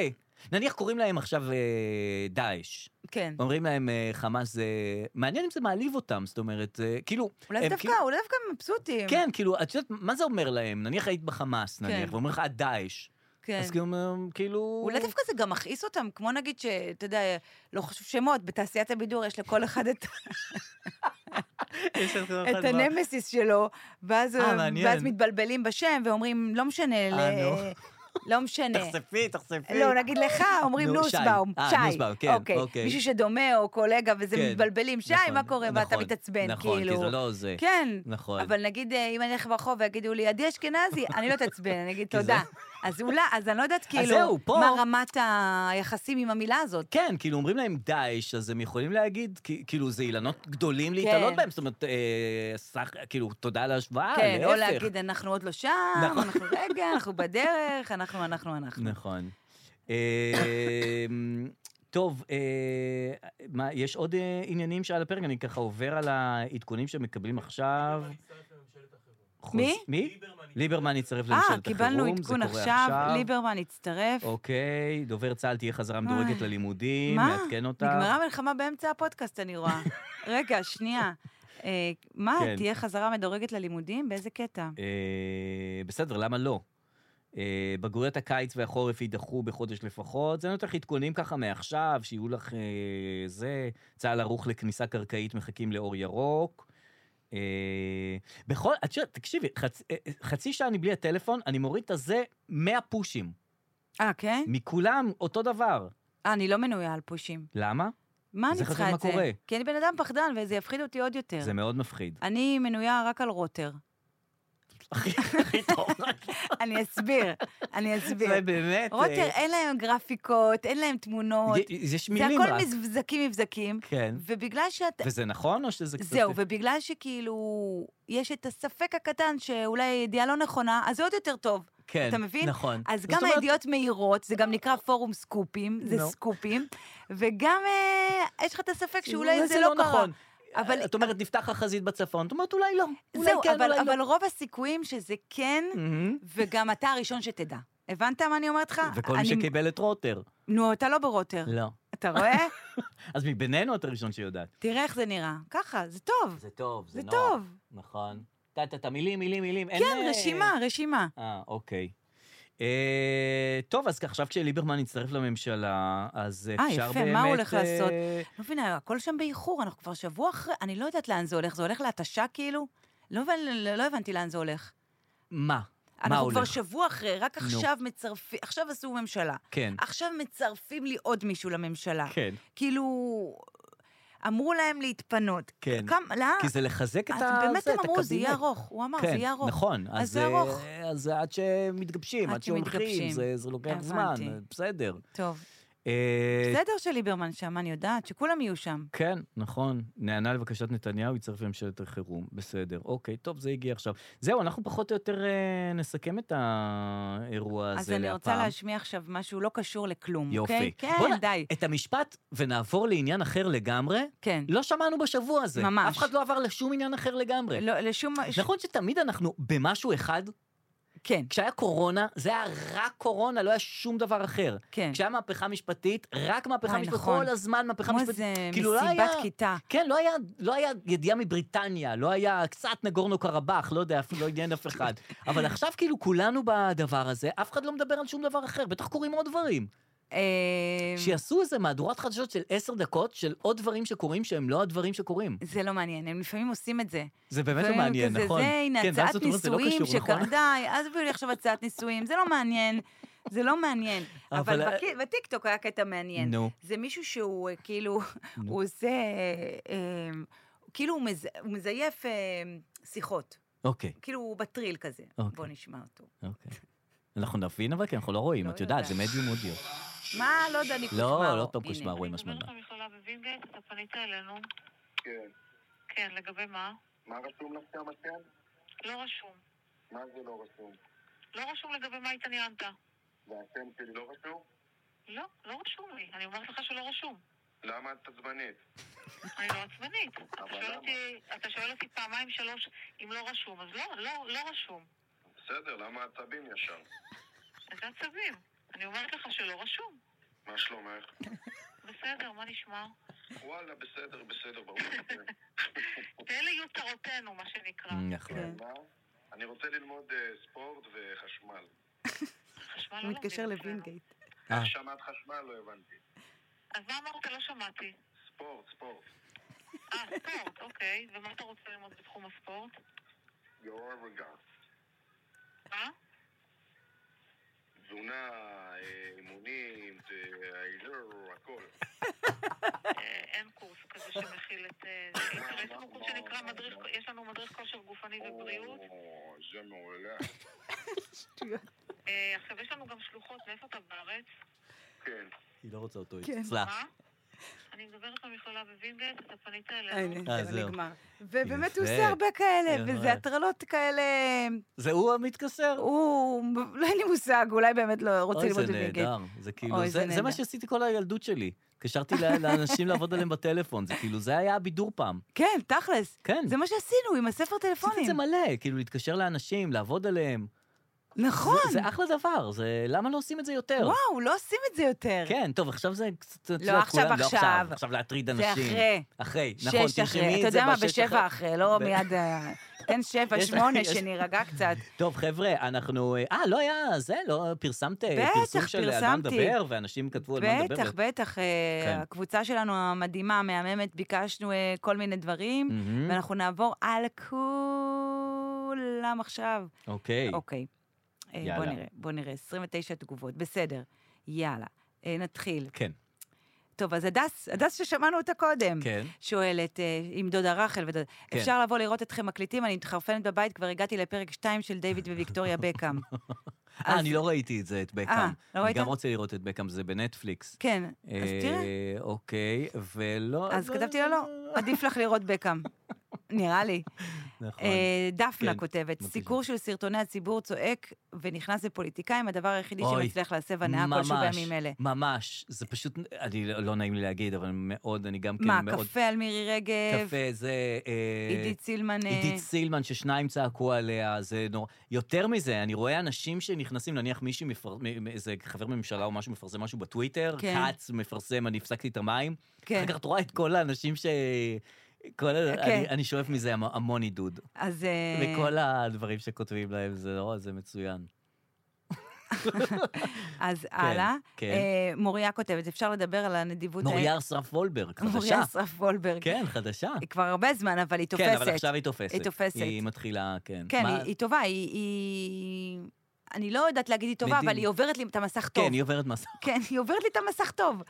Speaker 1: נניח קוראים להם עכשיו אה, דאעש.
Speaker 2: כן.
Speaker 1: אומרים להם אה, חמאס זה... מעניין אם זה מעליב אותם, זאת אומרת, אה, כאילו...
Speaker 2: אולי
Speaker 1: הם
Speaker 2: זה דווקא,
Speaker 1: כאילו-
Speaker 2: אולי דווקא הם מבסוטים.
Speaker 1: כן, כאילו, את יודעת, מה זה אומר להם? נניח היית בחמאס, נניח,
Speaker 2: כן.
Speaker 1: ואומרים לך, את דאעש.
Speaker 2: כן.
Speaker 1: אז כאילו, הם, כאילו...
Speaker 2: אולי דווקא זה גם מכעיס אותם, כמו נגיד ש... אתה יודע, לא חשוב שמות, בתעשיית הבידור יש לכל אחד את,
Speaker 1: יש לך אחד
Speaker 2: את
Speaker 1: מה-
Speaker 2: הנמסיס שלו, ואז,
Speaker 1: נכון. אה, מעניין.
Speaker 2: ואז מתבלבלים בשם ואומרים, לא משנה, ל...
Speaker 1: אה, נו.
Speaker 2: לא משנה.
Speaker 1: תחשפי, תחשפי.
Speaker 2: לא, נגיד לך, אומרים
Speaker 1: נו, שי.
Speaker 2: נוסבאום,
Speaker 1: אה,
Speaker 2: שי.
Speaker 1: נוסבאום, כן, אוקיי.
Speaker 2: מישהו שדומה או קולגה וזה
Speaker 1: כן,
Speaker 2: מתבלבלים, שי,
Speaker 1: נכון,
Speaker 2: מה קורה? ואתה
Speaker 1: נכון,
Speaker 2: מתעצבן,
Speaker 1: נכון, כי זה
Speaker 2: כאילו.
Speaker 1: לא זה.
Speaker 2: כן.
Speaker 1: נכון.
Speaker 2: אבל נגיד, אה, אם אני אלך ברחוב ויגידו לי, עדי אשכנזי, אני לא אתעצבן, אני אגיד
Speaker 1: כי זה-
Speaker 2: תודה. אז אולי, אז אני לא יודעת
Speaker 1: זהו,
Speaker 2: כאילו,
Speaker 1: פה-
Speaker 2: מה רמת היחסים עם המילה הזאת.
Speaker 1: כן, כאילו אומרים להם דאעש, אז הם יכולים להגיד, כי- כאילו, זה אילנות גדולים להתעלות
Speaker 2: כן.
Speaker 1: בהם, זאת אומרת, אה, סך, כאילו, תודה על ההשוואה,
Speaker 2: כן, או
Speaker 1: להפך.
Speaker 2: להגיד, אנחנו עוד לא שם,
Speaker 1: נכון.
Speaker 2: אנחנו רגע, אנחנו בדרך, אנחנו, אנחנו, אנחנו.
Speaker 1: נכון. אה, טוב, אה, מה, יש עוד אה, עניינים שעל הפרק? אני ככה עובר על העדכונים שמקבלים עכשיו. חוץ-
Speaker 2: מי?
Speaker 1: מי? ליברמן יצטרף לממשלת
Speaker 2: אה,
Speaker 1: החירום.
Speaker 2: קיבלנו
Speaker 1: זה
Speaker 2: עדכון
Speaker 1: קורה
Speaker 2: עכשיו, ליברמן הצטרף.
Speaker 1: אוקיי, דובר צה"ל תהיה חזרה מדורגת
Speaker 2: וואי.
Speaker 1: ללימודים,
Speaker 2: אה. מה?
Speaker 1: נעדכן אותך.
Speaker 2: נגמרה המלחמה באמצע הפודקאסט, אני רואה. רגע, שנייה. אה, מה,
Speaker 1: כן.
Speaker 2: תהיה חזרה מדורגת ללימודים? באיזה קטע?
Speaker 1: אה, בסדר, למה לא? אה, בגרויות הקיץ והחורף יידחו בחודש לפחות. זה נותן לך עדכונים ככה מעכשיו, שיהיו לך אה, זה. צה"ל ערוך לכניסה קרקעית, מחכים לאור ירוק. אה, בכל, את יודעת, תקשיבי, חצ, אה, אה, חצי שעה אני בלי הטלפון, אני מוריד את הזה 100 פושים.
Speaker 2: אה, כן?
Speaker 1: מכולם אותו דבר.
Speaker 2: אה, אני לא מנויה על פושים.
Speaker 1: למה?
Speaker 2: מה
Speaker 1: אז
Speaker 2: אני
Speaker 1: איך את
Speaker 2: צריכה
Speaker 1: יודעת
Speaker 2: את
Speaker 1: מה
Speaker 2: זה?
Speaker 1: קורה?
Speaker 2: כי אני בן אדם פחדן, וזה יפחיד אותי עוד יותר.
Speaker 1: זה מאוד מפחיד.
Speaker 2: אני מנויה רק על רוטר.
Speaker 1: הכי הכי טוב.
Speaker 2: אני אסביר, אני אסביר.
Speaker 1: זה באמת... אה,
Speaker 2: רוטר, אין להם גרפיקות, אין להם תמונות,
Speaker 1: י- יש
Speaker 2: זה
Speaker 1: מילים
Speaker 2: הכל
Speaker 1: רק.
Speaker 2: מבזקים מבזקים,
Speaker 1: כן.
Speaker 2: ובגלל שאתה...
Speaker 1: וזה נכון או שזה... קצת-
Speaker 2: זהו, ובגלל שכאילו יש את הספק הקטן שאולי הידיעה לא נכונה, אז זה עוד יותר טוב.
Speaker 1: כן,
Speaker 2: אתה מבין?
Speaker 1: נכון.
Speaker 2: אז
Speaker 1: זאת
Speaker 2: גם
Speaker 1: אומרת-
Speaker 2: הידיעות מהירות, זה גם נקרא פורום סקופים, זה
Speaker 1: נו.
Speaker 2: סקופים, וגם אה, יש לך את הספק
Speaker 1: אולי
Speaker 2: שאולי זה לא קרה.
Speaker 1: נכון.
Speaker 2: אבל-
Speaker 1: את אומרת, נפתח החזית בצפון, את אומרת, אולי לא. אולי
Speaker 2: זהו,
Speaker 1: כן,
Speaker 2: אבל-
Speaker 1: אולי לא. Mm.
Speaker 2: אבל רוב הסיכויים שזה כן,
Speaker 1: מהמם.
Speaker 2: וגם אתה הראשון שתדע. הבנת מה אני אומרת לך?
Speaker 1: וכל מי
Speaker 2: אה, אני-
Speaker 1: שקיבל את רוטר.
Speaker 2: נו, אתה לא ברוטר.
Speaker 1: לא.
Speaker 2: אתה רואה?
Speaker 1: אז מבינינו את הראשון שיודעת.
Speaker 2: תראה איך זה נראה. ככה, זה טוב.
Speaker 1: זה טוב,
Speaker 2: זה טוב.
Speaker 1: נכון. טה-טה-טה, מילים, מילים, מילים. אין,
Speaker 2: כן,
Speaker 1: אה,
Speaker 2: רשימה, רשימה.
Speaker 1: אה, אוקיי. אה, טוב, אז עכשיו כשליברמן יצטרף לממשלה, אז
Speaker 2: אה,
Speaker 1: אפשר
Speaker 2: יפה,
Speaker 1: באמת...
Speaker 2: מה הוא הולך
Speaker 1: אה,
Speaker 2: לעשות? לא מבינה, הכל שם באיחור, אנחנו כבר שבוע אחרי, אני לא יודעת לאן זה הולך, זה הולך להתשה כאילו? לא, הבנ- לא הבנתי לאן זה הולך.
Speaker 1: מה? מה
Speaker 2: אנחנו כבר
Speaker 1: הולך?
Speaker 2: שבוע אחרי, רק
Speaker 1: נו.
Speaker 2: עכשיו מצרפים, עכשיו עשו ממשלה.
Speaker 1: כן,
Speaker 2: עכשיו מצרפים לי עוד מישהו לממשלה.
Speaker 1: כן,
Speaker 2: כאילו, אמרו להם להתפנות.
Speaker 1: כן.
Speaker 2: כמה, למה?
Speaker 1: כי זה לחזק את
Speaker 2: אז
Speaker 1: ה...
Speaker 2: באמת
Speaker 1: זה,
Speaker 2: הם
Speaker 1: את
Speaker 2: אמרו, זה יהיה
Speaker 1: הקבינט."
Speaker 2: ארוך. הוא אמר,
Speaker 1: כן,
Speaker 2: זה יהיה ארוך.
Speaker 1: נכון.
Speaker 2: אז זה
Speaker 1: אה,
Speaker 2: ארוך.
Speaker 1: אז זה עד שמתגבשים,
Speaker 2: עד
Speaker 1: עד שהולכים,
Speaker 2: שמתגבשים.
Speaker 1: זה זה לוקח זמן,
Speaker 2: הבנתי.
Speaker 1: בסדר.
Speaker 2: טוב.
Speaker 1: אה,
Speaker 2: בסדר שליברמן שם, אני יודעת, שכולם יהיו שם.
Speaker 1: כן, נכון. נענה לבקשת נתניהו, יצטרף לממשלת החירום. בסדר. אוקיי, טוב, זה הגיע עכשיו. זהו, אנחנו פחות או יותר אה, נסכם את האירוע הזה
Speaker 2: אז
Speaker 1: להפעם.
Speaker 2: אני רוצה להשמיע עכשיו משהו לא קשור לכלום,
Speaker 1: יופי.
Speaker 2: אוקיי?
Speaker 1: בוא נ-
Speaker 2: כן, די.
Speaker 1: את המשפט, ונעבור לעניין אחר לגמרי,
Speaker 2: כן.
Speaker 1: לא שמענו בשבוע הזה.
Speaker 2: ממש.
Speaker 1: אף אחד לא עבר לשום עניין אחר לגמרי.
Speaker 2: לא, לשום... ש-
Speaker 1: נכון שתמיד אנחנו במשהו אחד,
Speaker 2: כן,
Speaker 1: כשהיה קורונה, זה היה רק קורונה, לא היה שום דבר אחר.
Speaker 2: כן.
Speaker 1: כשהיה מהפכה משפטית, רק מהפכה
Speaker 2: וואי,
Speaker 1: משפטית,
Speaker 2: נכון.
Speaker 1: כל הזמן מהפכה
Speaker 2: כמו
Speaker 1: משפטית.
Speaker 2: איזה
Speaker 1: כאילו, לא
Speaker 2: מסיבת
Speaker 1: היה-
Speaker 2: כיתה.
Speaker 1: כן, לא היה, לא היה ידיעה מבריטניה, לא היה קצת נגורנו קרבאח, לא יודע, אפילו לא עניין אף אחד. אבל עכשיו כאילו כולנו בדבר הזה, אף אחד לא מדבר על שום דבר אחר, בטח קורים עוד דברים.
Speaker 2: אה,
Speaker 1: שיעשו איזה מהדורת חדשות של עשר דקות, של עוד דברים שקורים שהם לא הדברים שקורים.
Speaker 2: זה לא מעניין, הם לפעמים עושים את זה.
Speaker 1: זה באמת לא
Speaker 2: לפעמים
Speaker 1: מעניין,
Speaker 2: כזה,
Speaker 1: נכון?
Speaker 2: כן, זה, הנה,
Speaker 1: כן, ואז
Speaker 2: הצעת
Speaker 1: זאת אומרת, זה לא
Speaker 2: נישואים
Speaker 1: קשור,
Speaker 2: שקרה,
Speaker 1: נכון?
Speaker 2: די, אז הביאו לי עכשיו הצעת נישואים, זה לא מעניין, זה לא מעניין. אבל
Speaker 1: אבל- אה,
Speaker 2: בק- בטיקטוק היה קטע מעניין.
Speaker 1: נו.
Speaker 2: זה מישהו שהוא אה, כאילו,
Speaker 1: נו.
Speaker 2: הוא עושה, אה, אה, כאילו הוא מז- הוא מזייף אה, שיחות.
Speaker 1: אוקיי,
Speaker 2: כאילו הוא בטריל כזה.
Speaker 1: אוקיי.
Speaker 2: בוא נשמע אותו.
Speaker 1: אוקיי. אנחנו נבין אבל, כי אנחנו לא רואים,
Speaker 2: לא
Speaker 1: את יודעת,
Speaker 2: יודעת.
Speaker 1: זה מדיום אודיו.
Speaker 2: מה? לא יודע, אני
Speaker 1: לא, לא
Speaker 2: קושמרו.
Speaker 1: טוב
Speaker 2: הנה.
Speaker 1: קושמרו, רואים
Speaker 3: אני
Speaker 1: השמנה.
Speaker 3: מדברת למכללה בווינגייט, אתה פנית אלינו.
Speaker 5: כן.
Speaker 3: כן, לגבי מה?
Speaker 5: מה רשום לך שם אצלנו?
Speaker 3: לא רשום.
Speaker 5: מה זה לא רשום?
Speaker 3: לא רשום לגבי מה התעניינת.
Speaker 5: והשם שלי לא רשום?
Speaker 3: לא, לא רשום לי. אני אומרת לך שלא רשום.
Speaker 5: למה את עצבנית?
Speaker 3: אני לא עצבנית. אתה
Speaker 5: אבל
Speaker 3: שואל
Speaker 5: למה?
Speaker 3: אותי- אתה שואל אותי פעמיים שלוש אם לא רשום, אז לא, לא, לא רשום.
Speaker 5: בסדר, למה עצבים ישר?
Speaker 3: אז זה עצבים. אני אומרת לך שלא רשום.
Speaker 5: מה שלומך?
Speaker 3: בסדר, מה נשמע?
Speaker 5: וואלה, בסדר, בסדר, ברור. כן.
Speaker 3: ואלה יהיו צרותינו, מה שנקרא.
Speaker 1: נכון.
Speaker 2: כן.
Speaker 5: מה? אני רוצה ללמוד אה, ספורט וחשמל.
Speaker 3: חשמל לא
Speaker 2: הוא מתקשר
Speaker 3: לומדים אצלנו.
Speaker 2: לווינגייט.
Speaker 1: אה.
Speaker 5: איך שמעת חשמל? לא הבנתי.
Speaker 3: אז מה אמרת? לא שמעתי.
Speaker 5: ספורט, ספורט.
Speaker 3: אה, ספורט, אוקיי. ומה אתה רוצה ללמוד בתחום הספורט?
Speaker 5: יורגה.
Speaker 3: מה?
Speaker 5: תזונה, אה, אימונים, אה, האזור, הכל.
Speaker 3: אה, אין קורס כזה שמכיל את... אה, זה. יש לנו קורס שנקרא מדריך, יש לנו מדריך כושר גופני ובריאות.
Speaker 5: או, זה מעולה.
Speaker 3: אה, עכשיו, יש לנו גם שלוחות, מאיפה אתה בארץ?
Speaker 5: כן.
Speaker 1: היא לא רוצה אותו,
Speaker 2: כן.
Speaker 1: אצלה.
Speaker 3: מה? אני מדברת במכללה בווינגייט, אתה פנית אלינו.
Speaker 1: אה,
Speaker 2: הנה, זה
Speaker 1: זהו.
Speaker 2: לא נגמר. ובאמת הוא
Speaker 1: יפה.
Speaker 2: עושה הרבה כאלה,
Speaker 1: יפה.
Speaker 2: וזה הטרלות כאלה,
Speaker 1: זה הוא המתקשר.
Speaker 2: הוא, לא אין לי מושג, אולי באמת לא רוצה
Speaker 1: אוי,
Speaker 2: ללמוד
Speaker 1: זה
Speaker 2: בווינגייט.
Speaker 1: נהדר, זה כאילו,
Speaker 2: אוי,
Speaker 1: זה,
Speaker 2: זה
Speaker 1: זה מה
Speaker 2: נהדר.
Speaker 1: שעשיתי כל הילדות שלי. התקשרתי ל- לאנשים לעבוד עליהם בטלפון, זה כאילו, זה היה הבידור פעם.
Speaker 2: כן, תכלס.
Speaker 1: כן,
Speaker 2: זה מה שעשינו עם הספר
Speaker 1: עשיתי את
Speaker 2: טלפונים.
Speaker 1: זה מלא, כאילו להתקשר לאנשים, לעבוד עליהם.
Speaker 2: נכון.
Speaker 1: זה, זה אחלה דבר, זה, למה לא עושים את זה יותר?
Speaker 2: וואו, לא עושים את זה יותר.
Speaker 1: כן, טוב, עכשיו זה קצת... את
Speaker 2: לא,
Speaker 1: יודעת,
Speaker 2: עכשיו,
Speaker 1: כולם- לא עכשיו,
Speaker 2: עכשיו.
Speaker 1: עכשיו להטריד
Speaker 2: זה
Speaker 1: אנשים.
Speaker 2: אחרי.
Speaker 1: אחרי,
Speaker 2: שש
Speaker 1: נכון,
Speaker 2: אחרי.
Speaker 1: תרשמי
Speaker 2: אתה
Speaker 1: את זה
Speaker 2: יודע מה,
Speaker 1: בשש
Speaker 2: בשבע אחרי, לא
Speaker 1: ב-
Speaker 2: מיד... אה, תן שבע,
Speaker 1: יש-
Speaker 2: שמונה,
Speaker 1: יש-
Speaker 2: שנירגע קצת.
Speaker 1: טוב, חבר'ה, אנחנו... אה, לא היה זה? לא פרסמת אה,
Speaker 2: בטח,
Speaker 1: פרסום של על מה
Speaker 2: פרסמתי.
Speaker 1: מדבר, ואנשים כתבו על מה מדבר?
Speaker 2: בטח, בטח. אה,
Speaker 1: כן.
Speaker 2: הקבוצה שלנו המדהימה, המהממת, ביקשנו אה, כל מיני דברים,
Speaker 1: מהמם.
Speaker 2: ואנחנו נעבור על כולם עכשיו.
Speaker 1: אוקיי.
Speaker 2: אוקיי. אה, בוא
Speaker 1: יאללה.
Speaker 2: נראה, בוא נראה. 29 תגובות, בסדר. יאללה. אה, נתחיל.
Speaker 1: כן.
Speaker 2: טוב, אז הדס, הדס ששמענו אותה קודם,
Speaker 1: כן.
Speaker 2: שואלת, אה, עם דודה רחל ודודה,
Speaker 1: כן.
Speaker 2: אפשר לבוא לראות אתכם מקליטים? אני מתחרפנת בבית, כבר הגעתי לפרק 2 של דיוויד וויקטוריה בקאם.
Speaker 1: אה,
Speaker 2: אז-
Speaker 1: אני לא ראיתי את זה, את בקאם.
Speaker 2: אה, לא
Speaker 1: אני
Speaker 2: ראית?
Speaker 1: גם רוצה לראות את בקאם, זה בנטפליקס.
Speaker 2: כן, אז תראה.
Speaker 1: אה, אוקיי, ולא...
Speaker 2: אז
Speaker 1: לא-
Speaker 2: כתבתי לו, לא, עדיף לך לראות בקאם. נראה לי.
Speaker 1: נכון.
Speaker 2: אה, דפנה
Speaker 1: כן,
Speaker 2: כותבת,
Speaker 1: בבקשה.
Speaker 2: סיקור של סרטוני הציבור צועק ונכנס לפוליטיקאים, הדבר היחידי
Speaker 1: אוי,
Speaker 2: שמצליח להסב הנאה כלשהו
Speaker 1: ממש,
Speaker 2: בימים אלה.
Speaker 1: ממש, זה פשוט, אני לא לא נעים לי להגיד, אבל מאוד, אני גם כן
Speaker 2: מה,
Speaker 1: מאוד...
Speaker 2: קפה על מירי רגב,
Speaker 1: קפה, זה... אה,
Speaker 2: עידית סילמן... אה,
Speaker 1: עידית סילמן, ששניים צעקו עליה, זה נורא... יותר מזה, אני רואה אנשים שנכנסים, נניח מישהי, מפר... מ- מ- איזה חבר ממשלה או משהו מפרסם משהו בטוויטר,
Speaker 2: כן.
Speaker 1: כץ מפרסם, אני הפסקתי את המים,
Speaker 2: כן.
Speaker 1: אחר כך את רואה את כל האנשים ש... כל... ה-
Speaker 2: כן.
Speaker 1: אני, אני שואף מזה המ- המון עידוד.
Speaker 2: אז... אה,
Speaker 1: וכל הדברים שכותבים להם, זה נורא, זה מצוין.
Speaker 2: אז הלאה.
Speaker 1: כן.
Speaker 2: אה, מוריה כותבת, אפשר לדבר על הנדיבות...
Speaker 1: מוריה אסרף וולברג,
Speaker 2: האלה?"
Speaker 1: חדשה.
Speaker 2: מוריה אסרף וולברג.
Speaker 1: כן, חדשה.
Speaker 2: היא כבר הרבה זמן, אבל היא תופסת.
Speaker 1: כן, אבל עכשיו היא תופסת.
Speaker 2: היא תופסת.
Speaker 1: היא מתחילה, כן.
Speaker 2: כן,
Speaker 1: מה-
Speaker 2: היא- היא טובה, היא- היא... אני לא יודעת להגיד היא טובה,
Speaker 1: מדהים.
Speaker 2: אבל היא עוברת לי את המסך טוב.
Speaker 1: כן, היא עוברת מסע.
Speaker 2: כן, היא עוברת לי את המסך טוב.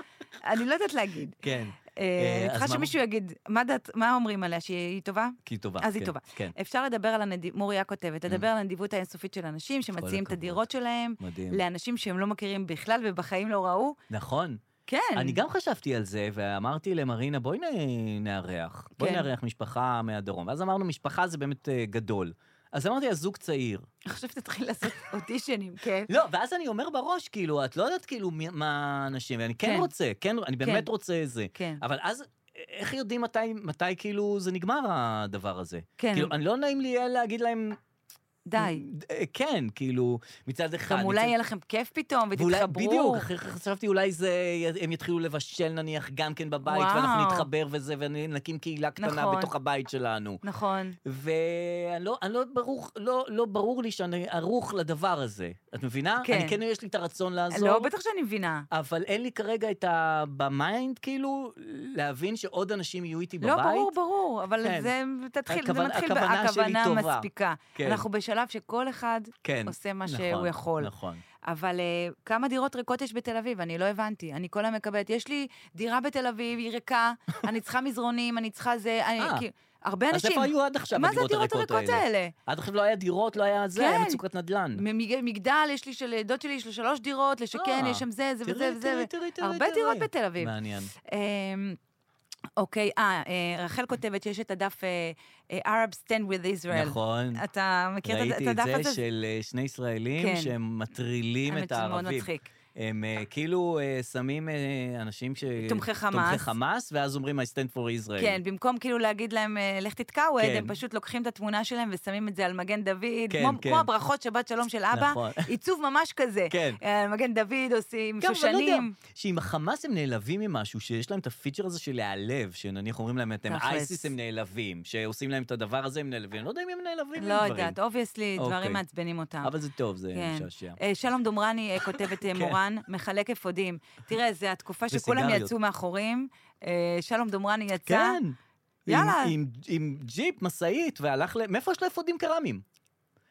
Speaker 2: אני לא יודעת להגיד.
Speaker 1: כן,
Speaker 2: אה, אני
Speaker 1: אז
Speaker 2: צריכה
Speaker 1: מה-
Speaker 2: שמישהו יגיד, מה דעת- מה אומרים עליה, שהיא טובה?
Speaker 1: כי היא טובה.
Speaker 2: אז היא
Speaker 1: כן,
Speaker 2: טובה.
Speaker 1: כן,
Speaker 2: אפשר לדבר על הנדיבות, מוריה כותבת, לדבר על הנדיבות האינסופית של אנשים שמציעים את
Speaker 1: הכבוד.
Speaker 2: הדירות שלהם
Speaker 1: מדהים.
Speaker 2: לאנשים שהם לא מכירים בכלל ובחיים לא ראו.
Speaker 1: נכון.
Speaker 2: כן.
Speaker 1: אני גם חשבתי על זה, ואמרתי למרינה, בואי נ- נארח. בואי
Speaker 2: כן.
Speaker 1: נארח משפחה מהדרום. ואז אמרנו, משפחה זה באמת אה, גדול. אז אמרתי, אז זוג צעיר.
Speaker 2: עכשיו תתחיל לעשות אודישנים, כן.
Speaker 1: לא, ואז אני אומר בראש, כאילו, את לא יודעת כאילו מי- מה האנשים, ואני כן
Speaker 2: כן.
Speaker 1: רוצה, כן, אני באמת
Speaker 2: כן.
Speaker 1: רוצה את זה.
Speaker 2: כן.
Speaker 1: אבל אז, איך יודעים מתי, מתי כאילו זה נגמר הדבר הזה?
Speaker 2: כן.
Speaker 1: כאילו, אני לא נעים לי יהיה להגיד להם...
Speaker 2: די.
Speaker 1: אה, כן, כאילו, מצד אחד...
Speaker 2: גם אולי
Speaker 1: מצד-
Speaker 2: יהיה לכם כיף פתאום,
Speaker 1: ואולי-
Speaker 2: ותתחברו.
Speaker 1: בדיוק, אחרי- חשבתי אולי זה, הם יתחילו לבשל נניח גם כן בבית, ואנחנו
Speaker 2: וואו.
Speaker 1: נתחבר וזה, ונקים קהילה קטנה
Speaker 2: נכון.
Speaker 1: בתוך הבית שלנו.
Speaker 2: נכון.
Speaker 1: ואני לא, אני לא, ברור, לא, לא ברור לי שאני ערוך לדבר הזה. את מבינה?
Speaker 2: כן.
Speaker 1: אני כן, יש לי את הרצון לעזור.
Speaker 2: לא, בטח שאני מבינה.
Speaker 1: אבל אין לי כרגע את ה... במיינד, כאילו, להבין שעוד אנשים יהיו איתי
Speaker 2: לא,
Speaker 1: בבית.
Speaker 2: ברור, ברור,
Speaker 1: כן.
Speaker 2: אבל זה תתחיל, זה
Speaker 1: הכוונ-
Speaker 2: מתחיל
Speaker 1: הכוונה שלי
Speaker 2: בהכוונה
Speaker 1: טובה.
Speaker 2: מספיקה.
Speaker 1: כן.
Speaker 2: אנחנו בשלב שכל אחד
Speaker 1: כן.
Speaker 2: עושה מה
Speaker 1: נכון,
Speaker 2: שהוא יכול.
Speaker 1: נכון.
Speaker 2: אבל אה, כמה דירות ריקות יש בתל אביב? אני לא הבנתי. אני כל היום מקבלת, יש לי דירה בתל אביב, היא ריקה, אני צריכה מזרונים, אני צריכה זה, אני,
Speaker 1: אה.
Speaker 2: כאילו, הרבה
Speaker 1: אז
Speaker 2: אנשים...
Speaker 1: איפה היו עד עכשיו
Speaker 2: מה זה הדירות הריקות האלה?
Speaker 1: עד עכשיו לא היה דירות, לא היה זה, היה
Speaker 2: כן.
Speaker 1: מצוקת נדל"ן.
Speaker 2: מ- מגדל, יש לי של אה, דוד שלי, יש לו שלוש דירות, לשכן,
Speaker 1: אה,
Speaker 2: יש שם זה, זה
Speaker 1: תראי,
Speaker 2: וזה וזה.
Speaker 1: תראי,
Speaker 2: ו-
Speaker 1: תראי, תראי,
Speaker 2: הרבה
Speaker 1: תראי.
Speaker 2: דירות בתל אביב.
Speaker 1: מעניין.
Speaker 2: אמ, אוקיי, אה, אה, רחל כותבת שיש את הדף אה, אה, Arab Stand with Israel.
Speaker 1: נכון.
Speaker 2: אתה מכיר את הד- את
Speaker 1: ראיתי את
Speaker 2: הדף
Speaker 1: זה
Speaker 2: הזה?
Speaker 1: של אה, שני ישראלים
Speaker 2: כן.
Speaker 1: שהם מטרילים
Speaker 2: האמת
Speaker 1: את
Speaker 2: שזה מאוד
Speaker 1: הערבים.
Speaker 2: מצחיק.
Speaker 1: הם אה, כאילו אה, שמים אה, אנשים ש...
Speaker 2: תומכי חמאס.
Speaker 1: תומכי חמאס, ואז אומרים, I stand for Israel.
Speaker 2: כן, במקום כאילו להגיד להם, אה, לך תתקעו,
Speaker 1: כן.
Speaker 2: הם פשוט לוקחים את התמונה שלהם ושמים את זה על מגן דוד,
Speaker 1: כן,
Speaker 2: כמו-
Speaker 1: כן.
Speaker 2: כמו הברכות שבת שלום של אבא,
Speaker 1: נכון.
Speaker 2: עיצוב ממש כזה.
Speaker 1: כן.
Speaker 2: אה, מגן דוד עושים
Speaker 1: גם, אבל לא יודע,
Speaker 2: שושנים.
Speaker 1: שעם החמאס הם נעלבים ממשהו, שיש להם את הפיצ'ר הזה של להיעלב, שנניח אומרים להם, אתם
Speaker 2: תכלס.
Speaker 1: אייסיס הם נעלבים, שעושים להם את הדבר הזה הם נעלבים, אני לא יודע אם הם נעלבים
Speaker 2: לא
Speaker 1: מדברים.
Speaker 2: יודעת, אובייסלי,
Speaker 1: אוקיי.
Speaker 2: דברים מעצבנים אותם.
Speaker 1: אבל זה טוב, זה
Speaker 2: כן.
Speaker 1: משעשע.
Speaker 2: אה, שלום דומרני אה, כותבת אה,
Speaker 1: כן.
Speaker 2: מורן, מחלק אפודים. תראה, זו התקופה שכולם
Speaker 1: וסיגריות.
Speaker 2: יצאו מאחורים. אה, שלום דומרני יצא.
Speaker 1: כן.
Speaker 2: יאללה.
Speaker 1: עם, עם, עם ג'יפ, משאית, והלך ל... מאיפה יש לו אפודים קרמיים?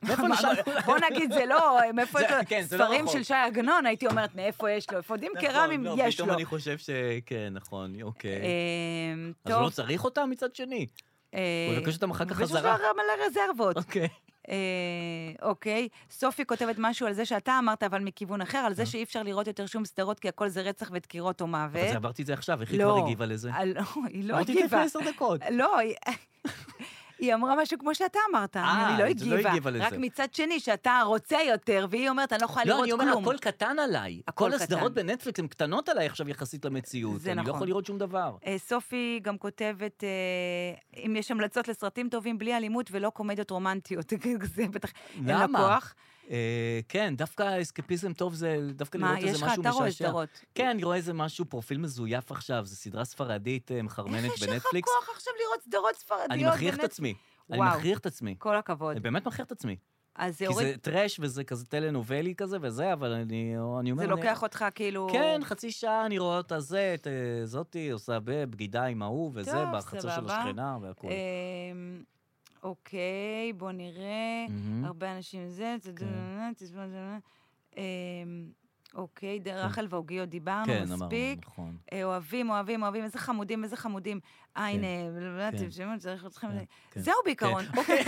Speaker 1: מאיפה
Speaker 2: מה, לא,
Speaker 1: נשאר?
Speaker 2: בוא- בוא נגיד, זה לא, מאיפה
Speaker 1: זה-
Speaker 2: יש
Speaker 1: כן,
Speaker 2: לו,
Speaker 1: זה לא
Speaker 2: ספרים
Speaker 1: רחוק.
Speaker 2: של שי עגנון, הייתי אומרת, מאיפה יש לו, אפודים קרמיים
Speaker 1: נכון, לא,
Speaker 2: יש
Speaker 1: פתאום
Speaker 2: לו.
Speaker 1: אני חושב ש... כן, נכון, אוקיי.
Speaker 2: אמ,
Speaker 1: אז הוא לא
Speaker 2: טוב,
Speaker 1: צריך אותם מצד שני.
Speaker 2: אה,
Speaker 1: הוא יבקש אותם אחר כך
Speaker 2: יש לו
Speaker 1: חזרה.
Speaker 2: מלא רזרבות.
Speaker 1: אוקיי.
Speaker 2: אה, אוקיי, סופי כותבת משהו על זה שאתה אמרת, אבל מכיוון אחר, על זה שאי אפשר לראות יותר שום סדרות, כי הכל זה רצח ודקירות או מוות.
Speaker 1: אה. אבל זה עברתי את זה עכשיו, איך היא
Speaker 2: לא.
Speaker 1: כבר הגיבה לזה?
Speaker 2: אה, לא, היא
Speaker 1: אמרתי
Speaker 2: לא
Speaker 1: "כן, את זה
Speaker 2: הגיבה.
Speaker 1: לפני עשר דקות.
Speaker 2: לא, היא- היא אמרה משהו כמו שאתה אמרת,
Speaker 1: אה,
Speaker 2: היא לא
Speaker 1: אז לא הגיבה
Speaker 2: הגיבה.
Speaker 1: לזה.
Speaker 2: רק מצד שני, שאתה רוצה יותר, והיא אומרת, אני לא יכולה
Speaker 1: לא,
Speaker 2: לראות
Speaker 1: אני
Speaker 2: כלום.
Speaker 1: אומר, הכל קטן עליי.
Speaker 2: הכל
Speaker 1: כל הסדרות
Speaker 2: קטן.
Speaker 1: בנטפליקס הן קטנות עליי עכשיו יחסית למציאות.
Speaker 2: זה
Speaker 1: אני לא
Speaker 2: נכון.
Speaker 1: יכול לראות שום דבר.
Speaker 2: אה, סופי גם כותבת, אה, אם יש המלצות לסרטים טובים בלי אלימות ולא קומדיות רומנטיות, זה בטח, אין לה
Speaker 1: למה?
Speaker 2: כוח.
Speaker 1: אה, כן, דווקא אסקפיזם טוב זה, דווקא
Speaker 2: מה,
Speaker 1: כאילו, לראות איזה משהו משעשע.
Speaker 2: יש לך, אתה רואה סדרות.
Speaker 1: כן, אני רואה איזה משהו, פרופיל מזויף עכשיו, זו סדרה ספרדית אה, מחרמנת
Speaker 2: איך יש לך
Speaker 1: בנטפליקס.
Speaker 2: כוח עכשיו לראות סדרות ספרדיות?
Speaker 1: אני מכריח את
Speaker 2: בנט-
Speaker 1: עצמי. אני
Speaker 2: וואו.
Speaker 1: מכריח את עצמי.
Speaker 2: כל הכבוד.
Speaker 1: אני באמת מכריח את עצמי.
Speaker 2: אז זה
Speaker 1: כי זה
Speaker 2: הוריד,
Speaker 1: טראש וזה כזה טלנובלי כזה וזה, אבל אני אני אומר...
Speaker 2: זה
Speaker 1: אני-
Speaker 2: לוקח אותך כאילו...
Speaker 1: כן, חצי שעה אני רואה אותה זה, את אה, זאתי, עושה ב- בגידה עם ההוא וזה,
Speaker 2: טוב,
Speaker 1: בחצר של
Speaker 2: סבבה.
Speaker 1: השכנה והכול.
Speaker 2: אמ, אוקיי, בוא נראה.
Speaker 1: מהמם.
Speaker 2: הרבה אנשים זה, זה, זה, זה, זה, זה, זה, אמ, אוקיי, רחל והעוגיות דיברנו
Speaker 1: כן, אמרנו,
Speaker 2: אה, מספיק.
Speaker 1: נכון.
Speaker 2: אה, אוהבים, אוהבים, אוהבים, איזה חמודים, איזה חמודים. אה,
Speaker 1: כן,
Speaker 2: הנה, לא יודעת,
Speaker 1: כן,
Speaker 2: שמעון, צריך אתכם...
Speaker 1: כן,
Speaker 2: ל-
Speaker 1: כן,
Speaker 2: זהו בעיקרון.
Speaker 1: אוקיי.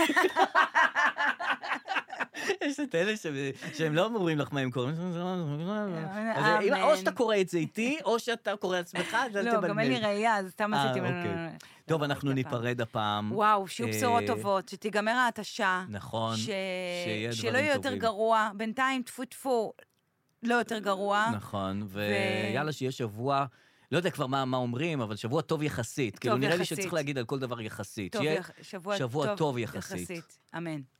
Speaker 1: יש את אלה ש- שהם לא אומרים לך מה הם קוראים. אז
Speaker 2: אה,
Speaker 1: אה,
Speaker 2: אמן.
Speaker 1: אם- או שאתה קורא את זה איתי, או שאתה קורא לעצמך, אז אל תבלבל.
Speaker 2: לא, גם אין לי ראייה, אז סתם
Speaker 1: אה,
Speaker 2: עשיתי...
Speaker 1: אוקיי. טוב, אנחנו
Speaker 2: אוקיי, הפעם.
Speaker 1: ניפרד הפעם.
Speaker 2: וואו, שיהיו
Speaker 1: אה,
Speaker 2: בשורות טובות, שתיגמר ההתשה.
Speaker 1: נכון.
Speaker 2: ש-
Speaker 1: שיהיה
Speaker 2: שלא
Speaker 1: דברים
Speaker 2: יהיה יותר
Speaker 1: טובים.
Speaker 2: גרוע. בינתיים, טפו טפו, לא יותר גרוע.
Speaker 1: נכון,
Speaker 2: ו-
Speaker 1: ויאללה, שיהיה שבוע, לא יודע כבר מה מה אומרים, אבל שבוע טוב יחסית. כאילו, נראה לי
Speaker 2: יחסית.
Speaker 1: שצריך להגיד על כל דבר יחסית.
Speaker 2: טוב,
Speaker 1: שיהיה
Speaker 2: יח- שבוע
Speaker 1: שבוע
Speaker 2: טוב
Speaker 1: טוב יחסית.
Speaker 2: אמן.